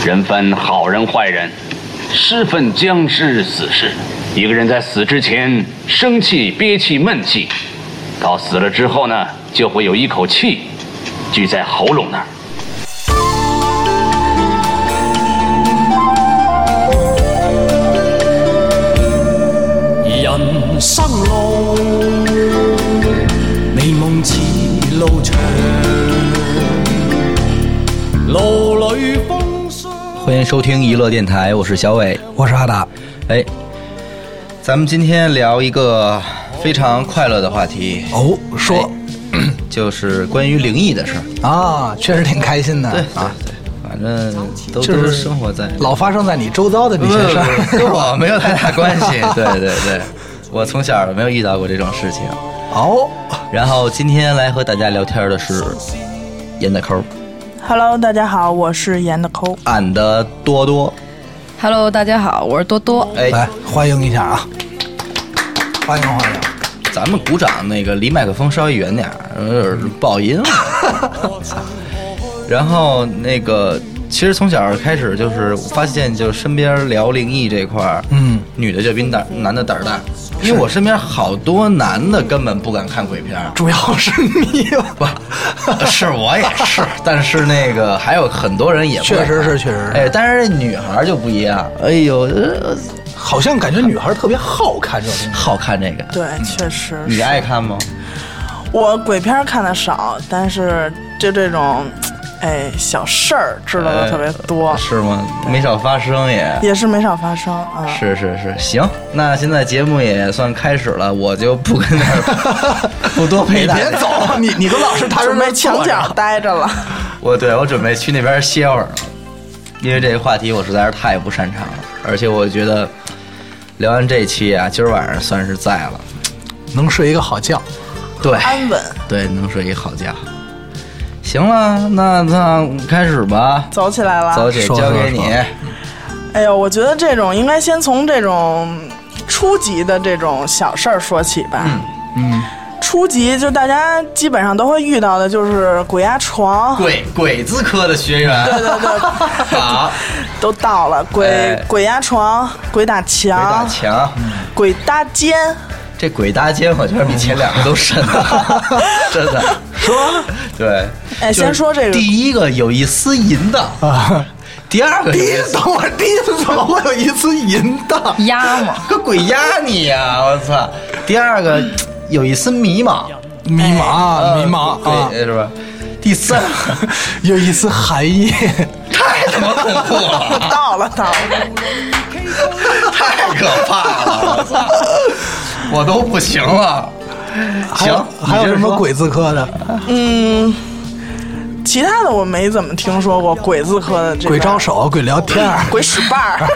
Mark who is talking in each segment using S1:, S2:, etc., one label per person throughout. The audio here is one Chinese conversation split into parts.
S1: 人分好人坏人，尸分僵尸死尸。一个人在死之前生气、憋气、闷气，到死了之后呢，就会有一口气聚在喉咙那儿。
S2: 人生路，美梦似路长，路里风霜。
S3: 欢迎收听娱乐电台，我是小伟，
S4: 我是阿达，
S3: 哎，咱们今天聊一个非常快乐的话题，哎
S4: 哦，说
S3: 就是关于灵异的事儿。
S4: 啊，确实挺开心的啊，
S3: 对，反正
S4: 就
S3: 都都
S4: 是
S3: 是生活在
S4: 老发生在你周遭的那
S3: 不
S4: 些事
S3: 不不 跟
S4: 儿。
S3: 我没有太大关 系。对对对，我从小没有遇到过这种事情。
S4: 哦，
S3: 然后今天来和大家聊天的是严的抠，
S5: Hello，大家好，我是严的抠。
S3: 俺的多多。
S6: Hello，大家好，我是多多。
S3: 哎，
S4: 来欢迎一下啊，欢迎欢迎。
S3: 咱们鼓掌那个离麦克风稍微远点儿，有点爆音了。 然后那个，其实从小开始就是发现，就身边聊灵异这块儿，
S4: 嗯，
S3: 女的就比胆男的胆儿大，因为我身边好多男的根本不敢看鬼片儿。
S4: 主要是你吧，
S3: 是我也 是，但是那个还有很多人也不
S4: 确
S3: 敢
S4: 实是确实是，
S3: 哎，但是这女孩儿就不一样，哎呦，呃
S4: 好像感觉女孩特别好看这种东西。
S3: 好看这个，
S5: 对，确实
S3: 你
S5: 是。
S3: 爱看吗？
S5: 嗯我鬼片儿看的少，但是就这种，哎，小事儿知道的特别多，
S3: 是吗？没少发生也。
S5: 也是没少发生啊。
S3: 是是是，行，那现在节目也算开始了，我就不跟那儿 不多陪
S4: 你
S3: 大家。
S4: 别走， 你你都老是他
S5: 准备墙角
S4: 角。
S5: 待 着了。
S3: 我对我准备去那边歇会儿，因为这个话题我实在是太不擅长了，而且我觉得聊完这期啊，今儿晚上算是在了，
S4: 能睡一个好觉。
S3: 对
S5: 安稳，
S3: 对，能睡一好觉。行了，那那开始吧，
S5: 走起来了。
S3: 早姐
S4: 说
S3: 交
S4: 说
S3: 给你，
S4: 说
S5: 哎呦，我觉得这种应该先从这种初级的这种小事儿说起吧。嗯。初级就大家基本上都会遇到的，就是鬼压床，
S3: 鬼鬼字科的学员，对对对，好，
S5: 都到了，鬼、
S3: 哎
S5: 鬼压床、鬼打
S3: 鬼
S5: 墙、
S3: 打墙。
S5: 鬼搭肩，
S3: 这鬼搭肩，我觉得比前两个都深，啊 真的。说，对，
S5: 哎
S3: 就是
S5: 先说这个
S3: 第一个有一丝淫荡，
S4: 啊
S3: 第二个有
S4: 第
S3: 一
S4: 一
S3: 丝
S4: 次，我第一次怎么会有一次淫荡？
S6: 鸭嘛，
S3: 个鬼压你呀、我操！第二个有一丝迷茫，哎嗯
S4: 迷茫，迷茫啊，
S3: 对，是吧？第 三个
S4: 有一丝寒意。
S3: 太他妈恐怖了，
S5: 到了到了，
S3: 太可怕了，我操！我都不行了。
S4: 还有
S3: 行，
S4: 还有
S3: 你接着
S4: 什么
S3: 说？
S4: 鬼字科的？
S5: 其他的我没怎么听说过鬼字科的这个
S4: 鬼招、手，鬼聊天儿。
S5: 鬼使绊儿、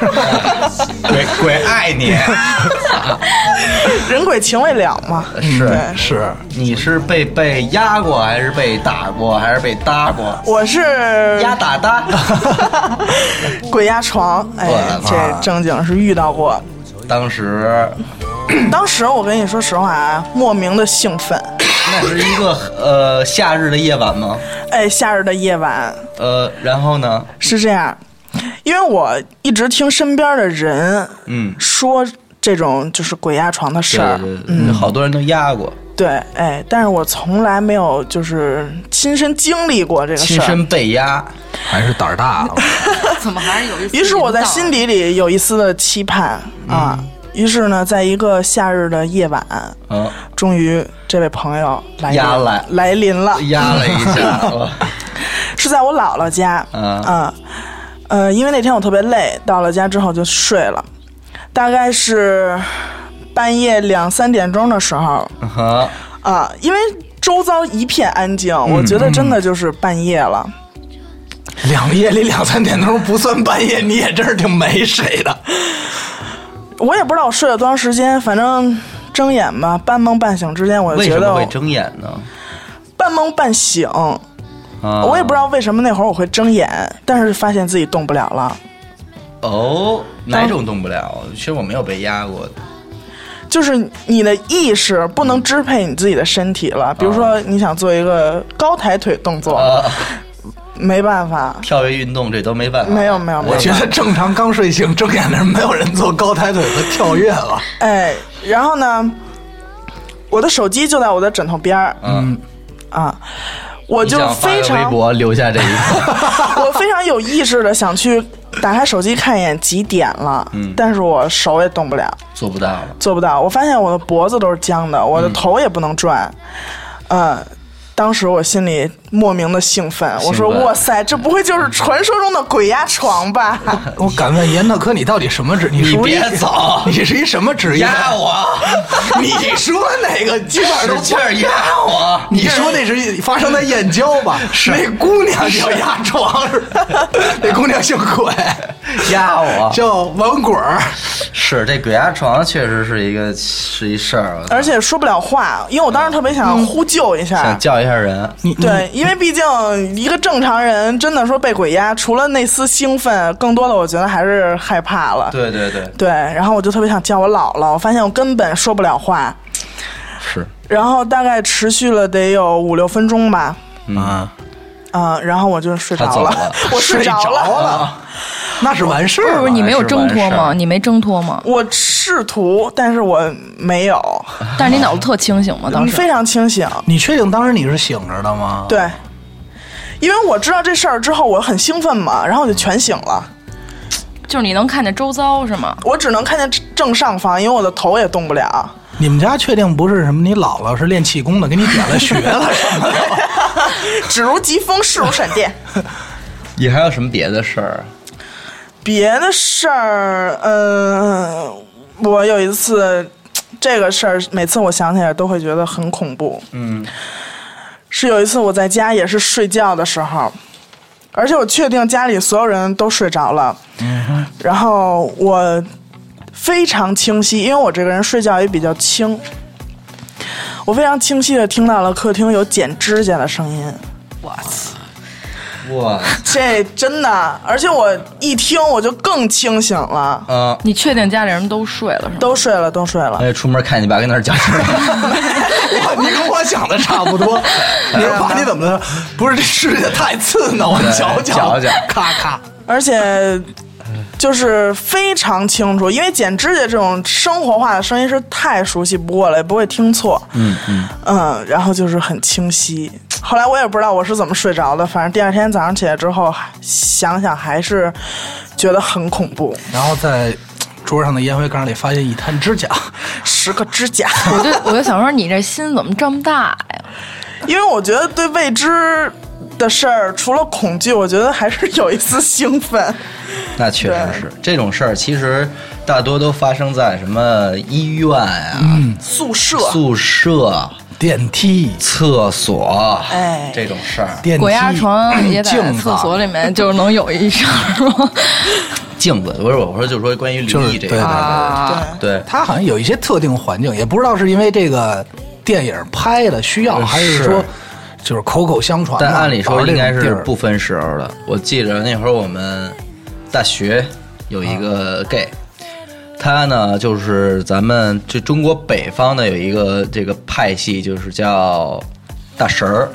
S3: 鬼鬼爱你，
S5: 人鬼情未了嘛。
S3: 是
S5: 对
S4: 是，
S3: 你是被被压过，还是被打过，还是被搭过？
S5: 我 是
S3: 压打 搭，
S5: 鬼压床，哎
S3: 我的，妈
S5: 这正经是遇到过。
S3: 当时
S5: 当时我跟你说实话啊，莫名的兴奋。
S3: 那是一个呃夏日的夜晚吗？
S5: 哎，夏日的夜晚
S3: 呃，然后呢？
S5: 是这样，因为我一直听身边的人
S3: 嗯，
S5: 说这种就是鬼压床的事儿，
S3: 对对对好多人都压过，
S5: 对，哎，但是我从来没有就是亲身经历过这个
S3: 亲
S5: 事儿。
S3: 身被压，
S4: 还是胆儿大啊了。
S6: 怎么还是有一丝啊
S5: 于是我在心
S6: 底，
S5: 底里有一丝的期盼啊。于是呢，在一个夏日的夜晚，
S3: 嗯，
S5: 终于这位朋友来
S3: 压
S5: 临
S3: 来
S5: 来临了，
S3: 压了一下，我
S5: 是在我姥姥家。
S3: 嗯
S5: 嗯呃，因为那天我特别累，到了家之后就睡了，大概是半夜两三点钟的时候
S3: 嗯哼
S5: 啊，因为周遭一片安静，
S3: 嗯
S5: 我觉得真的就是半夜了。
S4: 两夜里两三点钟不算半夜，你也真是挺没谁的。
S5: 我也不知道我睡了多长时间，反正睁眼吧，半梦半醒之间，我就
S3: 为
S5: 觉
S3: 什
S5: 得
S3: 么会睁眼呢？
S5: 半梦半醒，
S3: 啊，
S5: 我也不知道为什么那会儿我会睁眼，但是发现自己动不了了，
S3: 哦，哪种动不了？其实我没有被压过，
S5: 就是你的意识不能
S4: 哦
S5: 支配你自己的身体了。比如说，你想做一个高抬腿动作，
S3: 啊，
S5: 没办法，
S3: 跳跃运动这都没办法。
S5: 没有没有没
S4: 我
S5: 有，
S4: 觉得正常刚睡醒睁眼的人没有人做高抬腿和跳跃了。
S5: 哎，然后呢，我的手机就在我的枕头边儿
S3: 嗯，
S5: 啊，我
S3: 你
S5: 就
S3: 想发
S5: 非
S3: 个微
S5: 常
S3: 博留下这一刻。
S5: 我非常有意识的想去打开手机看一眼几点了，
S3: 嗯
S5: 但是我手也动不了，
S3: 做不到了。
S5: 做不到。我发现我的脖子都是僵的，我的头也不能转，呃。当时我心里莫名的兴奋，我说：“
S3: 兴奋
S5: 哇塞，这不会就是传说中的鬼压床吧？”
S4: 我敢问严大哥，你到底什么职？你
S3: 你
S4: 是不是
S3: 别走，
S4: 你是一什么职业？
S3: 压我，
S4: 你说哪个基本上都
S3: 使劲儿压我。
S4: 你说那是发生在燕郊吧？是那姑娘叫压床，那姑娘姓鬼，
S3: 压我
S4: 叫王鬼儿。
S3: 是这鬼压床确实是一个是一事儿，我
S4: 哎
S5: 而且说不了话，因为我当时特别想呼救一下，
S3: 想叫一下人。
S4: 你
S5: 对，因为毕竟一个正常人真的说被鬼压，除了那丝兴奋，更多的我觉得还是害怕了。
S3: 对对对，
S5: 对然后我就特别想叫我姥姥，我发现我根本说不了话，
S3: 是
S5: 然后大概持续了得有五六分钟吧，
S3: 啊，
S5: 嗯、然后我就睡
S3: 他
S5: 着
S3: 走
S5: 了，
S3: 了
S5: 我睡着
S4: 着
S5: 了，
S4: 了，那是完事儿
S6: 不
S4: 了
S6: 是。你没有挣
S3: 完
S6: 脱
S3: 事儿
S6: 吗？你没挣脱 吗？
S5: 我试图，但是我没有，
S6: 但是你脑子特清醒吗？啊当时
S5: 非常清醒，
S4: 你确定当时你是醒着的吗？，
S5: 对，因为我知道这事儿之后，我很兴奋嘛，然后我就全醒了。
S6: 就是你能看见周遭是吗？
S5: 我只能看见正上方，因为我的头也动不 了。
S4: 你们家确定不是什么？你姥姥是练气功的，给你点了穴了什 么的？
S5: 只如疾风，势如闪电。
S3: 你还有什么别的事儿？
S5: 别的事儿，嗯、我有一次，这个事儿每次我想起来都会觉得很恐怖。
S3: 嗯，
S5: 是有一次我在家也是睡觉的时候，而且我确定家里所有人都睡着了，然后我非常清晰，因为我这个人睡觉也比较轻，我非常清晰的听到了客厅有剪指甲的声音。
S3: 哇，
S5: 这真的，而且我一听我就更清醒了，
S4: 呃
S3: 嗯，
S6: 你确定家里人都睡了是吗？
S5: 都睡了，都睡 了。
S3: 哎，出门看你爸跟那 儿僵尸，
S4: 我你跟我想的差不多。 你说爸，你怎么了？不是这指甲太刺挠，我
S3: 对
S4: 瞧
S3: 瞧瞧
S4: 咔咔。
S5: 而且就是非常清楚，因为剪指甲这种生活化的声音是太熟悉不过了，也不会听错。嗯嗯然后就是很清晰。后来我也不知道我是怎么睡着的，反正第二天早上起来之后，想想还是觉得很恐怖，
S4: 然后在桌上的烟灰缸里发现一滩指甲，
S5: 十个指甲。
S6: 我就我就想说，你这心怎么这么大呀？
S5: 因为我觉得对未知的事儿，除了恐惧，我觉得还是有一丝兴奋。
S3: 那确实是这种事儿，其实大多都发生在什么医院啊、
S5: 宿舍，
S3: 宿舍、
S4: 嗯电梯，
S3: 厕所，
S5: 哎
S3: 这种事儿。
S4: 电梯，
S6: 鬼压床也在
S4: 镜子
S6: 厕所里面，就是能有一声吗？
S3: 镜子，不是我说，就说关于灵
S4: 就是
S3: 异这
S4: 对
S3: 个
S6: 啊
S5: 对，
S3: 对，
S4: 它好像有一些特定环境，也不知道是因为这个电影拍的需要，
S3: 呃
S4: 还是
S3: 是
S4: 说就是口口相传的。
S3: 但按理
S4: 导
S3: 说
S4: 致这
S3: 应该
S4: 种地
S3: 是
S4: 儿
S3: 不分时候的。我记着那会儿我们大学有一个
S4: 啊
S3: gay，他呢就是咱们这中国北方呢有一个这个派系，就是叫大 神儿，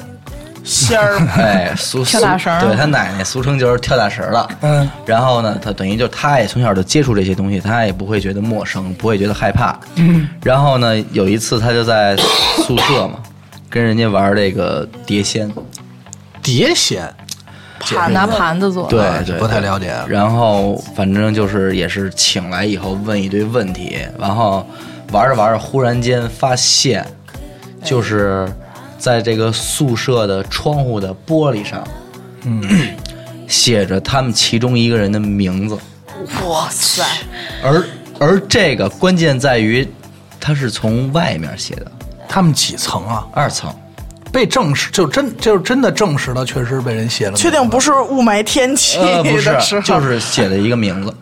S5: 仙儿
S3: 哎，俗
S6: 跳大神儿
S3: 俗对他奶奶俗称就是跳大神儿了。
S4: 嗯，
S3: 然后呢，他等于就他也从小就接触这些东西，他也不会觉得陌生，不会觉得害怕。嗯，然后呢，有一次他就在宿舍嘛，跟人家玩这个碟仙。
S4: 碟仙，
S5: 盘
S6: 拿
S5: 子，
S6: 盘子做，
S3: 对
S4: 啊
S3: 对，
S4: 不太
S3: 对
S4: 了解
S3: 然后反正就是也是请来以后问一堆问题，然后玩着玩着，忽然间发现，就是在这个宿舍的窗户的玻璃上，嗯， 写着他们其中一个人的名字，
S5: 哇塞，
S3: 而而这个关键在于，他是从外面写的，
S4: 他们几层啊？
S3: 二层。
S4: 被证实，就真就是真的证实了，确实被人写了。
S5: 确定不是雾霾天气
S3: 呃，不
S5: 的时
S3: 是，
S5: 候，
S3: 就是写了一个名字，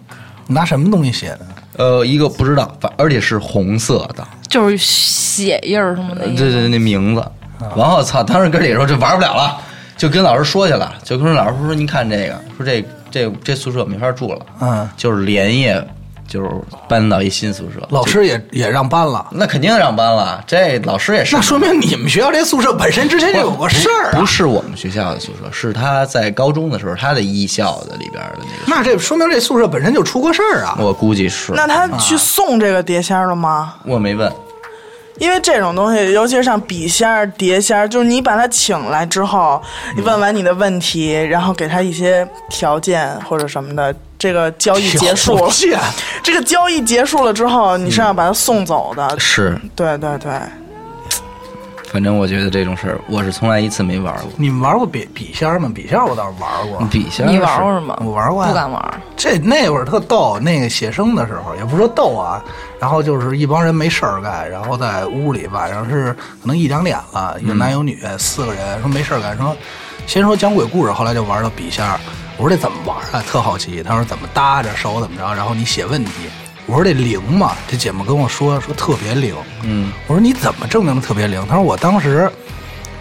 S4: 拿什么东西写的？
S3: 呃，一个不知道，反而且是红色的，
S6: 就是血印儿什么的。
S3: 对对，对，那名字。然后操，当时跟里头就玩不了了，就跟老师说去了，就跟老师说说您看这个，说这这这宿舍没法住了，
S4: 嗯
S3: 就是连夜就是搬到一新宿舍。
S4: 老师也也让搬了，
S3: 那肯定让搬了，这老师也是。
S4: 那说明你们学校这宿舍本身之前就有过事儿
S3: 不
S4: 啊。
S3: 是我们学校的宿舍，是他在高中的时候，他的艺校的里边的那
S4: 那这说明这宿舍本身就出过事儿啊
S3: 个。。我估计是，
S5: 那他
S3: 啊
S5: 去送这个碟仙儿了吗？
S3: 我没问。
S5: 因为这种东西，尤其是像笔仙儿、碟仙儿，就是你把他请来之后，
S3: 嗯
S5: 你问完你的问题，然后给他一些条件或者什么的，这个交易结束
S4: 条
S5: 了。
S4: 件
S5: 这个交易结束了之后，你是要把他送走的。
S3: 嗯是，
S5: 对对对，
S3: 反正我觉得这种事儿，我是从来一次没玩过。
S4: 你们玩过笔笔仙儿吗？笔仙儿我倒是玩过，
S3: 笔仙儿
S6: 你
S3: 是
S6: 玩过是吗？
S4: 我玩过呀
S6: 不敢玩。
S4: 这那会儿特逗，那个写生的时候，也不是说逗啊，然后就是一帮人没事儿干，然后在屋里晚上是可能一两点了，有
S6: 嗯
S4: 男有女，四个人说没事儿干，说先说讲鬼故事，后来就玩到笔仙儿。我说这怎么玩啊？特好奇。他说怎么搭着手怎么着，然后你写问题。我说这灵嘛，这姐们跟我说说特别灵。嗯，我说你怎么证明特别灵？她说我当时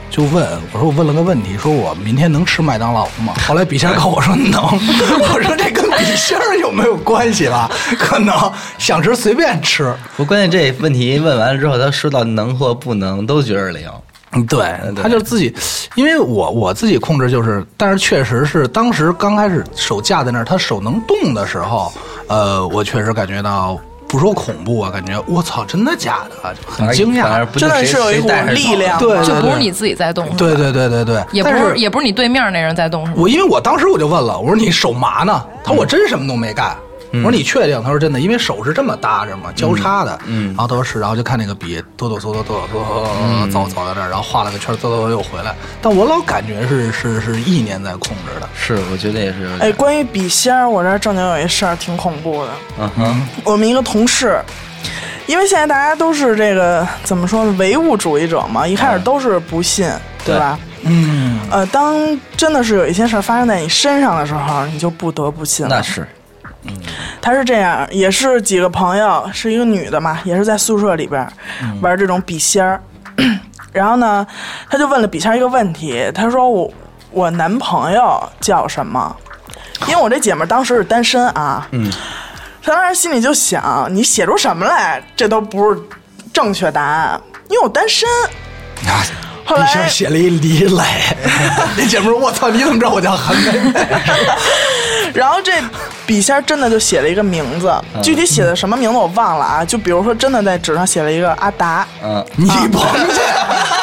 S4: 就问我说我问了个问题，说我明天能吃麦当劳 吗？后来笔仙儿告诉我说能， 我说这跟笔仙儿有没有关系吧？ 可能想吃随便吃。
S3: 不，关键这问题问完了之后，他说到能或不能都觉着灵。
S4: 嗯，对，
S3: 对
S4: 他就自己，因为我我自己控制就是，但是确实是当时刚开始手架在那儿，他手能动的时候，呃，我确实感觉到，不说恐怖啊，感觉我操，真的假的，就很惊
S3: 哎反而
S4: 讶。
S3: 不
S5: 真的
S3: 是
S5: 是有一股力量。啊
S4: 对
S6: 就
S4: 对
S6: 不
S4: 对
S6: 是你自己在动，是吧
S4: 对，对对对对，
S6: 也不
S4: 但
S6: 是也不是你对面那人在动，是吧？
S4: 我因为我当时我就问了，我说你手麻呢？他说我真什么都没干。我说你确定？他说真的，因为手是这么搭着嘛，交叉的。嗯，然嗯后他说是，然后就看那个笔哆哆嗦嗦哆哆嗦嗦走走到这儿，然后画了个圈，走走走又回来。但我老感觉是是是意念在控制的。
S3: 是，我觉得也是有
S5: 哎，
S3: 点。
S5: 关于笔仙儿，我这儿正经有一事儿挺恐怖的。
S3: 嗯哼，
S5: 我们一个同事，因为现在大家都是这个怎么说呢，唯物主义者嘛，一开始都是不信，对吧？
S4: 嗯，
S5: 呃，当真的是有一些事儿发生在你身上的时候，你就不得不信了。
S3: 那是
S5: 她是这样，也是几个朋友，是一个女的嘛，也是在宿舍里边儿玩这种笔仙儿。 然后呢，她就问了笔仙儿一个问题，她说我我男朋友叫什么？因为我这姐们儿当时是单身啊，嗯，她当时心里就想，你写出什么来，这都不是正确答案，因为我单身。
S4: 啊
S5: 后
S4: 一
S5: 来
S4: 下写了一李磊， 那姐们儿，我操，你怎么知道我叫韩梅梅？
S5: 然后这笔仙儿真的就写了一个名字，具体写的什么名字我忘了啊。就比如说，真的在纸上写了一个阿达，
S3: 嗯，
S4: 你甭去，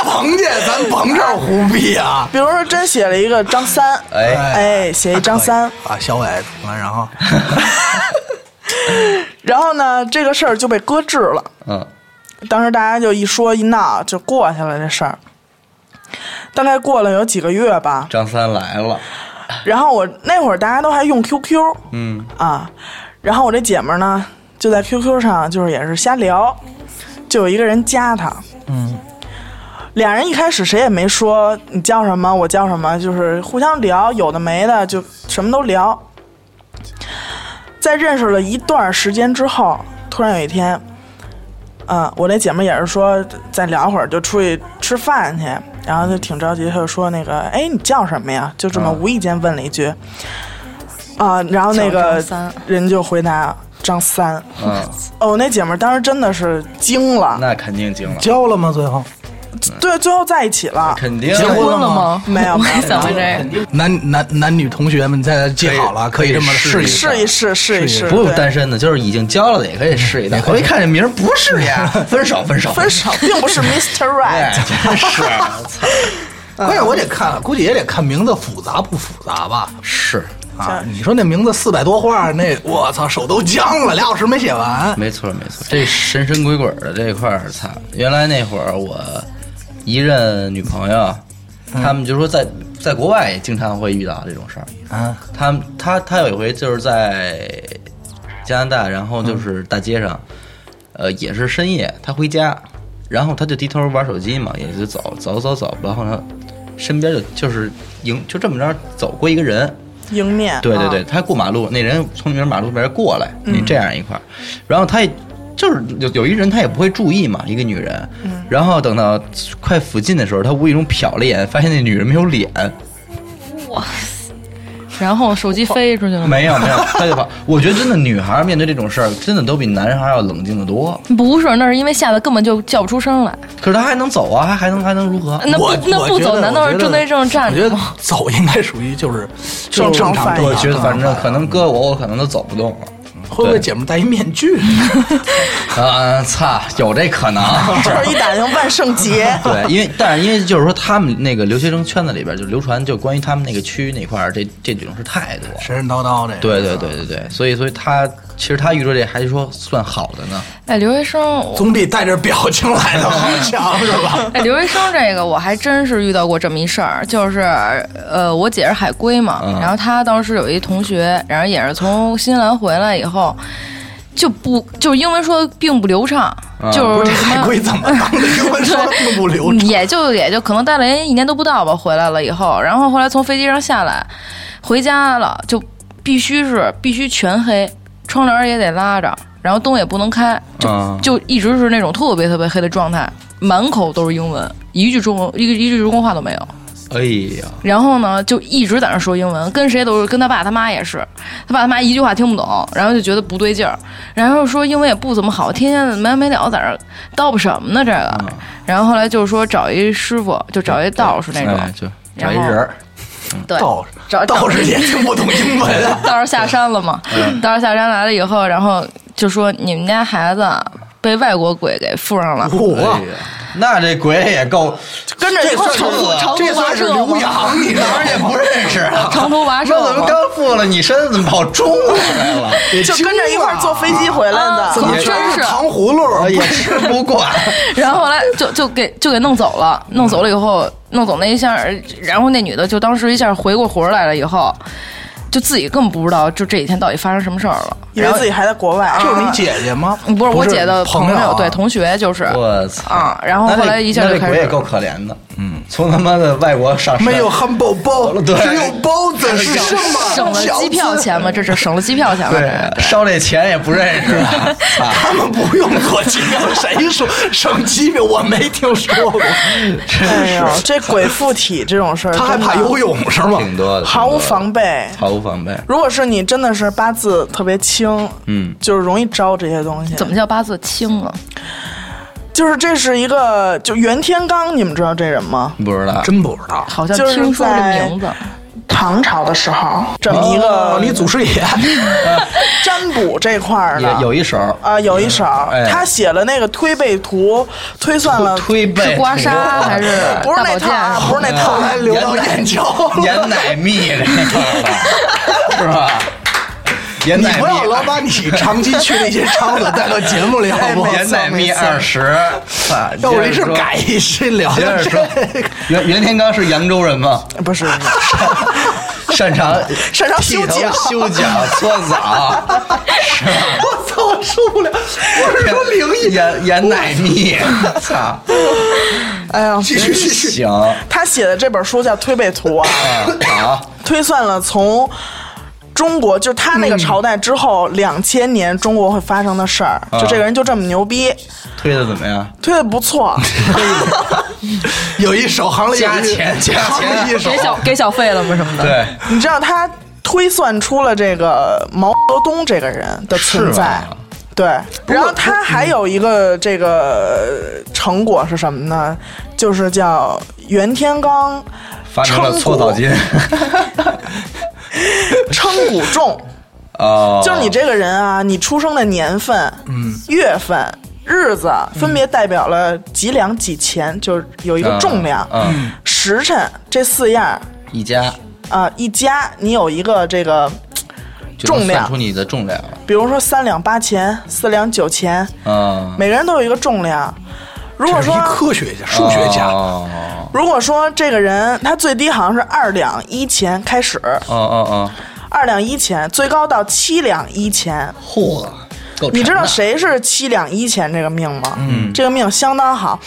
S4: 甭去，咱甭这儿胡逼啊！
S5: 比如说真写了一个张三，
S3: 哎，
S5: 哎，写一张三。
S4: 啊，小伟怎么了？然后
S5: 然后呢，这个事儿就被搁置了。
S3: 嗯，
S5: 当时大家就一说一闹就过去了这事儿。大概过了有几个月吧，
S3: 张三来了，
S5: 然后我那会儿大家都还用 QQ，嗯啊，然后我这姐们儿呢就在 QQ 上就是也是瞎聊，就有一个人加她，嗯，俩人一开始谁也没说你叫什么我叫什么，就是互相聊有的没的就什么都聊，在认识了一段时间之后，突然有一天，嗯，我那姐们儿也是说再聊会儿就出去吃饭去，然后就挺着急，她就说那个，哎，你叫什么呀？就
S6: 啊
S5: 这么无意间问了一句，啊、然后那
S6: 叫
S5: 个
S6: 张三
S5: 人就回答张三。
S3: 嗯，
S5: 哦，我那姐们儿当时真的是惊了，
S3: 那肯定惊了，
S4: 交了吗？最后
S5: 对，最后在一起了，
S3: 肯定
S4: 结婚
S6: 婚了
S4: 吗
S6: 吗？
S5: 没有
S6: 我
S5: 没有
S6: 也想问这个，
S4: 男男男女同学们，大家记好了，可以这么试一
S5: 试一试，试一试，
S3: 不用
S5: 对
S3: 单身的，就是已经交了的也可以试一道。我一看这 名儿不是呀，分手分手
S5: 分手，并不是 Mr.
S3: 哎
S5: Right，
S3: 真是啊操
S4: 关键我得看，估计也得看名字复杂不复杂吧。
S3: 是
S4: 啊，你说那名字四百多画，那我操，手都僵了，俩小时没写完。
S3: 没错没错，这神神鬼鬼的这一块儿，操！原来那会儿我一任女朋友，他们就说在在国外也经常会遇到这种事儿。
S4: 嗯
S3: 他们他他有一回就是在加拿大，然后就是大街上，呃，也是深夜，他回家，然后他就低头玩手机嘛，也就走走走走，然后呢，身边就就是迎就这么着走过一个人，
S5: 迎面，
S3: 对对
S5: 啊
S3: 对，嗯他过马路，那人从你们马路边过来，你这样一块儿，然后他也就是有有一人他也不会注意嘛，一个女人，然后等到快附近的时候，他无意中瞟了一眼，发现那女人没有脸，
S6: 然后手机
S4: 哦
S6: 飞出去了 吗？
S3: 没有没有，他就跑。我觉得真的女孩面对这种事儿，真的都比男孩要冷静的多。
S6: 不是，那是因为吓得根本就叫不出声来。
S3: 可是他还能走啊，还还能还能如何？
S6: 那不
S4: 我
S6: 那不
S4: 我觉
S6: 走，
S4: 得
S6: 难道是
S4: 我觉
S6: 正
S4: 得
S6: 对正站
S4: 我觉
S6: 着
S4: 得
S6: 吗？
S4: 走应该属于就是
S5: 正
S4: 正
S5: 常反
S4: 反
S5: 应
S3: 我觉得
S4: 正
S3: 反正
S4: 常
S3: 可能搁我，我可能都走不动了。
S4: 啊会不会姐们戴一面 具？
S3: 啊， 操，有这可 能。，
S5: 就是啊一打听万圣节
S3: 对，因为但是因为就是说，他们那个留学生圈子里边就流传，就关于他们那个区那块儿，这这几种事太多了。
S4: 神神叨叨的。
S3: 对对对对对，所以所以他其实他遇着这还说算好的呢。
S6: 哎，留学生，我
S4: 总比带着表情来的好强是 吧？
S6: 哎，留学生这个我还真是遇到过这么一事儿，就是呃，我姐是海归嘛，
S3: 嗯
S6: 然后她当时有一同学，然后也是从新西兰回来以后。就不就是英文说并不流畅，
S3: 嗯
S6: 就
S4: 不是
S6: 是
S4: 这
S6: 什么
S4: 海归怎么 当的？英文说并不流畅。
S6: 嗯也就也就可能待了一年都不到吧，回来了以后，然后后来从飞机上下来，回家了就必须是必须全黑，窗帘也得拉着，然后灯也不能开，就、
S3: 嗯
S6: 就一直是那种特别特别黑的状态，满口都是英文，一句中文一个一句中国话都没有。
S3: 哎呀，
S6: 然后呢，就一直在那说英文，跟谁都是，跟他爸他妈也是，他爸他妈一句话听不懂，然后就觉得不对劲儿，然后说英文也不怎么好，天天没完没了在那叨咕什么呢这个，
S3: 嗯
S6: 然后后来就说找一师傅，就找一道士那种，
S3: 哎就找一人儿，
S6: 对，
S4: 道
S6: 找
S4: 士，道士也听不懂英文啊。
S6: 道士下山 了嘛，
S3: 嗯
S6: 道士下山来了以后，然后就说你们家孩子被外国鬼给附上了，
S4: 我
S3: 哎呀那这鬼也够，
S5: 跟着一块儿
S3: 这
S5: 成
S3: 算是
S6: 长途
S4: 这
S6: 跋
S4: 算是
S6: 涉
S4: 留
S6: 嘛，
S3: 啊
S5: 啊
S4: 洋，你知道
S3: 当然也不认识 啊。
S6: 长途跋涉
S3: 那怎么
S6: 嘛。
S3: 刚付了你身子，怎么跑中国来 了？
S5: 就跟着一块儿坐飞机回来
S6: 啊
S5: 的
S6: 怎。么真是
S4: 糖葫芦
S3: 哎也吃不惯。
S6: 然后后来就就给就给弄走了，弄走了以后，弄走那一下，然后那女的就当时一下回过魂儿来了以后，就自己更不知道就这几天到底发生什么事儿了。
S5: 以为自己还在国
S3: 啊
S5: 外，啊
S4: 就是你姐姐吗？
S6: 不是我姐的
S4: 朋
S6: 友，
S4: 啊
S6: 对同学就是
S3: 我操
S6: 啊，然后
S3: 那这
S6: 后来一下
S3: 那
S6: 就
S3: 这
S6: 开
S3: 鬼也
S6: 始
S3: 够可怜的，嗯，从他妈的外国上山
S4: 没有汉堡包，
S3: 对
S4: 只有包子是什么？
S6: 省了机票钱嘛，这是省了机票钱
S3: 对
S6: 了。
S3: 烧这钱也不认识啊 啊，
S4: 他们不用做机票，谁说省机票？我没听说过。
S5: 哎呦，这鬼附体这种事儿，
S4: 他还怕
S5: 真的
S4: 游泳是吗？
S3: 挺多的，
S5: 毫
S3: 挺多的
S5: 无防备。
S3: 毫无防备。
S5: 如果是你真的是八字特别轻，
S3: 嗯，
S5: 就是容易招这些东西。
S6: 怎么叫八字轻啊？
S5: 就是这是一个，就袁天罡，你们知道这人吗？
S3: 不知道，
S4: 真不知道。
S6: 好像
S5: 就是
S6: 听说这
S5: 在
S6: 名字，
S5: 唐朝的时候，这么一
S4: 哦
S5: 个
S4: 你祖师爷，
S5: 嗯占卜这块儿的
S3: 有有一手儿
S5: 啊，有一手儿
S3: 哎，
S5: 他写了那个推背图，推算了，
S3: 推背
S6: 是刮痧还是
S5: 不是那
S6: 大保健
S5: 套啊，不是那套
S4: 后，来流到燕
S5: 嗯
S4: 郊了。
S3: 盐奶蜜这块 儿是吧？ 盐
S4: 你
S3: 奶
S4: 不
S3: 蜜
S4: 要老
S3: 二，
S4: 把你长期去那些场所带到节目里，好不好？
S3: 盐奶蜜 二十，啊
S4: 要不这事
S3: 接着说
S4: 改一期聊
S3: 接
S4: 聊
S3: 着
S4: 这
S3: 说
S4: 个。，
S3: 袁袁天罡是扬州人吗？
S5: 不是，不是
S3: 擅长
S5: 擅长
S3: 剃
S5: 修
S3: 头
S5: 脚
S3: 修脚、 搓澡，
S4: 我操，我受不了！我是说灵异。
S3: 演演奶 蜜，操，
S5: 哎呀，
S4: 继续继续，
S3: 行，啊
S5: 他写的这本书叫《推背图》啊，
S3: 嗯好，
S5: 推算了从中国，就是他那个朝代之后两千年中国会发生的事儿，
S3: 嗯
S5: 就这个人就这么牛逼，
S3: 推的怎么样？
S5: 推的不错，
S4: 有一手行了
S3: 加钱加钱
S4: 行了一手
S6: 给。小给小费了吗？什么的？
S3: 对，
S5: 你知道他推算出了这个毛泽东这个人的存
S3: 是
S5: 在
S3: 吧。
S5: 对，然后他还有一个这个成果是什么呢？就是叫袁天罡
S3: 发明了搓澡巾，
S5: 称骨重，
S3: 哦，
S5: 就是你这个人啊，你出生的年份、嗯、月份、日子分别代表了几两几钱，就是有一个重量、
S3: 嗯嗯
S5: 时辰这四样儿
S3: 一家
S5: 啊、一加你有一个这个，
S3: 就能
S5: 重量
S3: 算出你的重量了，
S5: 比如说三两八钱，四两九钱，
S3: 嗯，
S5: 每个人都有一个重量。如果
S4: 我是一
S5: 说，
S4: 科学家、数学家，
S3: 哦
S5: 如果说这个人他最低好像是二两一钱开始，
S3: 哦哦哦，
S5: 二两一钱，最高到七两一钱，
S4: 啊
S3: 嚯，够
S5: 你知道
S3: 沉的？
S5: 谁是七两一钱这个命吗？嗯，这个命相当好，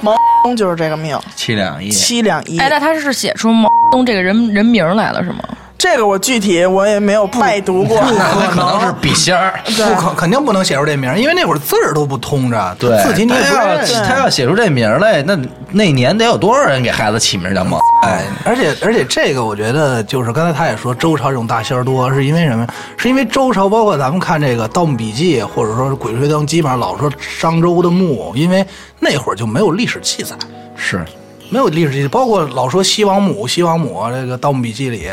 S5: 毛泽东就是这个命，
S3: 七两一，
S6: 哎
S5: 七两一。
S6: 哎，那他是写出毛泽东这个人人名来了是吗？
S5: 这个我具体我也没有拜读过，
S3: 那可能是笔仙儿。
S5: 对
S4: 不可肯定不能写出这名儿，因为那会儿字儿都不通着，
S3: 对，哎
S4: 字体你也不
S3: 他要
S4: 认识。
S3: 他要写出这名儿来，那那年得有多少人给孩子起名叫蒙？
S4: 哎，而且而且这个我觉得就是刚才他也说，周朝这种大仙儿多，是因为什么？是因为周朝包括咱们看这个《盗墓笔记》或者说是《鬼吹灯》，基本上老说商周的墓，因为那会儿就没有历史记载。
S3: 是，
S4: 没有历史记载，包括老说西王母，西王母啊这个《盗墓笔记》里，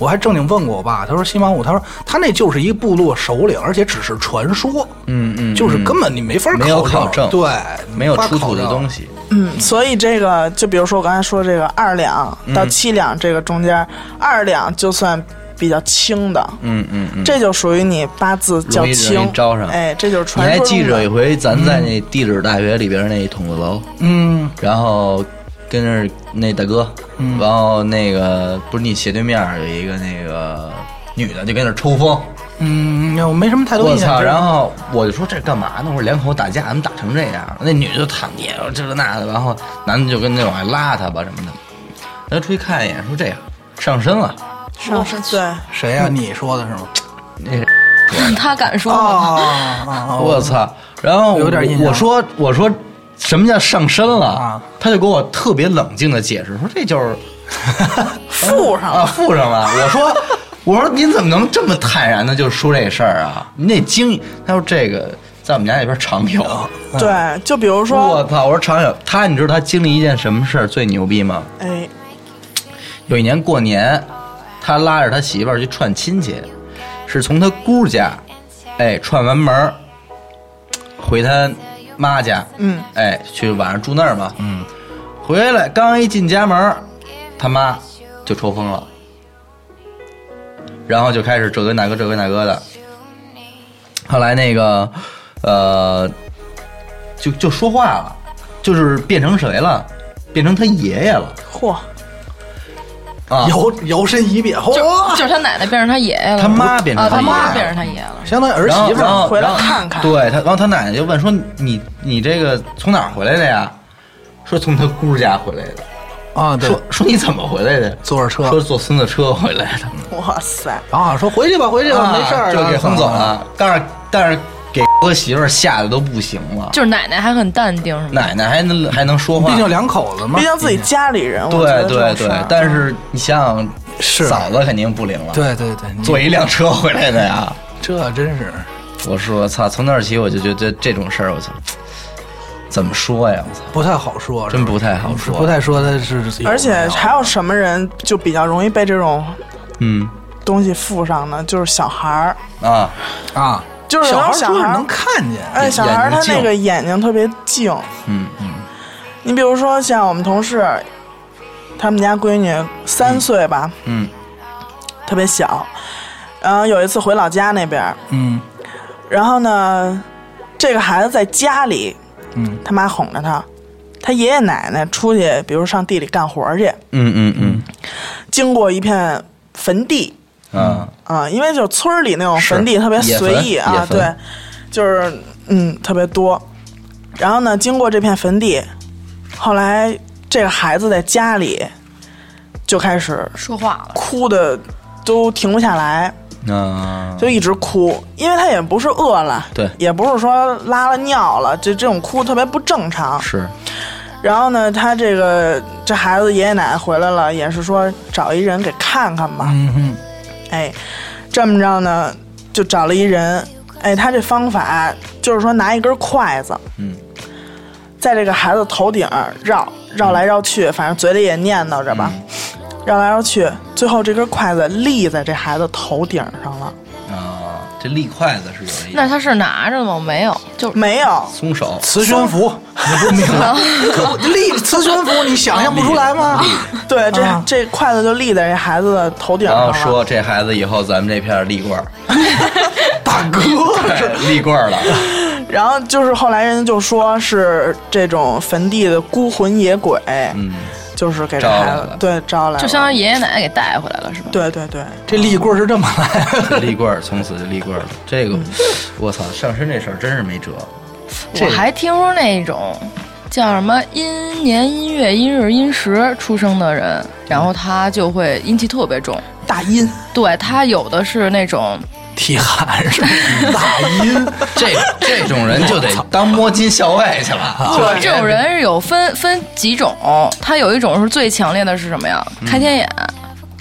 S4: 我还正经问过我爸，他说西王母，他说他那就是一部落首领，而且只是传说，嗯嗯，就是根本你没法
S3: 没有考
S4: 证，
S3: 证
S4: 对，
S3: 没有
S4: 法
S3: 出土
S4: 考
S3: 的
S4: 证
S3: 东西。
S5: 嗯，所以这个就比如说我刚才说这个二两到七两这个中间，二两就算比较轻的，
S3: 嗯嗯嗯。
S5: 这就属于你八字较
S3: 容易
S5: 轻，
S3: 容易招上
S5: 哎，这就是
S3: 你
S5: 传
S3: 还
S5: 说中
S3: 记
S5: 的嗯
S3: 着有一回咱在那地质大学里边那筒子楼，
S4: 嗯，
S3: 然后跟那儿那大哥，
S5: 嗯
S3: 然后那个不是你斜对面有一个那个女的就跟那儿抽风，
S4: 嗯，我没什么太多
S3: 我
S4: 印象。
S3: 操！
S4: 就是
S3: 然后我就说这干嘛呢？我说两口打架怎么打成这样？那女的就躺地上这个那的，然后男的就跟那往外拉她吧什么的。然后出去看一眼，说这样上身了，
S6: 上身去，
S5: 对，
S4: 谁呀、你说的是吗？
S6: 他敢说吗？
S4: 啊啊啊！
S3: 我操！然后
S4: 有点印象
S3: 我说我说什么叫上身了？
S4: 啊
S3: 他就给我特别冷静的解释说这就是
S5: 附上
S3: 啊附上了。 我说我说您怎么能这么坦然的就说这事儿啊？你得经，他说这个在我们家那边常有。
S4: 哦
S5: 对，就比如
S3: 我
S5: 说，
S3: 操！我说常有他，你知道他经历一件什么事儿最牛逼吗？
S5: 哎，
S3: 有一年过年，他拉着他媳妇儿去串亲戚，是从他姑家，哎，串完门儿回他妈家，
S5: 嗯，
S3: 哎，去晚上住那儿嘛，嗯，回来刚一进家门儿，他妈就抽风了，然后就开始这个那个这个那个的，后来那个，呃，就就说话了，就是变成谁了？变成他爷爷了
S5: 嚯，
S3: 啊！
S4: 摇摇身一变，
S6: 就
S4: 嚯，
S6: 就是他奶奶变成他爷爷了，
S3: 他妈变成
S6: 啊，
S3: 他
S6: 他
S3: 爷
S6: 妈
S3: 爷
S6: 变成他爷爷了。
S4: 相当于儿
S3: 然后
S4: 媳妇
S3: 然
S4: 儿
S3: 后
S5: 回来
S3: 然后
S5: 看看
S3: 对他，然后他奶奶就问说：“你你这个从哪儿回来的呀？”说从他姑家回来的。
S4: 啊，对
S3: 说，说你怎么回来的？
S4: 坐着车，
S3: 说坐孙子车回来的。
S5: 哇塞，
S4: 然后说回去吧，回去吧，
S3: 啊
S4: 没事儿，啊
S3: 就给
S4: 轰
S3: 轰走。了。但是但是给哥媳妇儿吓得都不行了，
S6: 就是奶奶还很淡定，是吗？
S3: 奶奶还能还能说
S4: 嗯
S3: 话。
S4: 毕竟两口子嘛
S5: 毕，竟自己家里人，我觉
S3: 对
S5: 得这
S3: 对
S5: 种事
S3: 对
S5: 儿，嗯
S3: 但是你想想，
S4: 啊是啊
S3: 嫂子肯定不灵了。，
S4: 对对对，你
S3: 坐一辆车回来的呀。
S4: 这真是
S3: 我说我操，从那儿起我就觉得这种事儿，我操，怎么说呀？我操，
S4: 不太好说，
S3: 真不太好说。
S4: 不太说他是，
S5: 而且还有什么人就比较容易被这种
S3: 嗯
S5: 东西附上呢？就是小孩儿，
S3: 啊，
S4: 啊，
S5: 就是
S4: 小
S5: 能
S4: 孩
S5: 嗯小
S4: 儿
S5: 孩儿
S4: 能看见，
S5: 哎，小孩儿他那个眼睛特别静。
S3: 嗯
S5: 嗯。你比如说像我们同事，他们家闺女三岁吧，
S3: 嗯
S5: 特别小。然后有一次回老家那边儿，
S4: 嗯
S5: 然后呢，这个孩子在家里，
S4: 嗯，
S5: 他妈哄着他，他爷爷奶奶出去，比如上地里干活儿去，
S3: 嗯嗯
S5: 经过一片坟地，
S3: 嗯啊，
S5: 啊，因为就是村儿里那种坟地
S3: 是
S5: 特别
S3: 野
S5: 随
S3: 坟
S5: 意
S3: 野
S5: 啊，
S3: 坟
S5: 对，就是嗯特别多。然后呢，经过这片坟地，后来这个孩子在家里就开始
S6: 说话了，
S5: 哭的都停不下来，
S3: 那
S5: 就一直哭，因为他也不是饿了，
S3: 嗯对
S5: 也不是说拉了尿了，这这种哭特别不正常。
S3: 是
S5: 然后呢，他这个这孩子爷爷奶奶回来了，也是说找一人给看看吧。
S4: 嗯嗯，
S5: 哎，这么着呢，就找了一人，哎，他这方法就是说拿一根筷子，
S3: 嗯，
S5: 在这个孩子头顶儿绕绕来绕
S4: 嗯
S5: 去，反正嘴里也念叨着吧，绕来绕去，最后这根筷子立在这孩子头顶上了，
S3: 啊，这立筷子是有一
S6: 那他是拿着的吗？没有，就
S5: 没有，
S3: 松手，
S4: 磁悬浮，你不明白，可不立磁悬浮，你想象不出来吗？
S5: 对，这、
S4: 啊
S5: 这筷子就立在这孩子的头顶
S3: 然
S5: 上
S3: 后
S5: 了，
S3: 说这孩子以后咱们这片儿立棍 儿，
S4: 大哥，
S3: 对立棍儿了，
S5: 然后就是后来人家就说是这种坟地的孤魂野鬼，
S3: 嗯，
S5: 就是给这
S3: 招来
S5: 孩子
S3: 了
S5: 对招来了，
S6: 就相当于爷爷奶奶给带回来了，是吧？
S5: 对对对。
S4: 这立棍儿是这么来的。
S3: 立棍儿，从此就立棍儿了。这个，我操，上身这事儿真是没 辙。
S6: 我还听说那种叫什么阴年、阴月、阴日、阴时出生的人，然后他就会阴气特别重，
S4: 大阴
S6: 对他有的是那种，
S4: 体寒 是吧大阴，
S3: 这这种人就得当摸金校尉去 了。
S6: 不哦这种人是有分分几种，他有一种是最强烈的是什么呀？
S3: 嗯
S6: 开天眼，
S3: 啊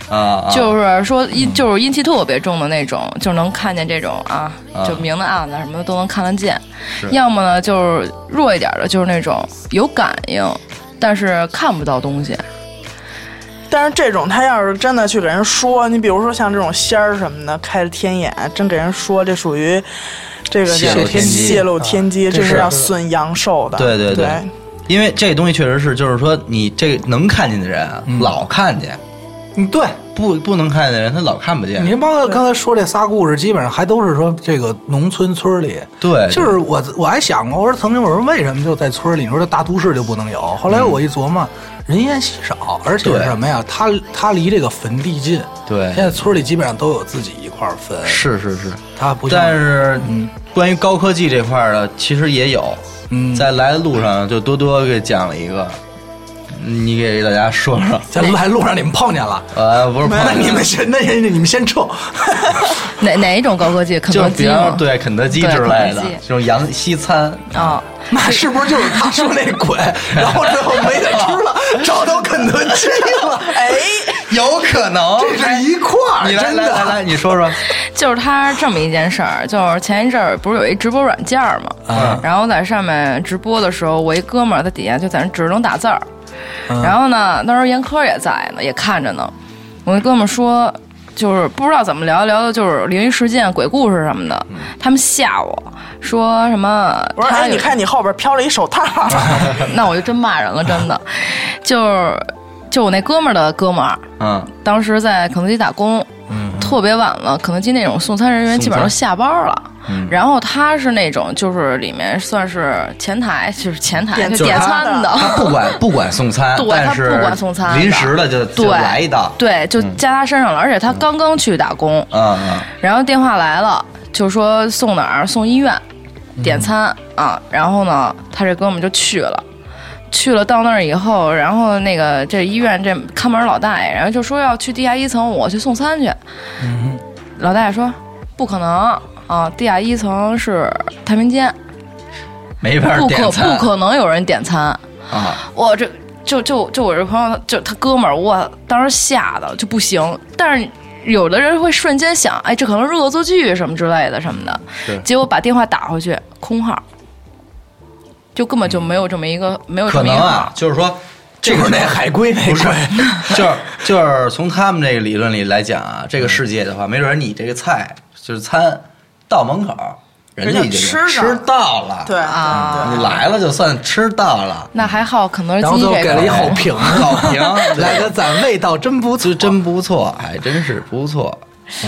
S3: 啊，嗯
S6: 就是说阴就是阴气特别重的那种，就能看见这种啊
S3: 啊，
S6: 就明的暗的什么的都能看得见。要么呢就是弱一点的，就是那种有感应，但是看不到东西。
S5: 但是这种他要是真的去给人说，你比如说像这种仙儿什么的，开了天眼，真给人说，这属于这个
S3: 泄
S5: 叫
S3: 露天机啊
S5: 泄露天机，这
S3: 是
S5: 是要损阳寿的。
S3: 对对
S5: 对
S3: 对，因为这东西确实是，就是说你这个能看见的人啊老看见，
S4: 嗯，对。
S3: 不不能看见的人他老看不见。
S4: 你包括刚才说这仨故事，基本上还都是说这个农村村里，
S3: 对，
S4: 就是我我还想过，我说曾经我说为什么就在村里，你说这大都市就不能有？后来我一琢磨，人烟稀少，而且是
S3: 嗯对
S4: 什么呀？它它离这个坟地近，
S3: 对
S4: 现，在村里基本上都有自己一块坟，
S3: 是是是。
S4: 它不像
S3: 但是嗯关于高科技这块儿的，其实也有，
S4: 嗯
S3: 在来的路上就多多给讲了一个，你给大家说说。
S4: 在来路上你们碰见了，
S3: 呃，不是碰
S4: 那
S3: 见
S4: 你们先那人家你们先撤，
S6: 哪哪一种高科技？肯
S3: 就
S6: 德
S3: 是比
S6: 基
S3: 方
S6: 吗？
S3: 对肯德基
S6: 对
S3: 之类
S6: 肯
S3: 的
S6: 德基
S3: 这种洋西餐，
S6: 啊、
S4: 那是不是就是他说那鬼，然后最后没得吃了，找到肯德基了？ 哎，
S3: 有可能。
S4: 这是一块儿，
S3: 你来
S4: 真
S3: 来来
S4: 的
S3: 来，你说说，
S6: 就是它这么一件事儿，就是前一阵儿不是有一直播软件儿嘛，
S4: 嗯
S6: 然后在上面直播的时候，我一哥们儿在底下就在那只能打字儿，然后呢，那时候严科也在呢，也看着呢，我一哥们儿说。就是不知道怎么聊聊的，就是灵异事件、鬼故事什么的。他们吓我说什么？
S5: 我说
S6: 他
S5: 哎，
S6: 有
S5: 你看你 后边飘了一手套，
S6: 那我就真骂人了，真的。就是就我那哥们儿的哥们儿，
S3: 嗯，
S6: 当时在肯德基打工，特别晚了，肯德基那种送餐人员基本上都下班了。
S3: 嗯
S6: 然后他是那种，就是里面算是前台，就是前台
S5: 点
S6: 就点
S5: 餐的
S6: 餐的，
S3: 他不 管不管送餐，
S6: 对
S3: 但
S6: 他
S3: 是
S6: 不管送餐的
S3: 临时的嗯就
S6: 对
S3: 就来一道，
S6: 对，就加他身上了。而且他刚刚去打工，
S3: 嗯嗯，
S6: 然后电话来了，就说送哪儿，送医院，点餐、啊。然后呢，他这哥们就去了。去了到那儿以后，然后那个这医院这看门老大爷，然后就说要去地下一层，我去送餐去。老大爷说不可能啊，地下一层是太平间，
S3: 没法
S6: 不
S3: 点
S6: 可
S3: 餐
S6: 不可能有人点餐。
S3: 啊，
S6: 我这就就就我这朋友，就他哥们儿，我当时吓得就不行。但是有的人会瞬间想，哎，这可能是恶作剧什么之类的什么
S3: 是
S6: 的，结果把电话打回去，空号，就根本就没有这么一个没有这
S3: 可
S6: 么一
S3: 能
S6: 个
S3: 啊
S6: 号，，
S3: 就是说这
S4: 就
S3: 个
S4: 是那海龟那鬼。
S3: 就是就是从他们这个理论里来讲啊，这个世界的话，没准儿你这个菜就是餐到门口，人家已经
S5: 人家吃上
S3: 吃到了，
S5: 对，
S6: 啊
S3: 你来了就算吃到了，
S6: 那还好肯德
S4: 然后
S6: 基
S4: 最后
S6: 这
S4: 给了一
S6: 个
S4: 好评，
S3: 好 评
S4: 来个咱味道真不错，
S3: 就真不错，还真是不错。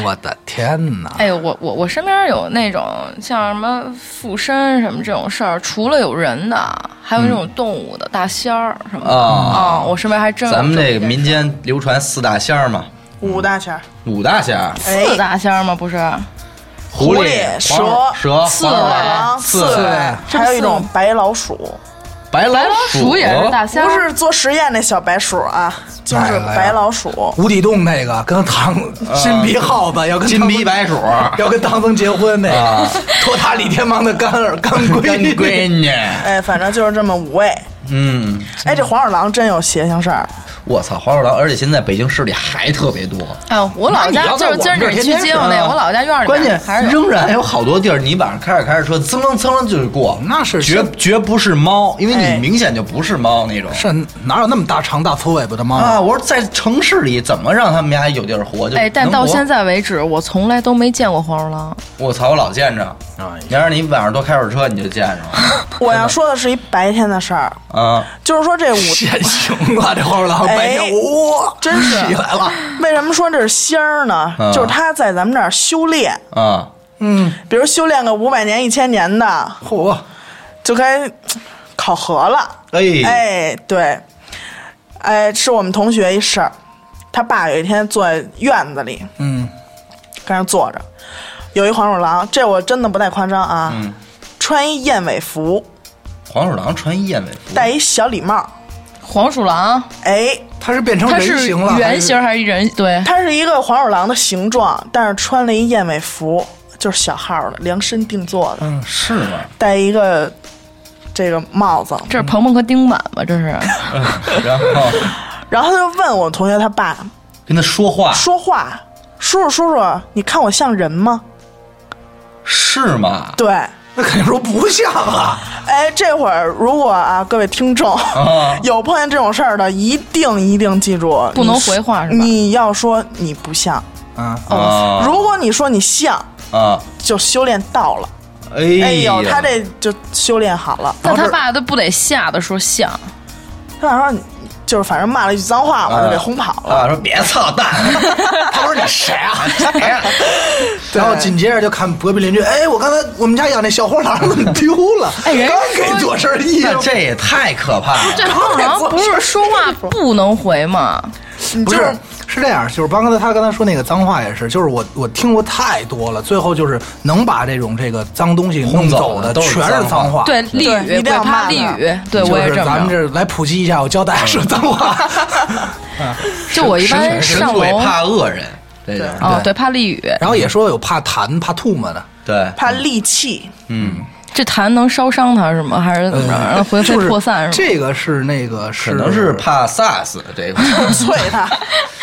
S4: 我的天哪！
S6: 哎呦，我我我身边有那种像什么附身什么这种事儿，除了有人的，还有那种动物的、大仙儿什么的
S3: 啊
S6: 啊、我身边还真有
S3: 咱们
S6: 这么一
S3: 这个
S6: 件
S3: 民间流传四大仙儿嘛，
S5: 五大仙儿，
S3: 五大仙儿：
S5: 哎
S6: 四，大仙儿吗？不是，
S3: 狐
S5: 狐
S3: 狸、
S5: 狸
S3: 黄耳
S5: 蛇
S3: 蛇、
S6: 刺
S3: 黄耳
S5: 狼
S3: 狼、
S5: 刺
S3: 刺猬、
S5: 猬，还有一种白老鼠，
S3: 白
S6: 白
S3: 老
S6: 老鼠也是大仙儿，
S5: 不是做实验那小白鼠啊，就是白老鼠。
S4: 无底洞那个跟唐金皮耗子要跟
S3: 金
S4: 唐
S3: 皮白鼠。
S4: 要跟唐僧结婚那
S3: 啊
S4: 个，托塔李天王的干儿 干闺
S3: 干嗯
S4: 女，
S3: 闺女，
S5: 哎，反正就是这么五位。
S3: 嗯，
S5: 哎，这黄鼠狼真有邪性事儿，
S3: 我操，黄鼠狼，而且现在北京市里还特别多。啊
S6: 哎，我老
S3: 那你
S6: 家
S3: 要在
S6: 就是今儿
S3: 我们这儿
S6: 你去
S3: 天天
S6: 接我那
S3: 是
S6: 个，
S3: 啊
S6: 我老家院儿里
S3: 关键
S6: 面还是有
S3: 仍然有好多地儿，你晚上开着开着车，噌楞噌楞就过，
S4: 那是
S3: 绝绝不是猫，因为
S5: 哎
S3: 你明显就不是猫那种。
S6: 哎
S4: 是哪有那么大长大粗尾巴的猫
S3: 啊，？我说在城市里怎么让他们家有地儿活？就
S6: 哎，但到现
S3: 在，
S6: 在为止，我从来都没见过黄鼠狼。
S3: 我操，我老见着。
S4: 哎
S3: 你要啊是你晚上多开会儿车，你就见着 了。
S5: 我要说的是一白天的事儿，
S3: 啊，
S5: 就是说这五
S4: 现行了，这黄鼠狼
S5: 哎
S4: 白天哇，
S5: 真是
S4: 起来了，
S5: 为什么说这是仙儿呢
S3: 嗯？
S5: 就是他在咱们这儿修炼，
S3: 啊，
S5: 比如修炼个五百年、一千年的，
S4: 嚯，
S5: 就该考核了。
S3: 哎，
S5: 哎，对，哎，是我们同学一事儿，他爸有一天坐在院子里，
S4: 嗯，
S5: 跟那坐着，有一黄鼠狼，这我真的不带夸张啊，
S4: 嗯
S5: 穿一燕尾服，
S3: 黄鼠狼穿燕尾服，
S5: 戴一小礼帽，
S6: 黄鼠狼
S5: 哎，
S4: 它是变成
S6: 它
S4: 人
S6: 是
S4: 形了，
S6: 圆形还是人？对，
S5: 他是一个黄鼠狼的形状，但是穿了一燕尾服，就是小号的量身定做的，
S4: 嗯，是吗？
S5: 戴一个这个帽子。
S6: 这是鹏鹏和丁满吧？这是
S3: 然后
S5: 然后他就问我同学他爸
S3: 跟他说话
S5: 说话：“叔叔叔叔，你看我像人吗
S3: 是？”吗？
S5: 对，
S4: 那肯定说不像啊，
S5: 哎，这会儿如果啊，各位听众、 有碰见这种事儿的，一定一定记住，
S6: 不能
S5: 你是
S6: 回话是吧？
S5: 你要说你不像，
S4: 嗯，
S6: 哦
S3: 啊
S5: 如果你说你像，
S3: 啊！
S5: 就修炼到了。
S3: 哎
S5: 哎呦，
S3: 呀
S5: 他这就修炼好了。
S6: 但他爸都不得吓得说像，
S5: 他爸说你就是反正骂了一句脏话嘛，就给轰跑了。
S3: 啊！说别操 蛋！他说你谁啊？谁呀？
S4: 然后紧接着就看隔壁邻居，哎，我刚才我们家养那小黄狼怎么丢了？
S6: 哎人家
S4: 刚给做身衣
S3: 那
S4: 服，
S3: 这也太可怕了！
S6: 这好像不是说话不能回吗？
S5: 你
S4: 不
S5: 就是
S4: 是这样，就是刚才他刚才说那个脏话也是，就是我我听过太多了，最后就是能把这种这个脏东西弄
S3: 轰走
S4: 的
S3: 的都是
S4: 全是
S3: 脏
S4: 脏话，
S6: 对，俚
S5: 对
S6: 语，
S5: 一定要
S6: 鬼怕
S5: 骂
S6: 俚
S5: 的
S6: 语，对我也
S4: 就是
S6: 这
S4: 咱
S6: 么
S4: 们
S6: 着。
S4: 这来普及一下，我教大家说脏 话。
S6: 就我一般
S3: 神
S6: 上
S3: 鬼
S6: 楼，
S3: 怕恶人，这就是
S6: 哦，对，怕俚语。
S4: 然后也说有怕痰、怕吐沫的，
S3: 对
S5: 怕戾气，
S6: 这痰能烧伤他是吗？还是怎么着？让他魂飞
S4: 呃就是
S6: 魄散是吗？
S4: 这个是那个是
S3: 可能是怕 SARS 这个。
S5: 啐他。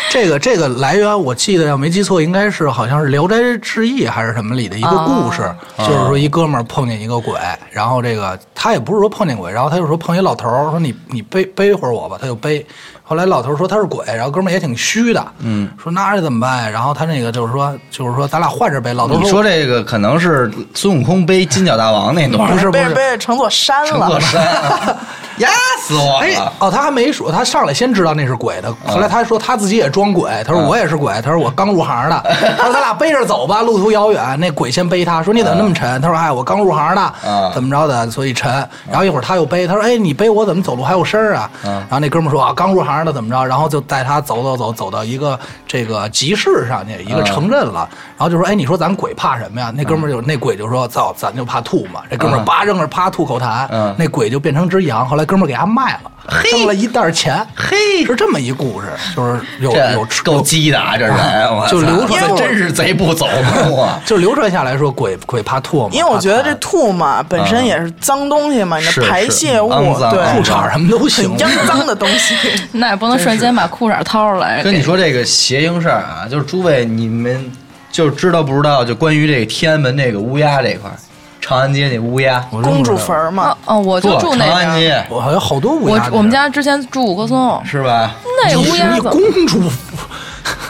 S4: 这个这个来源，我记得要没记错，应该是好像是《聊斋志异》还是什么里的一个故事，
S3: 啊
S4: 就是说一哥们儿碰见一个鬼，然后这个他也不是说碰见鬼，然后他就说碰一老头儿，说你你背背会儿我吧，他就背。后来老头儿说他是鬼，啊然后哥们儿也挺虚的，嗯，说那这怎么办呀？然后他那个就是说就是说咱俩换着背，老头儿
S3: 你说这个可能是孙悟空背金角大王那段儿，
S4: 不是不
S5: 被
S4: 是
S5: 被乘坐山
S3: 陈
S5: 了
S3: 鹤，山啊，压死我
S4: 哎
S3: 了！，
S4: 哦，他还没说，他上来先知道那是鬼的，后来他说他自己也装鬼，他说
S3: 嗯
S4: 我也是鬼，他说我刚入行的，他说咱俩背着走吧，路途遥远，那鬼先背他说你怎么那么沉？他说哎，我刚入行的
S3: 嗯，
S4: 怎么着的，所以沉。然后一会儿他又背，他说哎，你背我怎么走路还有声儿啊？
S3: 嗯
S4: 然后那哥们儿说啊，刚入行的怎么着？然后就带他走走走走到一个这个集市上去，一
S3: 嗯
S4: 个城镇了，然后就说哎，你说咱鬼怕什么呀？那哥们儿就那鬼就说操，咱就怕吐嘛。这哥们儿叭扔着啪吐口痰
S3: 嗯，
S4: 那鬼就变成只羊，后来哥们儿给他卖了，挣了一袋钱，
S3: 嘿
S4: 是这么一故事，就是有有
S3: 这够鸡的啊！这人，我
S4: 就
S3: 操
S4: 流出来
S3: 这真是贼不走空啊！
S4: 就流传下来说鬼鬼怕吐嘛，
S5: 因为我觉得
S4: 怕
S5: 这吐嘛本身也是脏东西嘛，你
S3: 是
S5: 的排泄物
S3: 是肮脏
S5: 对
S4: 痰裤衩什么都行
S5: 很，肮脏的东西。
S6: 那也不能瞬间把裤衩掏出来。
S3: 哎跟你说这个邪性事儿啊，就是诸位你们就是知道不知道？就关于这个天安门这个乌鸦这一块儿，长安街那乌鸦，
S4: 我真不
S5: 公
S4: 知
S5: 主
S4: 道
S5: 坟儿嘛
S6: 哦，哦，我就
S3: 不
S6: 住那
S3: 长安
S6: 边儿，
S3: 街
S4: 我好像好多乌
S6: 我
S4: 鸦。
S6: 我们家之前住五棵松，
S3: 是吧？
S6: 那
S4: 啊你
S6: 乌
S4: 是
S6: 鸦
S4: 一
S6: 怎么？
S4: 公主，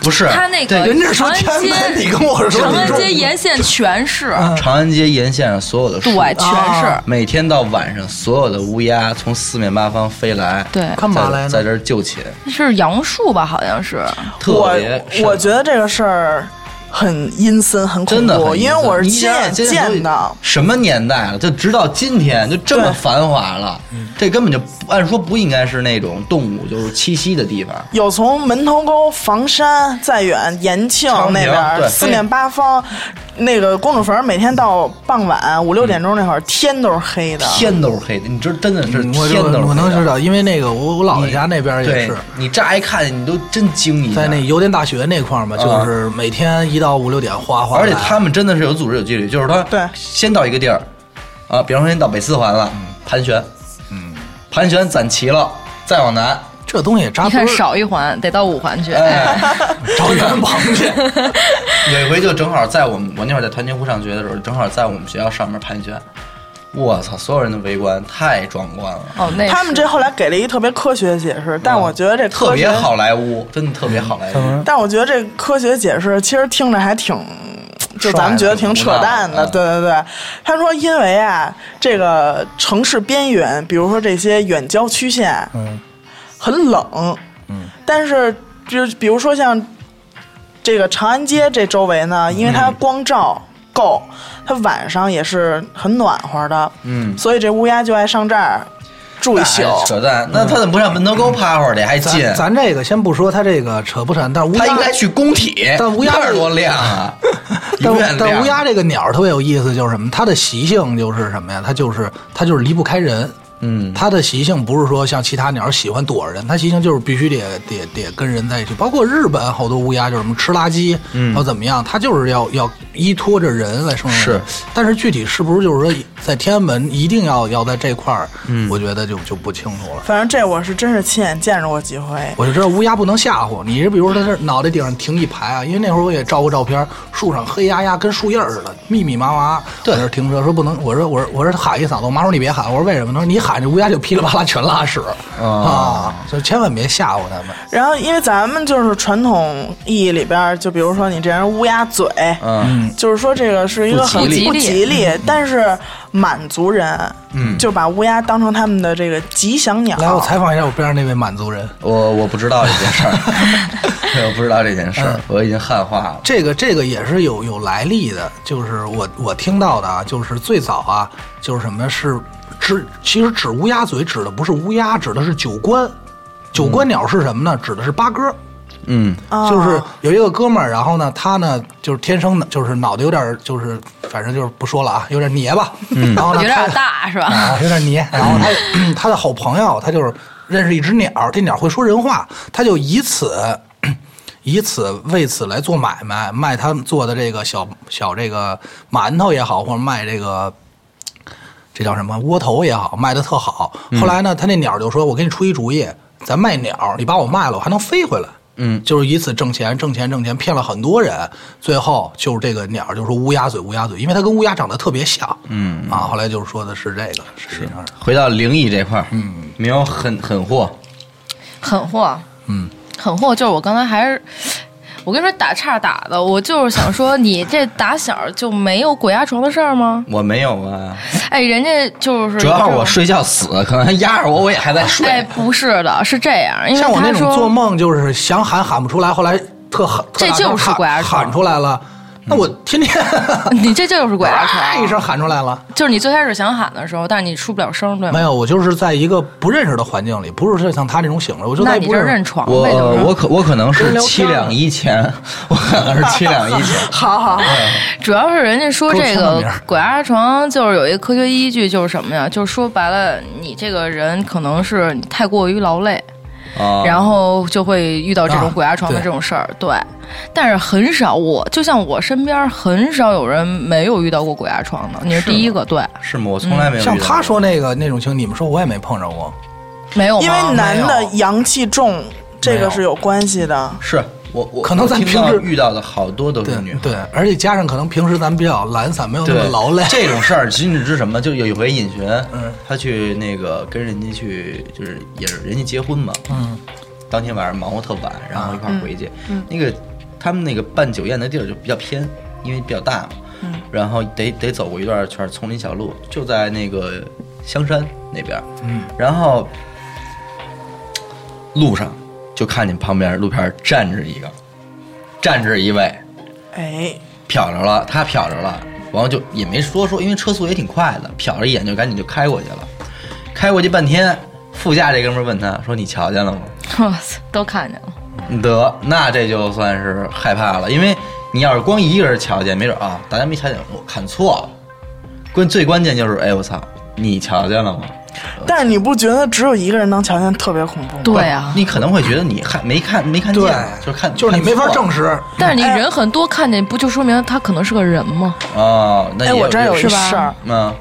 S3: 不是，
S6: 他那个
S3: 对
S4: 人家说
S6: 长安
S4: 天安门，
S6: 街
S4: 你跟我说
S6: 长
S4: 你
S6: 安
S4: 中
S6: 街沿线全是，
S3: 长安街沿线上所有的树，
S6: 对，全是
S4: 啊，
S3: 每天到晚上，所有的乌鸦从四面八方飞来，
S6: 对
S4: 干嘛来
S3: 在在
S4: 呢？
S3: 这儿就寝，
S6: 是杨树吧？好像是，
S3: 特别啊
S5: 我
S3: 瘆
S5: 我觉得这个事儿很阴森，很恐
S3: 真的很
S5: 怖，
S3: 阴森，
S5: 因为我是
S3: 你
S5: 亲
S3: 想想
S5: 眼
S3: 这都
S5: 见到。
S3: 什么年代了？就直到今天，就这么繁华了，这根本就不按说不应该是那种动物就是栖息的地方。
S5: 有从门头沟、房山，再远延庆
S3: 昌平
S5: 那边
S3: 对
S5: 儿，四面八方，那个公主坟每天到傍晚五六点钟那会儿，天都是啊黑的。
S3: 嗯天都是黑的，你知道真的是
S4: 嗯我
S3: 天
S4: 就
S3: 都是黑的。
S4: 我能知道，因为那个我我姥姥家那边也
S3: 对
S4: 是。
S3: 你乍一看你都真惊一下
S4: 在那邮电大学那块儿嘛，
S3: 啊
S4: 就是每天一到五六点哗哗来，
S3: 而且他们真的是有组织有纪律，就是他
S5: 对
S3: 先到一个地儿，啊，比方说先到北四环了，盘旋，嗯，盘旋攒齐了，再往南，
S4: 这东西也扎
S6: 你
S4: 堆
S6: 看
S4: 儿，
S6: 少一环得到五环去，
S3: 哎，
S4: 找远旁去。
S3: 有一回就正好在我们我那会儿在团结湖上学的时候，正好在我们学校上面盘旋，我操，所有人都围观，太壮观了，
S6: 哦，那
S5: 他们
S6: 是
S5: 这后来给了一特别科学解释，但我觉得这
S3: 嗯特
S5: 科
S3: 别
S5: 学，
S3: 好莱坞，真的特别好莱
S4: 嗯
S3: 坞，
S5: 但我觉得这科学解释其实听着还挺，就咱们觉得挺扯淡的。
S3: 嗯
S5: 对对对，他说因为啊，这个城市边缘，比如说这些远郊区县，
S4: 嗯，
S5: 很冷，嗯，但是就比如说像这个长安街这周围呢，因为它光照够，它晚上也是很暖和的，
S3: 嗯，
S5: 所以这乌鸦就爱上这儿住一宿。
S3: 哎扯淡，那他怎么不上门头沟趴会儿去还近
S4: 嗯咱？咱这个先不说他这个扯不扯，但是乌鸦
S3: 他应该去工体，
S4: 但乌鸦
S3: 那儿多亮啊！永远
S4: 但但
S3: 亮
S4: 乌鸦这个鸟儿特别有意思，就是什么？它的习性就是什么呀？它就是它就是离不开人。嗯，它的习性不是说像其他鸟喜欢躲着人，它习性就是必须得得得跟人在一起。包括日本好多乌鸦就是什么吃垃圾，嗯，然后怎么样，它就是要要依托着人来生活。
S3: 是，
S4: 但是具体是不是就是说在天安门一定要要在这块儿，嗯，我觉得就就不清楚了。
S5: 反正这我是真是亲眼见着过几回，
S4: 我就知道乌鸦不能吓唬你，是比如说它这脑袋顶上停一排啊，因为那会儿我也照过照片，树上黑压压跟树叶儿似的，密密麻麻。
S3: 对
S4: 我这停车说不能，我说我说我说喊一嗓子，我妈说你别喊，我说为什么？她说你喊这乌鸦就噼里啪啦全拉屎、啊，所以千万别吓唬它们。
S5: 然后，因为咱们就是传统意义里边儿，就比如说你这人乌鸦嘴，
S3: 嗯，
S5: 就是说这个是一个很
S6: 不吉利
S5: 不吉利，但是满族人，嗯，就把乌鸦当成他们的这个吉祥鸟。
S4: 来，我采访一下我边上那位满族人。
S3: 我我不知道这件 事儿，对我不知道这件事
S4: 嗯
S3: 儿，我已经汉化了。
S4: 这个这个也是有有来历的，就是我我听到的啊，就是最早啊，就是什么是指，其实指乌鸦嘴指的不是乌鸦，指的是九官。九官鸟是什么呢？指的是八哥。
S3: 嗯，
S5: 啊。
S4: 就是有一个哥们儿，然后呢，他呢就是天生的，就是脑袋有点儿就是，反正就是不说了啊，有点捏吧。然后呢，
S6: 有点
S4: 他
S6: 大是吧？
S4: 啊，有点黏。然后他他的好朋友，他就是认识一只鸟，这鸟会说人话，他就以此 以此为此来做买卖，卖他们做的这个小小这个馒头也好，或者卖这个。这叫什么窝头也好，卖的特好。后来呢，他那鸟就说：“我给你出一主意，咱卖鸟，你把我卖了，我还能飞回来。”嗯，就是以此挣钱，挣钱，挣钱，骗了很多人。最后就是这个鸟就说乌鸦嘴，乌鸦嘴，因为它跟乌鸦长得特别像。嗯啊，后来就是说的是这个，实际上是
S3: 回到灵异这块儿，嗯，没有狠狠货，
S6: 狠货，
S4: 嗯，
S6: 狠货就是我刚才还是。我跟你说，打岔打的，我就是想说，你这打小就没有鬼压床的事儿吗？
S3: 我没有啊。
S6: 哎，人家就是
S3: 主要是我
S6: 这种
S3: 睡觉死，可能压着我，我也还在睡。
S6: 哎，不是的，是这样，因为
S4: 像我那
S6: 他
S4: 种
S6: 说
S4: 做梦就是想喊喊不出来，后来特喊，特
S6: 这
S4: 大声
S6: 就是
S4: 喊
S6: 鬼压床
S4: 喊出来了。那我天 天
S6: 你这就是鬼压
S4: 啊一
S6: 床，
S4: 声喊出来了，
S6: 就是你最开始想喊的时候，但是你出不了声，对
S4: 没
S6: 吗？
S4: 有，我就是在一个不认识的环境里，不是说像他这种醒着，我就
S6: 那
S4: 在
S6: 你
S4: 不
S6: 这
S4: 认识
S6: 认床
S3: 我呃
S6: 呗，就是
S3: 我可我可能是七两一钱，我可能是七两一钱
S5: 好好，好
S6: 主要是人家说这
S4: 给我签个
S6: 个
S4: 名儿
S6: 鬼压床就是有一个科学依据，就是什么呀？就是说白了，你这个人可能是你太过于劳累，
S3: 啊，
S6: 然后就会遇到这种
S4: 啊
S6: 鬼压床的
S4: 对
S6: 这种事儿。对，但是很少我，就像我身边很少有人没有遇到过鬼压床的，你是
S3: 是
S6: 第一
S3: 吗
S6: 个，对，
S3: 是吗？我从来没有遇到
S4: 嗯像
S3: 过
S4: 他说那个那种情，你们说我也没碰着过。
S6: 没有吗？
S5: 因为男的
S4: 没有
S5: 阳气重，这
S4: 没有
S5: 个是有关系的。
S3: 是我我
S4: 可能咱
S3: 我听
S4: 平
S3: 到
S4: 时
S3: 遇到的好多都
S4: 对
S3: 是女孩。
S4: 对，而且加上可能平时咱们比较懒散，没有那么
S3: 对，
S4: 劳累。
S3: 这种事儿，其实你知什么？就有一回尹寻，
S4: 嗯，
S3: 他去那个跟人家去，就是也是人家结婚嘛，嗯，当天晚上忙活特晚，然后一块儿回去，那个他们那个办酒宴的地儿就比较偏，因为比较大嘛，嗯，然后得得走过一段全是丛林小路，就在那个香山那边，嗯，然后路上就看见旁边路边站着一个，站着一位，
S5: 哎，
S3: 瞟着了，他瞟着了，然后就也没说说，因为车速也挺快的，瞟着一眼就赶紧就开过去了。开过去半天，副驾这哥们儿问他说：“你瞧见了吗嗯
S6: 我操， 都看见了，？”
S3: 得，那这就算是害怕了，因为你要是光一个人瞧见，没准啊，大家没瞧见，我看错了。关最关键就是，哎，我操，你瞧见了吗？
S5: 但是你不觉得只有一个人能瞧见特别恐怖吗？
S6: 对啊。
S3: 你可能会觉得你看没看没看见
S4: 对，，
S3: 就是看
S4: 就是你没法证
S3: 实
S4: 实。
S6: 但是你人很多看见，不就说明他可能是个人吗？
S3: 啊。那也
S5: 哎，我这儿有
S3: 这
S5: 一
S3: 个
S5: 事儿，
S3: 嗯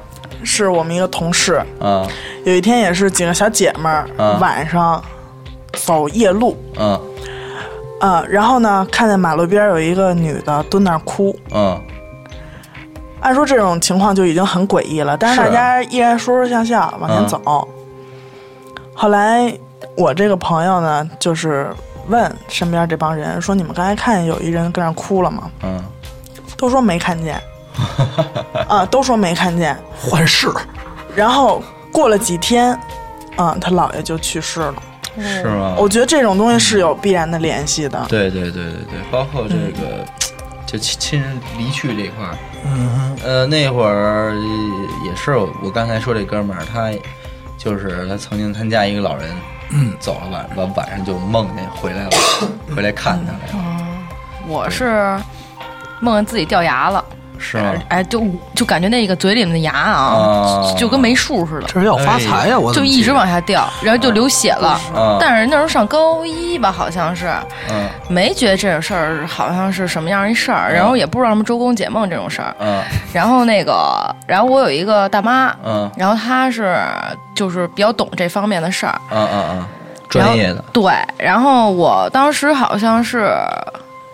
S5: 是我们一个同事，
S3: 嗯
S5: 有一天也是几个小姐们儿、
S3: 啊
S5: 晚上走夜路，
S3: 嗯
S5: 呃，然后呢，看见马路边儿有一个女的蹲那儿哭。
S3: 嗯，
S5: 按说这种情况就已经很诡异了，但是
S3: 是
S5: 大家依然说说笑笑往前走。
S4: 嗯
S5: 后来我这个朋友呢，就是问身边这帮人说：“你们刚才看见有一人跟那儿哭了吗
S3: 嗯？”
S5: 都说没 看见，啊、都说没看见。
S4: 幻视，
S5: 然后过了几天，啊、他姥爷就去世了。嗯
S3: 是吗？
S5: 我觉得这种东西是有必然的联系的。
S3: 对对对对对，包括这个、就亲亲人离去这块儿，嗯，呃，那会儿也是我刚才说这哥们儿，他就是他曾经参加一个老人，嗯，走了晚晚晚上就梦见回来了，回来看他来了，
S6: 我是梦见自己掉牙了，
S3: 是吗？
S6: 哎，就就感觉那个嘴里面的牙啊，
S3: 啊
S6: 就就跟没数似的，
S4: 这是要发财
S3: 哎
S4: 呀、我怎
S6: 就
S4: 么
S6: 一
S4: 记
S6: 直
S4: 得
S6: 往下掉，然后就流血了。
S3: 啊
S6: 但是那时候上高一吧，好像是
S3: 嗯
S6: 没觉得这种事儿好像是什么样一事
S4: 啊
S6: 儿，然后也不知道什么周公解梦这种事儿。
S3: 嗯
S6: 然后那个，然后我有一个大妈，
S4: 啊
S3: 嗯
S6: 然后她是就是比较懂这方面的事儿，
S3: 嗯嗯嗯，专业
S6: 然
S3: 的
S6: 后。对，然后我当时好像是，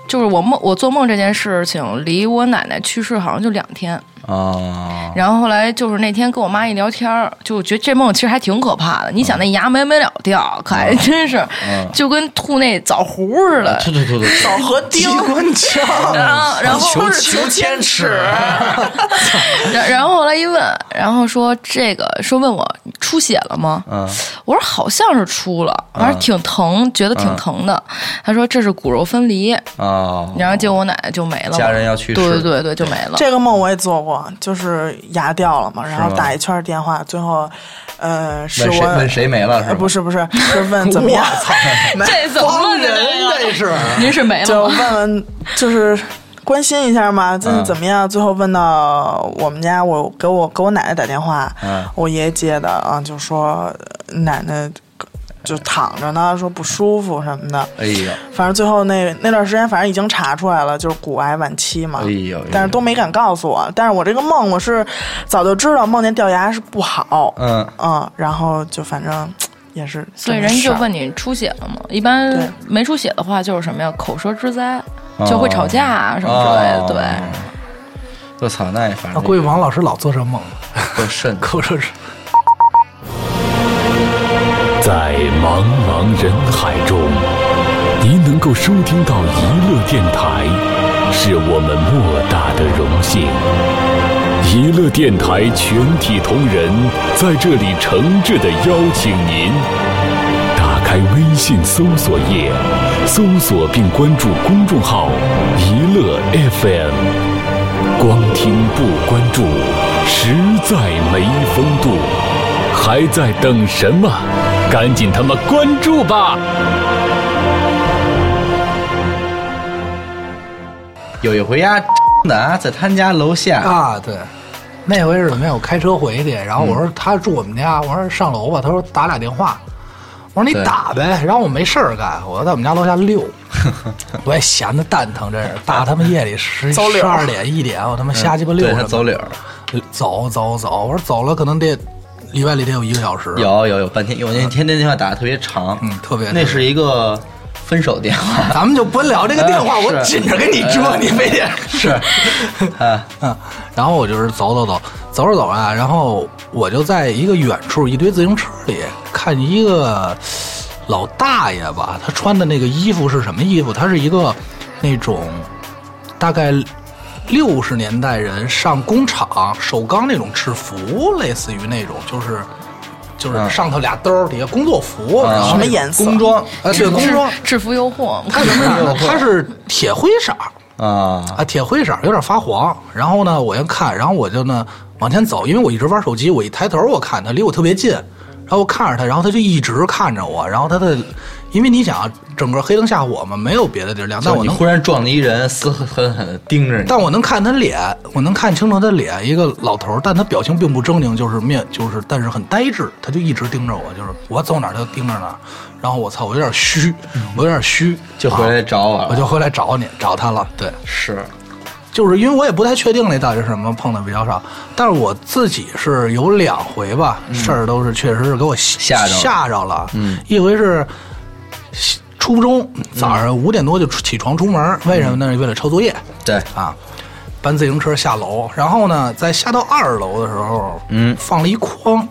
S6: 就是我梦我做梦这件事情离我奶奶去世好像就两天，
S3: 啊，
S6: 然后后来就是那天跟我妈一聊天儿，就我觉得这梦其实还挺可怕的。你想那牙没没了掉，可
S3: 嗯
S6: 还真是，就跟吐那枣核似的。
S3: 对对对对，
S5: 枣核
S4: 机
S5: 钉，
S4: 关枪，
S6: 然后，然后
S3: 嗯求
S5: 是
S3: 求千
S5: 求千
S3: 尺，
S6: 然然后后来一问，然后说这个说问我你出血了吗？
S3: 嗯
S6: 我说好像是出了，反正挺疼，觉得
S3: 嗯
S6: 挺疼的。他说这是骨肉分离，
S3: 啊，
S6: 然后结果我奶奶就没了嘛，
S3: 家人要去世
S6: 对对对，就没了。
S5: 这个梦我也做过，就是牙掉了嘛，然
S3: 吗
S5: 后打一圈电话，最后，呃，是
S3: 问谁
S5: 我
S3: 问谁没了是
S5: 呃
S3: 吧？
S5: 不是不是，是问怎么样？ 没
S6: 这怎么
S4: 帮
S6: 问的
S4: 人
S6: 这
S4: 这是。
S6: 个？ 您是没
S5: 就
S6: 了吗？
S5: 问问，就是关心一下嘛，最近
S3: 嗯
S5: 怎么样？最后问到我们家，我给我给我奶奶打电话，
S3: 嗯
S5: 我爷爷接的啊，就说呃奶奶就躺着呢，说不舒服什么的。
S3: 哎呦，
S5: 反正最后那那段时间，反正已经查出来了，就是骨癌晚期嘛。
S3: 哎呦哎呦
S5: 但是都没敢告诉我。但是我这个梦，我是早就知道梦见掉牙是不好。
S3: 嗯
S5: 嗯，然后就反正也是这
S6: 所以
S5: 么事儿，
S6: 人家就问你出血了吗？一般
S5: 对
S6: 没出血的话，就是什么呀，口舌之灾
S3: 哦，
S6: 就会吵架啊什么之类的。对，
S3: 哦我操，那也反
S4: 那
S3: 正
S4: 估计王老师老做这梦，
S3: 啊够瘆的。
S4: 可是是
S7: 在茫茫人海中，您能够收听到娱乐电台，是我们莫大的荣幸。娱乐电台全体同仁在这里诚挚的邀请您，打开微信搜索页，搜索并关注公众号“娱乐 FM”，光听不关注，实在没风度。还在等什么？赶紧他妈关注吧！
S3: 有一回呀， 的啊，在他们家楼下，
S4: 啊，对，那回是什么呀？我开车回去，然后我说他住我们家，我说上楼吧，他说打俩电话，我说你
S3: 对
S4: 打呗，然后我没事儿干，我就在我们家楼下 溜，我也闲得蛋疼，这是大他妈夜里 十
S5: 走
S4: 十
S5: 柳
S4: 二点一点，我他妈瞎鸡巴溜
S3: 对他
S4: 着
S3: 走
S4: 走
S3: 理儿，
S4: 走走走，我说走了可能得里外里得有一个小时，
S3: 有有有半天，有那天天电话打的特别长，
S4: 嗯特别
S3: 那是一个分手电话，
S4: 咱们就不聊这个电话，
S3: 哎
S4: 我
S3: 是哎
S4: 紧着跟你说，你非得
S3: 是，啊，
S4: 嗯，然后我就是走走走，走着走啊，然后我就在一个远处一堆自行车里看一个老大爷吧，他穿的那个衣服是什么衣服？他是一个那种大概六十年代人上工厂首钢那种制服，类似于那种就是。
S3: 嗯
S4: 就是上头俩兜儿，底下工作服，然后
S5: 什么
S4: 那种
S5: 颜色
S4: 工装，啊，对，工装。
S6: 制制服诱惑，
S4: 他什么色儿呢？ 他是铁灰色儿，
S3: 啊，
S4: 啊，铁灰色儿有点发黄。然后呢，我先看，然后我就呢往前走，因为我一直玩手机，我一抬头我看他离我特别近，然后我看着他，然后他就一直看着我，然后他的，因为你想啊，整个黑灯瞎火嘛，没有别的地儿亮，但
S3: 就
S4: 我
S3: 你
S4: 能
S3: 忽然撞了一人，死狠狠的盯着你，
S4: 但我能看他脸，我能看清楚他脸，一个老头儿，但他表情并不狰狞，就是面就是，但是很呆滞，他就一直盯着我，就是我走哪儿他就盯着哪儿，然后我操，我有点虚，我有点虚，
S3: 嗯就回来
S4: 啊
S3: 找我
S4: 我
S3: 了，
S4: 就回来找你，找他了，对。
S3: 是，
S4: 就是因为我也不太确定那到底是什么，碰的比较少。但是我自己是有两回吧，事儿都是确实是给我
S3: 吓
S4: 吓
S3: 着了
S4: 吓着了。嗯，一回是初中早上五点多就出起床出门，为什么呢？为了抄作业
S3: 对，
S4: 啊。搬自行车下楼，然后呢，在下到二楼的时候，
S3: 嗯
S4: 放了一筐。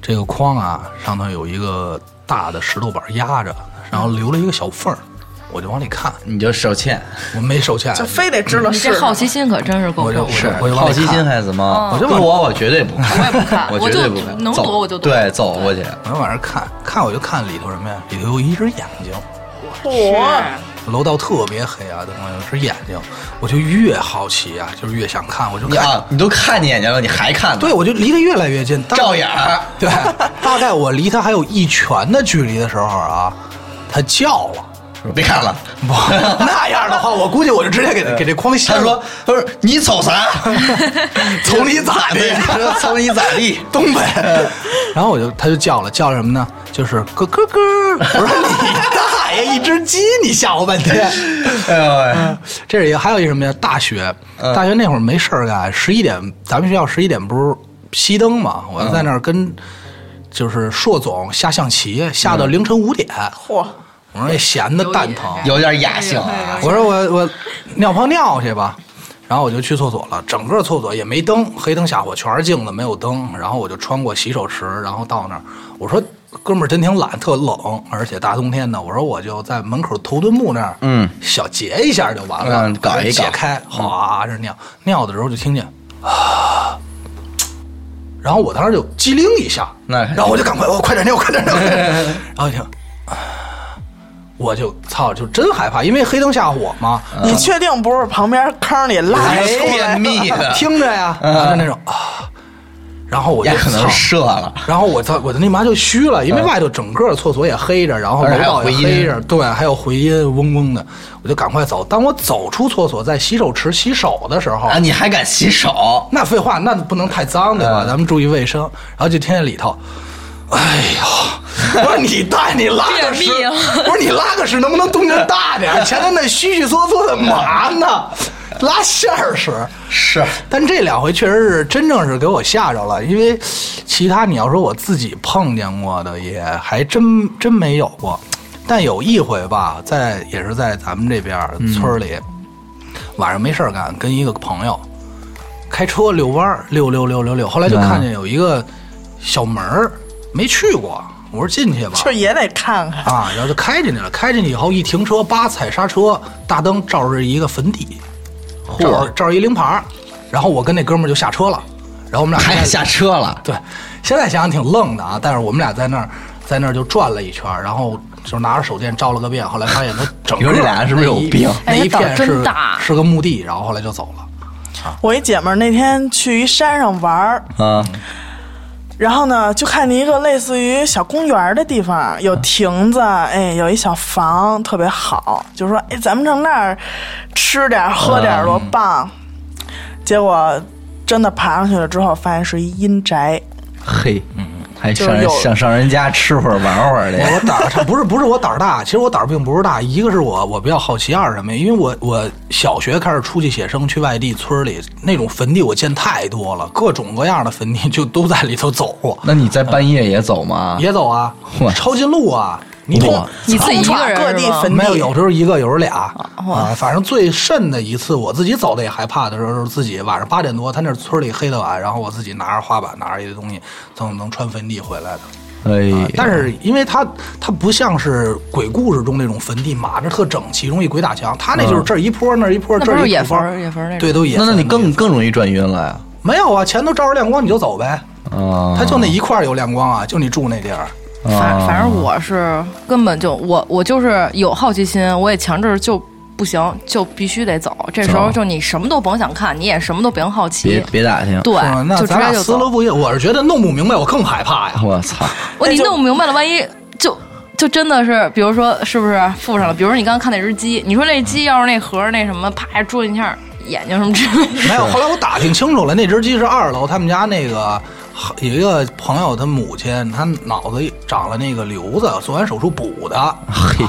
S4: 这个筐啊，上头有一个大的石头板压着，然后留了一个小缝儿，我就往里看，
S3: 你就手欠，
S4: 我没手欠，
S5: 就非得知道
S6: 你
S5: 是
S6: 这好奇心可真是够
S4: 我就
S6: 重
S4: 我。
S3: 是
S4: 就我就往
S3: 好
S4: 里
S3: 奇
S4: 看
S3: 心孩子嘛，
S4: 我就
S3: 跟
S4: 往
S3: 我我绝对不看，我
S6: 也不 看
S3: 我
S6: 哦我
S3: 绝
S6: 就
S3: 对不看，
S6: 能
S3: 走
S6: 躲我就躲
S3: 对，走过去，
S4: 我就往那看，看我就看里头什么呀？里头有一只眼睛，
S5: 我
S4: 楼道特别黑啊，等我有只眼睛，我就越好奇啊，就是越想看，我就
S3: 你
S4: 看，
S3: 啊，你都看见眼睛了，你还看呢？
S4: 对，我就离得越来越近，大
S3: 照眼儿
S4: 对，大概我离他还有一拳的距离的时候啊，他叫了，
S3: 说别看了，
S4: 那样的话，我估计我就直接给给这筐掀
S3: 他
S4: 了。
S3: 说他说你瞅啥？
S4: 从你咋的？
S3: 说瞅你咋地？
S4: 东北。然后我就他就叫了，叫什么呢？就是咯咯咯。我说你大爷，一只鸡，你吓唬半天。
S3: 哎呦喂，
S4: 这是一个，还有一什么呀？大学，大学那会儿没事儿干，十一点，咱们学校十一点不是熄灯嘛？我就在那儿跟就是硕总下象棋，下到凌晨五点。
S5: 嚯，
S4: 我说这闲的蛋疼。
S3: 有点
S6: 哎
S3: 雅兴啊！
S4: 我说我我尿泡尿去吧，然后我就去厕所了，整个厕所也没灯，黑灯瞎火，全是镜子，没有灯。然后我就穿过洗手池，然后到那儿，我说哥们儿真挺懒，特冷，而且大冬天的，我说我就在门口头墩木那儿，
S3: 嗯，
S4: 小结一下就完了，
S3: 嗯搞一搞
S4: 解开，哗这尿，尿的时候就听见。啊，然后我当时就机灵一下，
S3: 那肯定
S4: 然后我就赶快，我哦快点尿，快点尿，快点 尿然后一听，我就操，就真害怕，因为黑灯瞎火 嘛，
S5: 你确定不是旁边坑里拉
S3: 哎
S5: 出来
S3: 便秘 的，
S4: 听着呀，然后就那种啊，然后我就
S3: 也可能嗯
S4: 操
S3: 射了。
S4: 然后我操，我的那妈就虚了，因为外头整个厕所也黑着，然后楼道也黑着，对，还有回音嗡嗡的，我就赶快走。当我走出厕所，在洗手池洗手的时候
S3: 啊，，你还敢洗手？
S4: 那废话，那不能太脏对吧？
S3: 嗯
S4: 咱们注意卫生。然后就听见里头，哎呦， 我说你大你拉个屎，
S6: 便秘啊
S4: 我说你拉个屎能不能动静大点儿？前头那虚虚缩缩的嘛呢？拉线儿屎。
S3: 是，
S4: 但这两回确实是真正是给我吓着了，因为其他你要说我自己碰见过的也还真真没有过，但有一回吧，在也是在咱们这边儿村儿里，晚上没事儿干，跟一个朋友开车遛弯儿，溜溜溜溜溜，后来就看见有一个小门儿，没去过，我说进去吧，
S5: 就也得看看。
S4: 啊，然后就开进去了。开进去以后一停车，叭踩刹车，大灯照着一个坟地，照着照着一灵牌儿然后我跟那哥们儿就下车了，然后我们俩
S3: 还
S4: 开
S3: 下车了？
S4: 对，现在想想挺愣的啊，但是我们俩在那儿在那儿就转了一圈儿，然后就拿着手电照了个遍，后来发现他整
S3: 你
S4: 个
S3: 说这俩人是不是有病
S4: 那
S6: 哎
S4: 一
S6: 胆儿
S4: 片
S6: 真
S4: 是
S6: 大
S4: 是个墓地，然后后来就走了。
S5: 我一姐们儿那天去一山上玩儿，
S3: 啊，
S5: 然后呢，就看见一个类似于小公园儿的地方，有亭子，哎，有一小房，特别好。就说，哎，咱们上那儿吃点儿喝点儿多棒。结果真的爬上去了之后，发现是一阴宅，
S3: 嘿，嗯还
S5: 就是
S3: 上人
S5: 有
S3: 想上人家吃会儿玩会儿去
S4: 我。我胆儿大不是不是我胆儿大，其实我胆儿并不是大，一个是我我比较好奇，二是什么呀？因为我我小学开始出去写生，去外地村儿里那种坟地我见太多了，各种各样的坟地就都在里头走过，
S3: 那你在半夜也走吗？
S4: 也走啊
S3: 哇，
S4: 抄近路啊，你懂
S3: 哇。
S6: 你自己一
S5: 通
S6: 个
S5: 闯
S6: 人
S5: 各
S6: 是
S5: 地
S6: 吗
S5: 坟
S4: 没有，
S5: 地，
S4: 有时候一个，有时候俩啊。反正最甚的一次，我自己走的也害怕的时候，就是自己晚上八点多，他那村里黑的晚，然后我自己拿着花板，拿着一堆东西，从能穿坟地回来的。
S3: 哎呀，
S4: 啊但是因为它它不像是鬼故事中那种坟地码着特整齐，容易鬼打墙，它那就是这儿一坡那儿一坡，
S6: 那
S4: 这
S6: 不
S4: 儿
S6: 是
S4: 一
S6: 野坟
S4: 坡
S6: 儿野坟儿那种
S4: 对，都野
S3: 嗯那
S4: 坟。
S3: 那你更更容易转晕了呀？
S4: 没有啊？前头照着亮光你就走呗，
S3: 啊，
S4: 它就那一块儿有亮光啊，就你住那地儿。
S6: 反反正我是根本就我我就是有好奇心，我也强制就不行，就必须得走。这时候
S3: 走
S6: 就你什么都甭想看，你也什么都甭好
S3: 别
S6: 奇，
S3: 别打听，
S6: 对
S4: 是吗？，哦那
S6: 就直
S4: 咱俩
S6: 接就
S4: 思路
S6: 走。
S4: 不一样，我是觉得弄不明白，我更害怕呀。
S3: 我操，
S4: 哎
S6: 我你弄明白了，万一就。就真的是，比如说，是不是附上了？比如说你刚刚看那只鸡，你说那鸡要是那盒儿那什么，啪啄一下眼睛什么之类的，
S4: 没有，后来我打听清楚了，那只鸡是二楼，他们家那个有一个朋友，他母亲，他脑子长了那个瘤子，做完手术补的。嘿，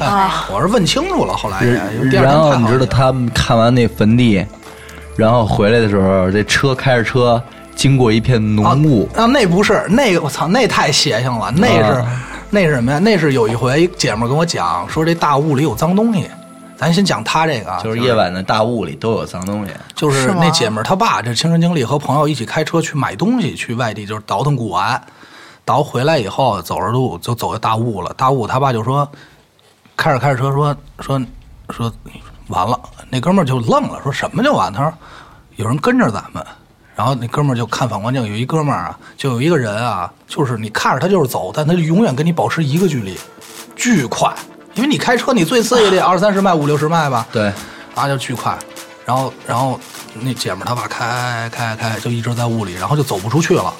S4: 我是问清楚了，后来也哎第二天
S3: 哎然后
S4: 太
S3: 你
S4: 好
S3: 知道
S4: 了
S3: 他们看完那坟地，然后回来的时候，这车开着车经过一片浓雾，
S4: 啊，那不是那个，我操，那太邪性了，那是、
S3: 啊
S4: 那是什么呀？那是有一回一姐们儿跟我讲，说这大雾里有脏东西。咱先讲她这个啊，
S3: 就是夜晚的大雾里都有脏东西。
S4: 就是
S5: 是吗
S4: 那姐们儿她爸这亲身经历，和朋友一起开车去买东西，去外地就是倒腾古玩，倒回来以后走着路就走到大雾了。大雾他爸就说，开着开着车说说说完了，那哥们儿就愣了，说什么就完？他说有人跟着咱们。然后那哥们儿就看反光镜，有一哥们儿啊，就有一个人啊，就是你看着他就是走，但他就永远跟你保持一个距离，巨快，因为你开车你最次也得二三十迈、五六十迈吧。
S3: 对，
S4: 然啊后就巨快，然后然后那姐们儿她爸开开开就一直在雾里，然后就走不出去了，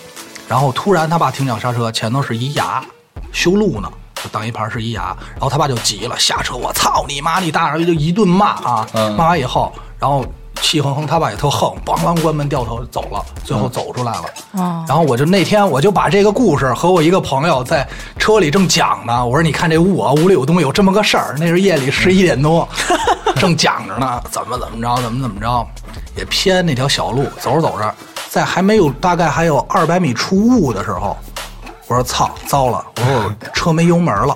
S4: 然后突然他爸停脚刹车，前头是一崖，修路呢，就当一盘是一牙，然后他爸就急了，下车我操你妈你大爷，就一顿骂啊，
S3: 嗯
S4: 骂完以后，然后气哼哼，他爸也特横，梆啷关门掉头走了，最后走出来了。
S6: 哦
S4: 然后我就那天我就把这个故事和我一个朋友在车里正讲呢，我说你看这屋啊，屋里有东西，有这么个事儿。那是夜里十一点多，正讲着呢，怎么怎么着，怎么怎么着，也偏那条小路，走着走着，在还没有大概还有二百米出雾的时候，我说操，糟了！我说我车没油门了。